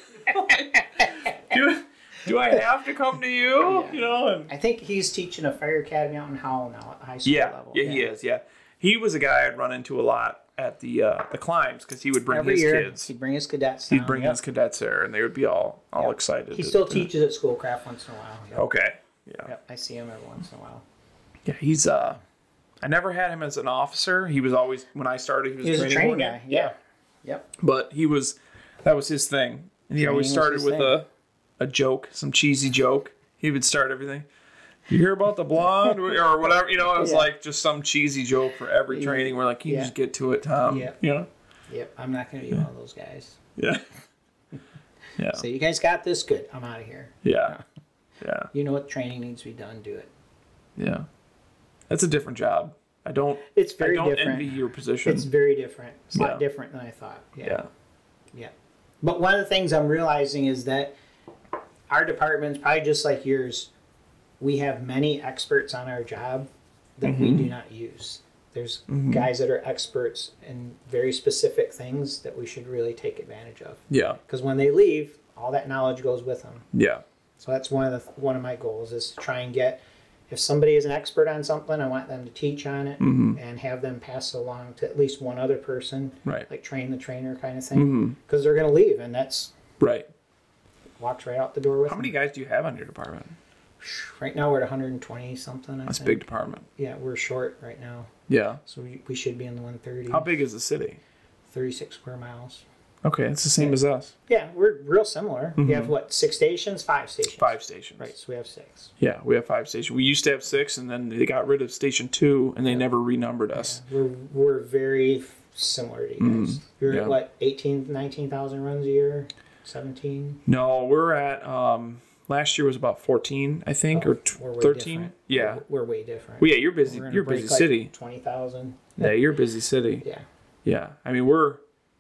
do, do I have to come
<laughs>
to you? You know, and
<laughs> I think he's teaching a fire academy out in Howell now at the high school
yeah,
level.
yeah, he is. Yeah, he was a guy I'd run into a lot at the uh, the climbs because he would bring
Every
his
year
kids.
he'd bring his cadets.
He'd
down.
bring
Yep.
his cadets there, and they would be all all excited.
He
to-
still teaches at Schoolcraft once in a while. Yep.
Okay. Yeah.
Yep. I see him every once in a while.
Yeah. He's uh, I never had him as an officer. He was always when I started. He was,
He was a training
coordinator.
guy. Yeah. Yep.
but he was that was his thing and he always
was
started
his
with
thing.
a a joke some cheesy joke he would start everything you hear about the blonde <laughs> or whatever you know it was
Yeah.
like just some cheesy joke for every training we're like can you
Yeah.
just get to it tom
Yeah.
you know
Yep. I'm not going to be one of those guys.
yeah <laughs> yeah
So you guys got this good. I'm out of here.
yeah yeah
You know what training needs to be done. Do it.
yeah that's a different job i don't
It's
i
very
don't
different.
envy your position
It's very different. It's a
Yeah.
lot different than I thought.
yeah
Yeah. But one of the things I'm realizing is that our departments, probably just like yours, we have many experts on our job that
Mm-hmm.
we do not use. There's guys that are experts in very specific things that we should really take advantage of.
yeah
Because when they leave, all that knowledge goes with them.
yeah
So that's one of the one of my goals is to try and get if somebody is an expert on something, I want them to teach on it and have them pass it along to at least one other person,
Mm-hmm. Right. Mm-hmm.
Like train the trainer kind of thing, because they're going to leave, and that's
right
walks right out the door with
how many
them.
guys do you have on your department
Right now we're at 120 something. I
that's a
think.
big department
Yeah, we're short right now,
yeah
so we, we should be in the 130,
how big is the city
36 square miles.
Okay, it's the same as us.
Yeah, we're real similar. We have what six stations, five stations,
Mm-hmm. Five stations.
Right, so we have six.
Yeah, we have five stations. We used to have six, and then they got rid of station two, and they never renumbered us.
We're we're very similar to you guys. You're
Mm-hmm. yeah.
at what 18, 19,000 runs a year, seventeen.
No, we're at um, last year was about fourteen, I think, or t-
We're way
thirteen.
different.
Yeah.
we're, we're way different.
Well, yeah, you're busy. You're a busy city.
Twenty thousand.
Yeah, you're a busy city.
Yeah.
Yeah, I mean we're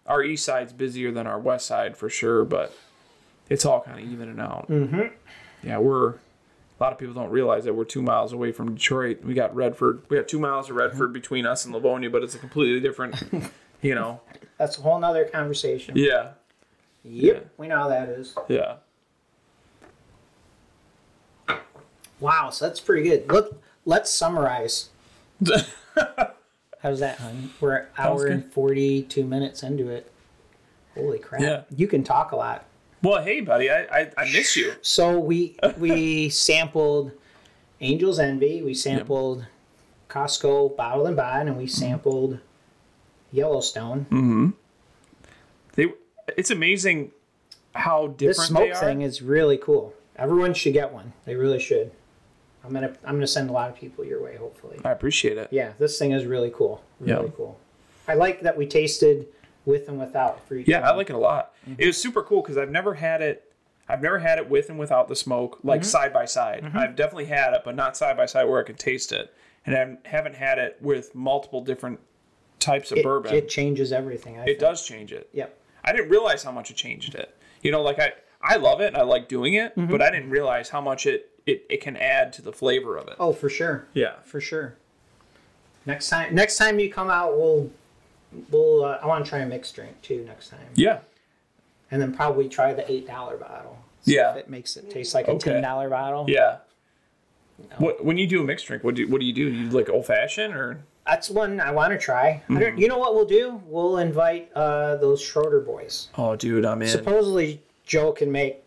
our east side's busier than our west side for sure, but it's all kind of evening out. Mm-hmm. Yeah, we're a lot of people don't realize that we're two miles away from Detroit. We got Redford. We got two miles of
Mm-hmm.
Redford between us and Livonia, but it's a completely different, you know.
That's a whole nother conversation.
Yeah,
Yep,
yeah.
we know how that is.
yeah.
Wow, so that's pretty good. Look, let's
<laughs>
summarize. How's that, hon? We're an hour
good.
and forty-two minutes into it. Holy crap!
Yeah.
You can talk a lot.
Well, hey, buddy, I I, I miss you.
So we we sampled Angel's Envy. We sampled Costco Bottled and Bond, and we sampled Yellowstone.
Mm-hmm. They, it's amazing how different
This smoke
they are.
thing is really cool. Everyone should get one. They really should. I'm gonna I'm gonna send a lot of people your way. Hopefully.
I appreciate it.
Yeah, this thing is really cool. Really
Yeah.
cool. I like that we tasted with and without for each.
Yeah, I
one.
like it a lot. It was super cool because I've never had it. I've never had it with and without the smoke,
Mm-hmm.
like side by side. I've definitely had it, but not side by side where I can taste it. And I haven't had it with multiple different types of
it,
bourbon.
It
It,
changes everything. I feel.
does change it.
Yep.
I didn't realize how much it changed it. You know, like I, I love it and I like doing it,
Mm-hmm.
but I didn't realize how much it, it, it can add to the flavor of it.
Oh, for sure.
Yeah.
For sure. Next time, next time you come out, we'll we'll. Uh, I want to try a mixed drink too next time,
Yeah.
and then probably try the eight dollar bottle.
Yeah.
If it makes it taste like a
Okay.
ten dollar bottle.
Yeah. What, when you do a mixed drink, what do, what do you do? You do like old fashioned or?
That's one I want to try. I
Mm-hmm.
don't, you know what we'll do? We'll invite uh, those Schroeder boys.
Oh, dude, I'm in.
Supposedly Joe can make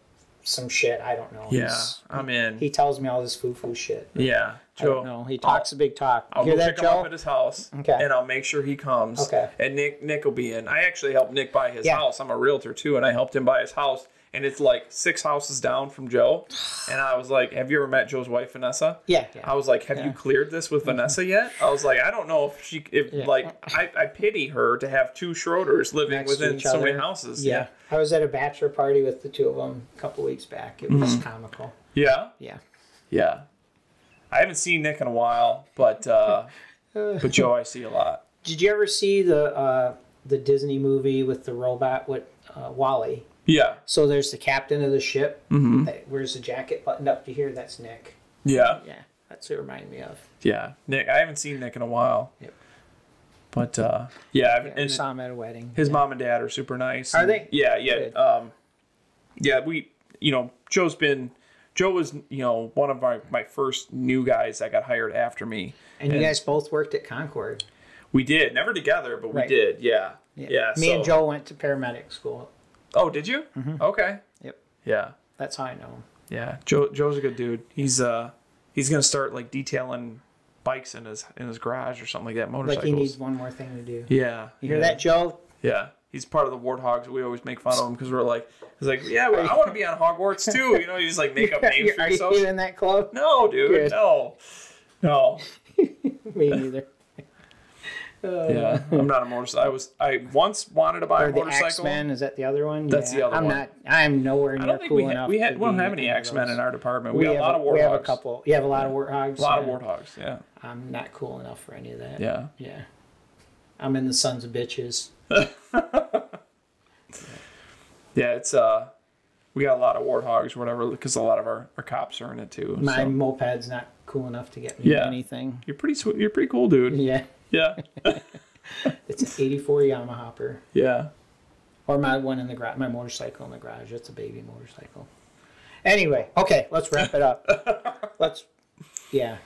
some shit. I don't know.
yeah,
He's-
I'm in.
He tells me all this foo foo shit.
Yeah,
I
Joe.
don't know. He talks a big talk.
I'll, I'll
You
go
hear
pick
that,
him up
Joe?
at his house,
Okay.
and I'll make sure he comes.
Okay.
And Nick, Nick will be in. I actually helped Nick buy his
Yeah.
house. I'm a realtor too, and I helped him buy his house. And it's like six houses down from Joe. And I was like, "Have you ever met Joe's wife, Vanessa?"
Yeah, yeah.
I was like, "Have you cleared this
<laughs>
with Vanessa yet?" I was like, "I don't know if she, if like, I, I pity her to have two Schroders living
Next to
within
each
so many
other.
houses."
Yeah. I was at a bachelor party with the two of them a couple weeks back. It was comical.
Yeah.
Yeah.
Yeah. I haven't seen Nick in a while, but
<laughs>
uh, but Joe I see a lot.
Did you ever see the uh, the Disney movie with the robot with uh, Wally?
Yeah.
So there's the captain of the ship that wears the jacket buttoned up to here. That's Nick.
Yeah.
Yeah, that's what it reminded me of.
Yeah. Nick I haven't seen Nick in a while.
Yep.
But uh yeah, I've
Yeah, we
and
saw him at a wedding.
his mom and dad are super nice.
Are
and-
they?
Yeah, yeah.
Good.
Um yeah, we you know, Joe's been Joe was, you know, one of our my first new guys that got hired after me.
and you guys both worked at Concord.
We did, never together, but we
Right.
did. Yeah. Yeah.
Me and
so-
Joe Mm-hmm. went to paramedic school.
Oh, did you? Okay.
Yep.
Yeah.
That's how I know him.
Yeah, Joe Joe's a good dude. He's uh he's gonna start like detailing bikes in his in his garage or something like
Like
that. Motorcycles.
he needs one more thing to do.
yeah.
You hear
yeah.
that, Joe?
Yeah. He's part of the Warthogs. We always make fun of him because we're like, he's like, yeah, well, I want to be on Hogwarts too. You know, you just like make up names
<laughs>
for
Are you
yourself.
in that club? <laughs>
No, dude,
Good.
no, no.
Me neither.
Yeah, I'm not a motorcycle. I was I once wanted to buy
Or
a
the
motorcycle.
X Men is that the other one?
That's the other
I'm
one.
Not, I'm nowhere
I
near
don't think
cool
we, ha-
enough.
we, had,
to
we don't
be
have any
of
X Men
those.
in our department. We,
We
got
have
a lot of warthogs.
We have a couple. You have a lot of warthogs.
A lot
yeah.
of warthogs. Yeah,
I'm not cool enough for any of that.
yeah.
Yeah. I'm in the sons of bitches.
Yeah, it's uh, we got a lot of warthogs or whatever because a lot of our, our cops are in it too.
My
so.
moped's not cool enough to get me
Yeah.
anything.
You're pretty sweet. You're pretty
<laughs>
cool, dude.
Yeah.
Yeah,
It's an 84 Yamaha hopper.
yeah.
Or my one in the garage, my motorcycle in the garage. That's a baby motorcycle. Anyway, okay, let's wrap it up.
<laughs>
let's, yeah.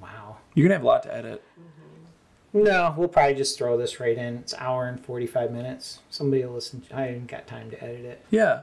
Wow.
You're gonna have a lot to edit.
No, we'll probably just throw this right in. It's hour and 45 minutes. Somebody will listen. To, I haven't got time to edit it.
Yeah,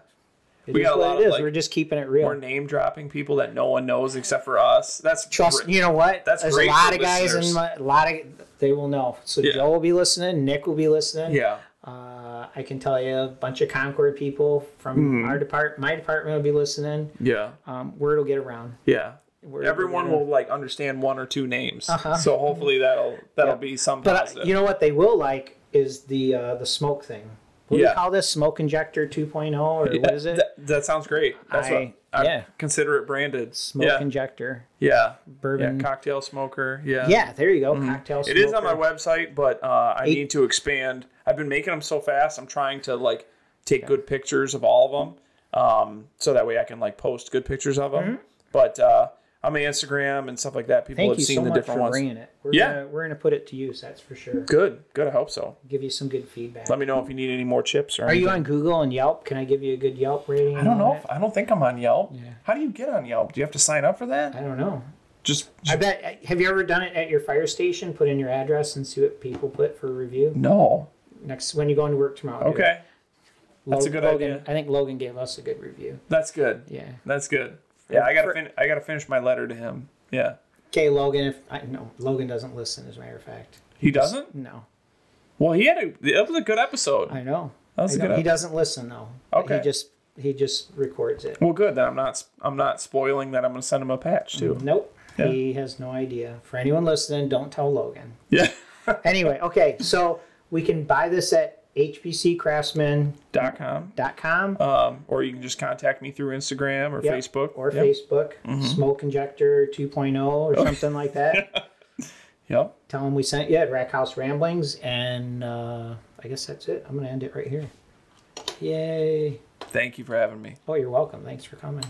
It
We
is
got a
what
lot
it
of,
is.
like,
We're just keeping it real.
we're name dropping people that no one knows except for us. That's
Trust
great.
you know what?
That's
There's
great
a lot
for
of guys
listeners.
and a lot of they will know. So
Yeah.
Joe will be listening. Nick will be listening.
Yeah,
Uh, uh, I can tell you a bunch of Concord people from
Mm-hmm.
our depart, my department will be listening.
Yeah.
Um, word will get around.
Yeah.
We're-
Everyone
we're-
will like understand one or two names. So hopefully that'll that'll be some
But
positive.
uh, you know what they will like is the uh, the smoke thing. What do
Yeah.
you call this? Smoke injector 2.0 or what is it?
That, that sounds great. That's
I-
what I
yeah.
consider it branded.
smoke
yeah.
injector
yeah.
bourbon.
Yeah, cocktail smoker. Yeah.
Yeah, there you go. Cocktail.
Mm-hmm. It is on my
smoker.
website, but uh, I
Eight-
need to expand. I've been making them so fast. I'm trying to like take good pictures of all of them, um, so that way I can like post good pictures of them. But uh, on my Instagram and stuff like that, people
Mm-hmm. Thank
have
you
seen
so
the
much for
different ones.
bringing it. We're
Yeah.
gonna, we're gonna put it to use. That's for sure.
Good, good. I hope so.
Give you some good feedback.
Let me know if you need any more chips or.
Are you
anything.
on Google and Yelp? Can I give you a good Yelp rating?
I don't know. If, I don't think I'm on Yelp. How do you get on Yelp? Do you have to sign up for that?
I don't know.
Just,
I bet. Have you ever done it at your fire station? Put in your address and see what people put for review.
no.
Next, when you go into work tomorrow. do it.
Okay, that's a
Log-
good
Logan,
idea.
I think Logan gave us a good review.
that's good.
Yeah.
That's good. Yeah, I gotta
for-
fin- I gotta finish my letter to him. Yeah,
Okay, Logan. If I no, Logan doesn't listen. As a matter of fact,
he doesn't.
no.
Well, he had a that was a good episode.
I know.
was
I
a
know.
good-
He doesn't listen though. But
Okay.
He just he just records it.
Well, good. Then I'm not I'm not spoiling that. I'm gonna send him a patch too.
Nope.
Yeah.
He has no idea. For anyone listening, don't tell Logan.
Yeah. <laughs>
Anyway, okay, so we can buy this at hbccraftsman.com
Dot com. Um, or you can just contact me through Instagram or
Yep.
Facebook
or
Yep. Mm-hmm. Oh.
Facebook, Smoke Injector 2.0 or something like
<laughs>
that.
Yep.
Tell them we sent you at Rack House Ramblings, and uh, I guess that's it. I'm going to end it right here. Yay.
Thank you for having me.
Oh, you're welcome. Thanks for coming.